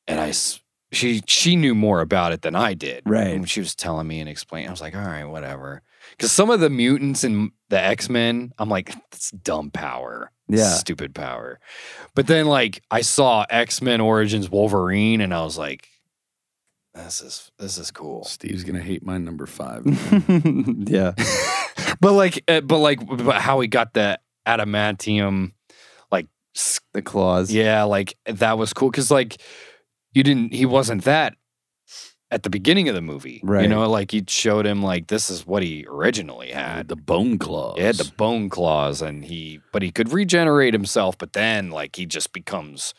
and I. s- She she knew more about it than I did. Right. And she was telling me and explaining. I was like, all right, whatever. Because some of the mutants and the X Men, I'm like, that's dumb power. Yeah. Stupid power. But then, like, I saw X Men Origins Wolverine, and I was like, this is this (laughs) is cool. Steve's gonna hate my number five. yeah. (laughs) But like, uh, but like, but how he got the adamantium, like, s- The claws. yeah, like that was cool because like you didn't, he wasn't that at the beginning of the movie, You Right. know, like he showed him like this is what he originally had. the bone claws. He had the bone claws, and he but he could regenerate himself. But then, like, he just becomes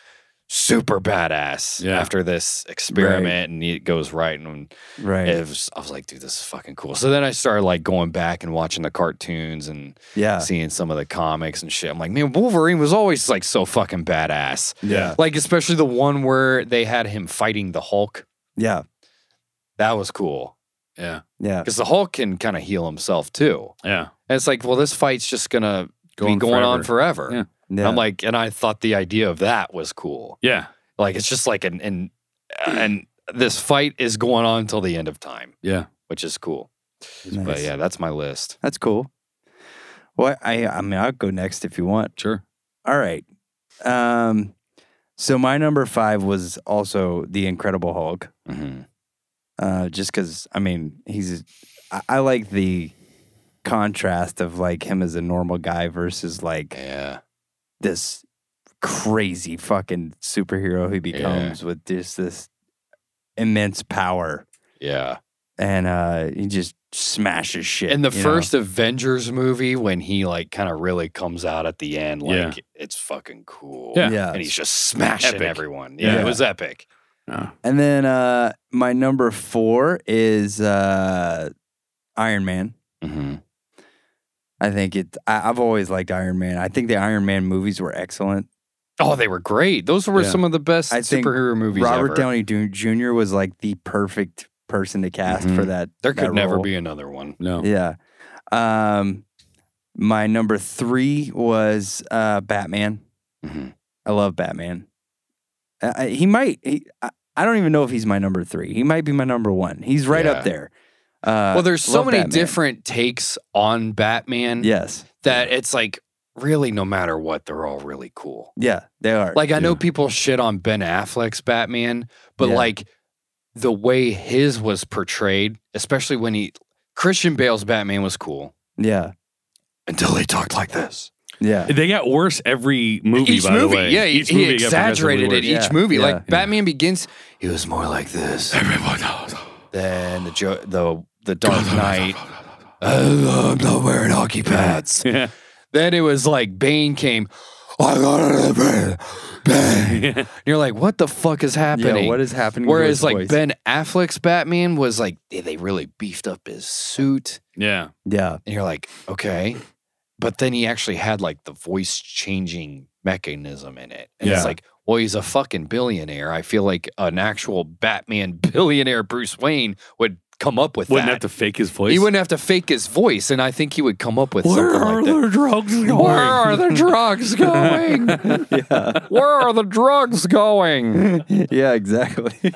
super badass Yeah. after this experiment, and it goes right. And Right. it was, I was like, dude, this is fucking cool. So then I started like going back and watching the cartoons and yeah. seeing some of the comics and shit. I'm like, man, Wolverine was always like so fucking badass. Yeah. Like, especially the one where they had him fighting the Hulk. Yeah. That was cool yeah. Yeah. because the Hulk can kind of heal himself too. Yeah. And it's like, well, this fight's just gonna Go be on going on forever. Yeah. Yeah. I'm like, and I thought the idea of that was cool. Yeah. Like, it's just like an and and this fight is going on until the end of time, Yeah. which is cool. Nice. But yeah, that's my list. That's cool. Well, I I mean I'll go next if you want. Sure. All right. Um so my number 5 was also The Incredible Hulk. Mm-hmm. Uh just cuz I mean he's I, I like the contrast of like him as a normal guy versus like Yeah, this crazy fucking superhero he becomes with just this immense power yeah. and uh he just smashes shit. And the you know? first Avengers movie, when he like kind of really comes out at the end, Yeah. like it's fucking cool. Yeah. yeah. and he's just smashing Epic. everyone. Yeah, Yeah. it was epic. Yeah. And then uh my number four is uh Iron Man. Mm-hmm. I think it I, I've always liked Iron Man. I think the Iron Man movies were excellent. Oh, they were great. Those were Yeah. some of the best I think superhero movies. Robert ever. Downey Downey Jr. Jr. was like the perfect person to cast for Mhm. that. There that could never role. be another one. No. Yeah. Um my number three was uh Batman. Mhm. I love Batman. I, I- he might he, I, I don't even know if he's my number three. He might be my number one. He's right Yeah. up there. Uh, Well, there's so love many Batman. different takes on Batman. Yes. that it's like really no matter what they're all really cool Yeah, they are. like i know Yeah. people shit on ben affleck's batman but Yeah. like the way his was portrayed especially when he christian bale's batman was cool yeah. until he talked like this Yeah. They got worse every movie. each by movie the way. yeah he- Each he, movie got exaggerated it progressively each worse. Yeah, movie like yeah. batman begins he was more like (laughs) this then the jo- the (laughs) the dark knight i'm not wearing hockey pads Yeah. Then it was like Bane came. I got it, Bane. (laughs) Yeah. (laughs) And you're like, what the fuck is happening? Yeah, what is happening? to Whereas his like voice? Ben Affleck's Batman was like, they, they really beefed up his suit, Yeah. yeah, and you're like, okay. But then he actually had like the voice changing mechanism in it, and Yeah. it's like, well, he's (laughs) a fucking billionaire. I feel like an actual Batman billionaire Bruce Wayne would come up with Wouldn't that. have to fake his voice. He wouldn't have to fake his voice, and I think he would come up with Where something are like the that. drugs going? Where are the drugs going? (laughs) Where are the drugs going? (laughs) yeah, exactly.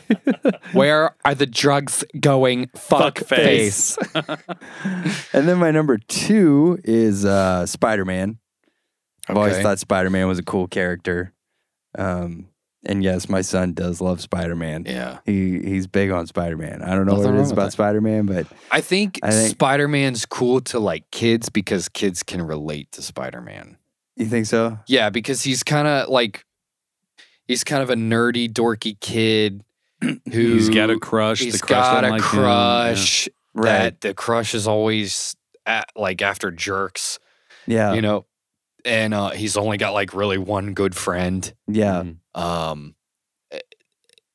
Where are the drugs going? Fuck Fuck, face. face. and then my number two is uh, Spider Man. I've always Okay. thought Spider Man was a cool character. Um, and yes, my son does love Spider Man. Yeah. He he's big on Spider Man. I don't know Nothing what it wrong is with about that. Spider Man, but I think, I think- Spider Man's cool to like kids because kids can relate to Spider Man. you think so? Yeah, because he's kind of like, he's kind of a nerdy, dorky (clears throat) kid who (laughs) He's got a crush. he's the crush got don't a like him. crush. Right. That the crush is always at, like after jerks, Yeah. you know, and uh, he's only got like really one good friend. yeah. Mhm. Um, eh,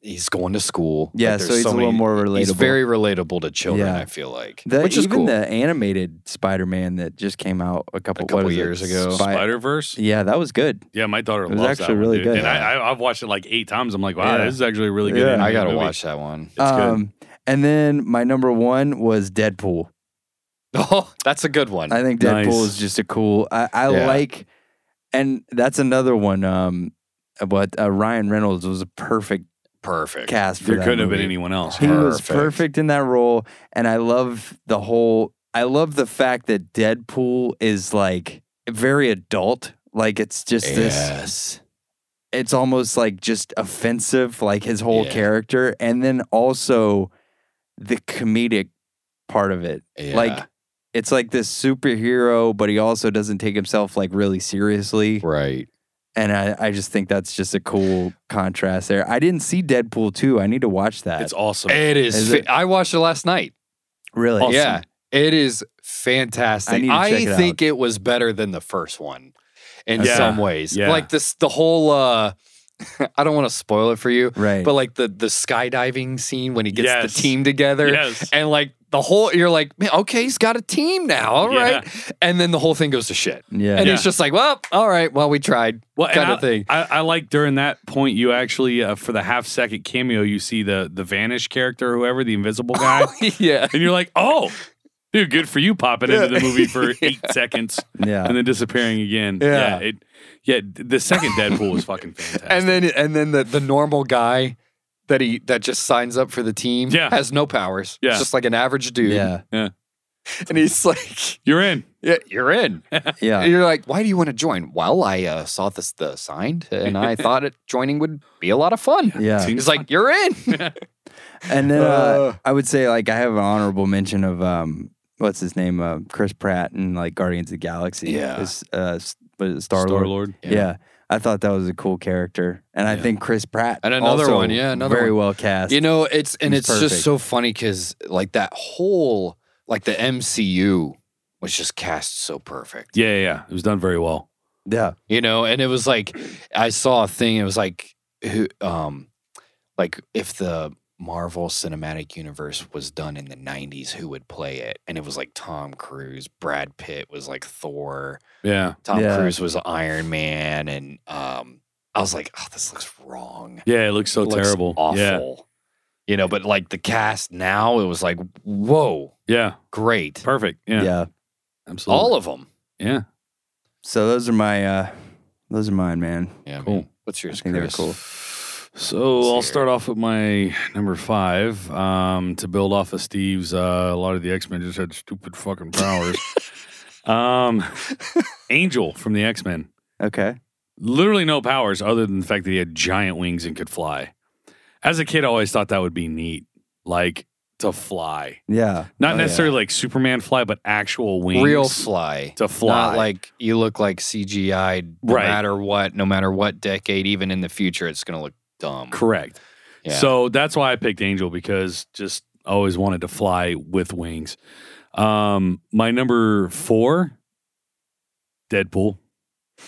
he's going to school. Like, Yeah. there's so he's a little many- more relatable. He's very relatable to children. Yeah. I feel like, The, which is even cool. the animated Spider Man that just came out a couple, A what couple is it? years ago. Spi- Spider Verse. yeah, that was good. Yeah, my daughter It was loves actually that one, really dude. good. And I, I, I've watched it like eight times. I'm like, wow, Yeah. this is actually a really good. Yeah. animated I gotta movie. watch that one. (laughs) It's good. Um, And then my number one was Deadpool. Oh, that's a good one. I think Deadpool Nice. is just a cool. I, I Yeah. like, and that's another one. Um, but uh, Ryan Reynolds was a perfect Perfect. cast for There that couldn't have been movie. anyone else. He was Perfect. perfect in that role, and I love the whole. I love the fact that Deadpool is like very adult. Like it's just this. yes. It's almost like just offensive, like his whole Yeah. character, and then also the comedic part of it. Like it's like this superhero, but he also doesn't take himself like really seriously. right. And I, I just think that's just a cool contrast there. I didn't see Deadpool 2. I need to watch that. It's awesome. It is. Is fa- it- I watched it last night. really Awesome. Yeah, it is I fantastic. need to I, check it think it was better than the first one in Yeah, some ways. yeah. Like this, the whole. uh (laughs) I don't want to spoil it for you, right. but like the the skydiving scene when he gets Yes. the team together, Yes. and like the whole you're like, Man, okay, he's got a team now, all Yeah. right, and then the whole thing goes to shit, yeah. and Yeah. it's just like, well, all right, well, we tried, (laughs) Well, and kind I- of thing. I, I like during that point, you actually uh, for the half second cameo, you see the the vanish character, whoever the invisible (laughs) guy, Oh, yeah, and you're like, oh, dude, good for you popping into the movie (laughs) for eight seconds yeah. and then disappearing again. Uh, Yeah. it, yeah. The second Deadpool was fucking fantastic. (laughs) and then and then the, the normal guy that he that just signs up for the team Yeah. has no powers. Yeah. It's just like an average dude. Yeah. And he's like, you're in. yeah, you're in. Yeah. (laughs) And you're like, why do you want to join? Well, I uh, saw this the signed and (laughs) I thought it, joining would be a lot of fun. Yeah. He's like, you're in. And then uh, Uh. I would say like I have an honorable mention of um what's his name? Uh, Chris Pratt and like Guardians of the Galaxy. Yeah. Is uh Star Star Lord. Lord. Yeah. I thought that was a cool character. And I Yeah. think Chris Pratt And another also one, yeah, another very one. well cast. You know, it's and He's it's perfect. just so funny because like that whole like the MCU was just cast so perfect. Yeah, yeah, yeah. It was done very well. yeah. you know and it was like i saw a thing it was like who um like if the marvel cinematic universe was done in the 90s who would play it and it was like tom cruise brad pitt was like thor Yeah, tom Yeah. cruise was iron man and um i was like oh this looks wrong yeah. It looks so It looks terrible. Yeah, awful you know but like the cast now it was like whoa yeah. great Perfect. Yeah, yeah. absolutely. all of them yeah. So those are my uh those are mine, man. yeah Cool. man. what's yours I think they're Chris? cool. So Let's I'll hear start off with my number five um, to build off of Steve's. Uh, a lot of the X Men just had stupid fucking (laughs) powers. um, Angel from the X Men, Okay. literally no powers other than the fact that he had giant wings and could fly. As a kid, I always thought that would be neat, like to fly, Yeah. not Oh, necessarily like Superman fly, but actual wings, real fly to fly. Not like you look like CGI no Right. matter what, no matter what decade, even in the future, it's going to look dumb. correct. Yeah. So that's why I picked Angel because just always wanted to fly with wings. Um, my number four, Deadpool. (laughs)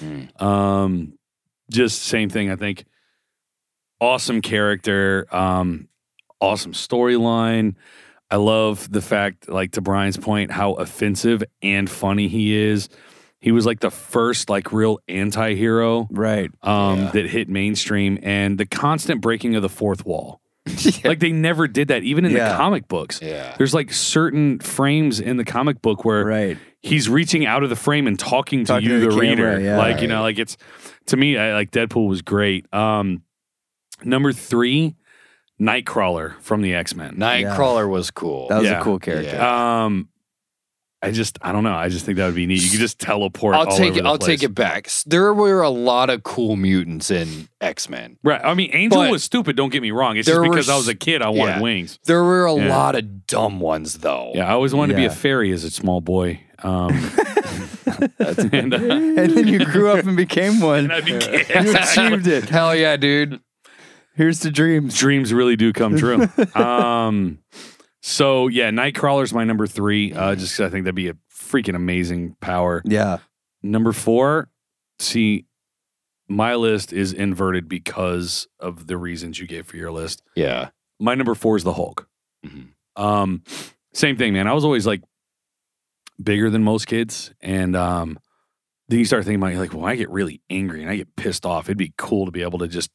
Mm. Um, just same thing. I think awesome character, um, awesome storyline. I love the fact, like to Brian's point, how offensive and funny he is. He was like the first like real anti-hero Right. um, Yeah. that hit mainstream and the constant breaking of the fourth wall. Like they never did that, even in Yeah. the comic books. Yeah. There's like certain frames in the comic book where Right. he's reaching out of the frame and talking to Talking to you, the, the camera, reader. yeah. like you know, like it's to me, I, like Deadpool was great. Um, number three, Nightcrawler from the X Men. Nightcrawler was cool. That was Yeah. a cool character. Yeah. Um, I just I don't know. I just think that would be neat. You could just teleport. I'll all take over it. the I'll place. take it back. S- There were a lot of cool mutants in X Men. Right. I mean, Angel But- was stupid. Don't get me wrong. It's just There were because I was a s- kid. I wanted yeah. wings. There were a Yeah. lot of dumb ones though. Yeah, I always wanted to Yeah. be a fairy as a small boy. Um, (laughs) and, (laughs) uh, And then you grew up and became one. and I You became achieved it. Hell yeah, dude. Here's to dreams. dreams really do come true. Um, so yeah, Nightcrawler's my number three. Uh, just 'cause I think that'd be a freaking amazing power. Yeah. Number four, see, my list is inverted because of the reasons you gave for your list. Yeah. my number four is the Hulk. Mhm. Um, same thing, man. I was always like bigger than most kids, and um, then you start thinking about it, you're like, well, I get really angry and I get pissed off. It'd be cool to be able to just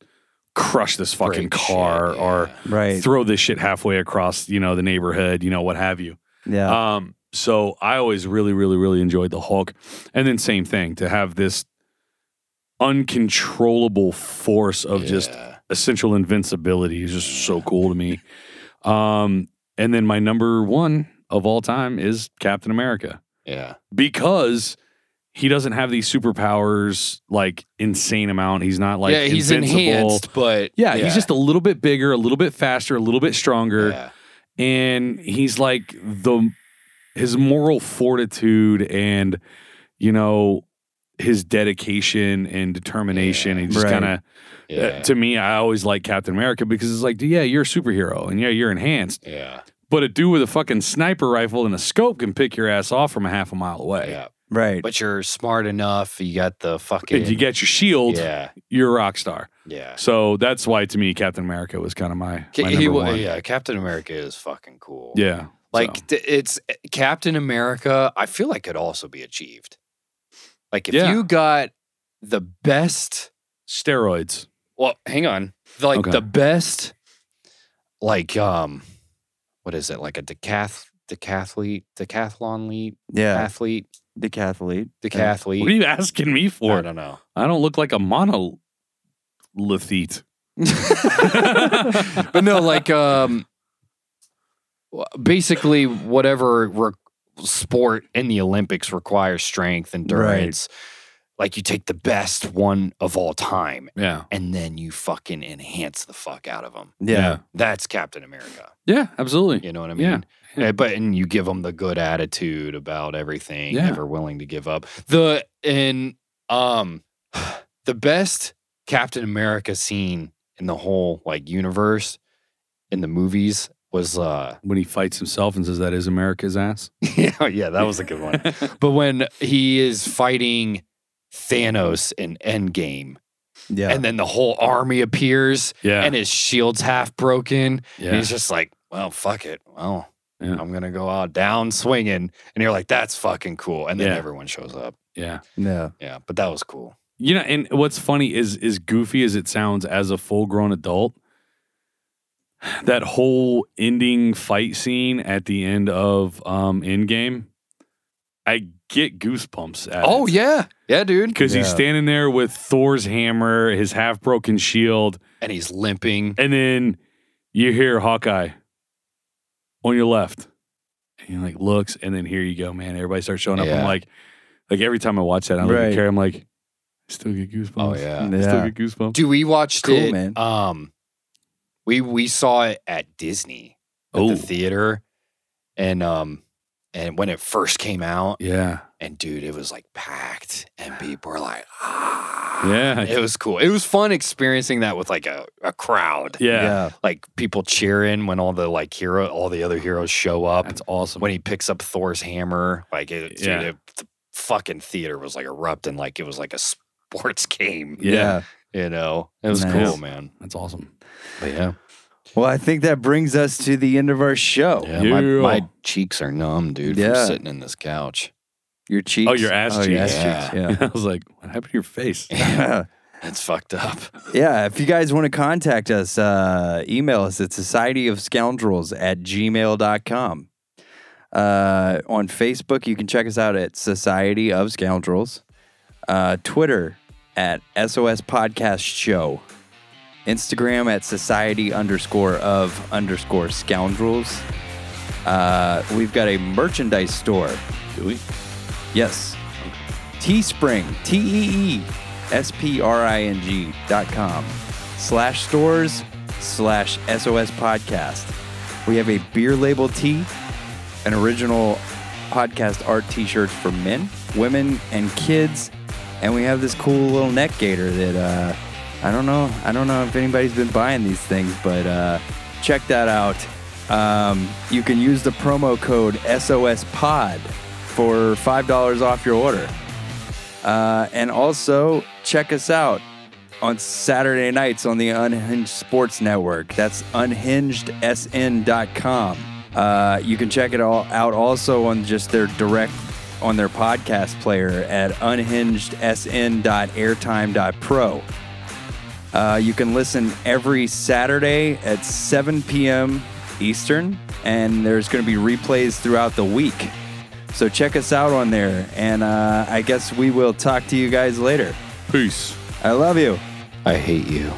crush this fucking Break car shit, or yeah. Right. throw this shit halfway across, you know, the neighborhood, you know, what have you. Yeah. Um, so I always really, really, really enjoyed the Hulk, and then same thing to have this uncontrollable force of just Yeah. essential invincibility is just so cool to me. Um, and then my number one of all time is Captain America yeah. because he doesn't have these superpowers like insane amount. He's not like yeah, he's invincible. enhanced, but Yeah, he's just a little bit bigger, a little bit faster, a little bit stronger, Yeah. and he's like the his moral fortitude and you know his dedication and determination. Yeah. He just Right. kind of Yeah. uh, to me, I always like Captain America because it's like, yeah, you're a superhero and yeah, you're enhanced, yeah. but a dude with a fucking sniper rifle and a scope can pick your ass off from a half a mile away. Yeah. right. But you're smart enough. You got the fucking. If you get your shield, Yeah. you're a rock star. Yeah. So that's why, to me, Captain America was kind of my, Ca- my he number wa- one. Yeah, Yeah. Captain America is fucking cool. Like so. t- it's eh, Captain America, I feel like could also be achieved. Like if Yeah. you got the best, steroids. well, hang on. Like Okay. the best like um what is it? Like a decath decathlete, decathlon lead, Yeah. athlete, Decathlete. decathlete. What are you asking me I for? don't know. I don't look like a monolithete. (laughs) but no, like um, w- basically whatever re- sport in the Olympics requires strength, endurance. Like you take the best one of all time, (laughs) Yeah. and then you fucking enhance the fuck out of them. Yeah. That's Captain America. Yeah, absolutely. You know what I Yeah. mean? Yeah, But and you give them the good attitude about everything, Yeah. never willing to give up. The and um, (sighs) the best Captain America scene in the whole like universe in the movies (laughs) was uh, (laughs) When he fights himself and says that is America's ass. yeah, yeah, that was a (laughs) good one. but when he is fighting Thanos in Endgame, (laughs) Yeah. and then the whole army appears, yeah. and his shield's half broken, yeah. And he's just like, well, fuck it. Well, Yeah. I'm going to go out down swinging. And you're like, that's fucking cool. And then Yeah. everyone shows up. yeah. yeah. Yeah. But that was cool. You know, and what's funny is is goofy as it sounds as a full grown adult, that whole ending fight scene at the end of um Endgame, I get goosebumps at Oh, yeah. Yeah, dude. Because he's Yeah. standing there with Thor's hammer, his half broken shield, And he's limping. and then you hear Hawkeye on your left. And he like looks, and then here you go, man. Everybody starts showing up. I'm Yeah. like, like every time I watch that, I look at Right. Carrie, I'm like, I still get goosebumps. Oh, yeah. I still Yeah. get goosebumps. Dude, we watched Cool, it. man. Um, we, we saw it at Disney, at Oh. the theater. And, um, and when it first came out, Yeah. and dude, it was like packed, and people were like, ah. Yeah. It was cool. It was fun experiencing that with like a, a crowd. Yeah. like people cheering when all the like hero all the other heroes show up That's awesome. when he picks up Thor's hammer like it, Yeah. dude, it- the fucking theater was like erupting like it was like a sports (laughs) game Yeah. you know it was Nice. cool man That's awesome. but yeah, Well, I think that brings us to the end of our show. Oh, yeah my, Yeah. my cheeks are numb dude Yeah. from sitting in this couch Your cheeks. Oh, your ass cheeks. Yeah. Yeah. (laughs) (laughs) I was like, what happened to your face? (laughs) Yeah. That's fucked up. (laughs) Yeah, if you guys want to contact us, uh, email us at society of scoundrels at gmail.com. Uh, on Facebook, you can check us out at Society of Scoundrels. Uh, Twitter at SOS Podcast Show. Instagram at society underscore of underscore scoundrels. Uh, we've got a merchandise store. Do we? Yes. Teespring, T E E S P R I N G dot com slash stores slash SOS podcast. We have a beer label tee, an original podcast art t shirts for men, women, and kids. And we have this cool little neck gator that uh, I don't know. I don't know if anybody's been buying these things, but uh, check that out. Um, you can use the promo code SOS Pod for five dollars off your order. Uh, and also check us out on Saturday nights on the Unhinged Sports Network. That's unhingedsn.com. Uh, you can check it all out also on just their direct on their podcast player at unhingedsn.airtime.pro. Uh, you can listen every Saturday at 7 p.m. Eastern, and there's going to be replays throughout the week. So check us out on there, and uh, I guess we will talk to you guys later. Peace. I love you. I hate you.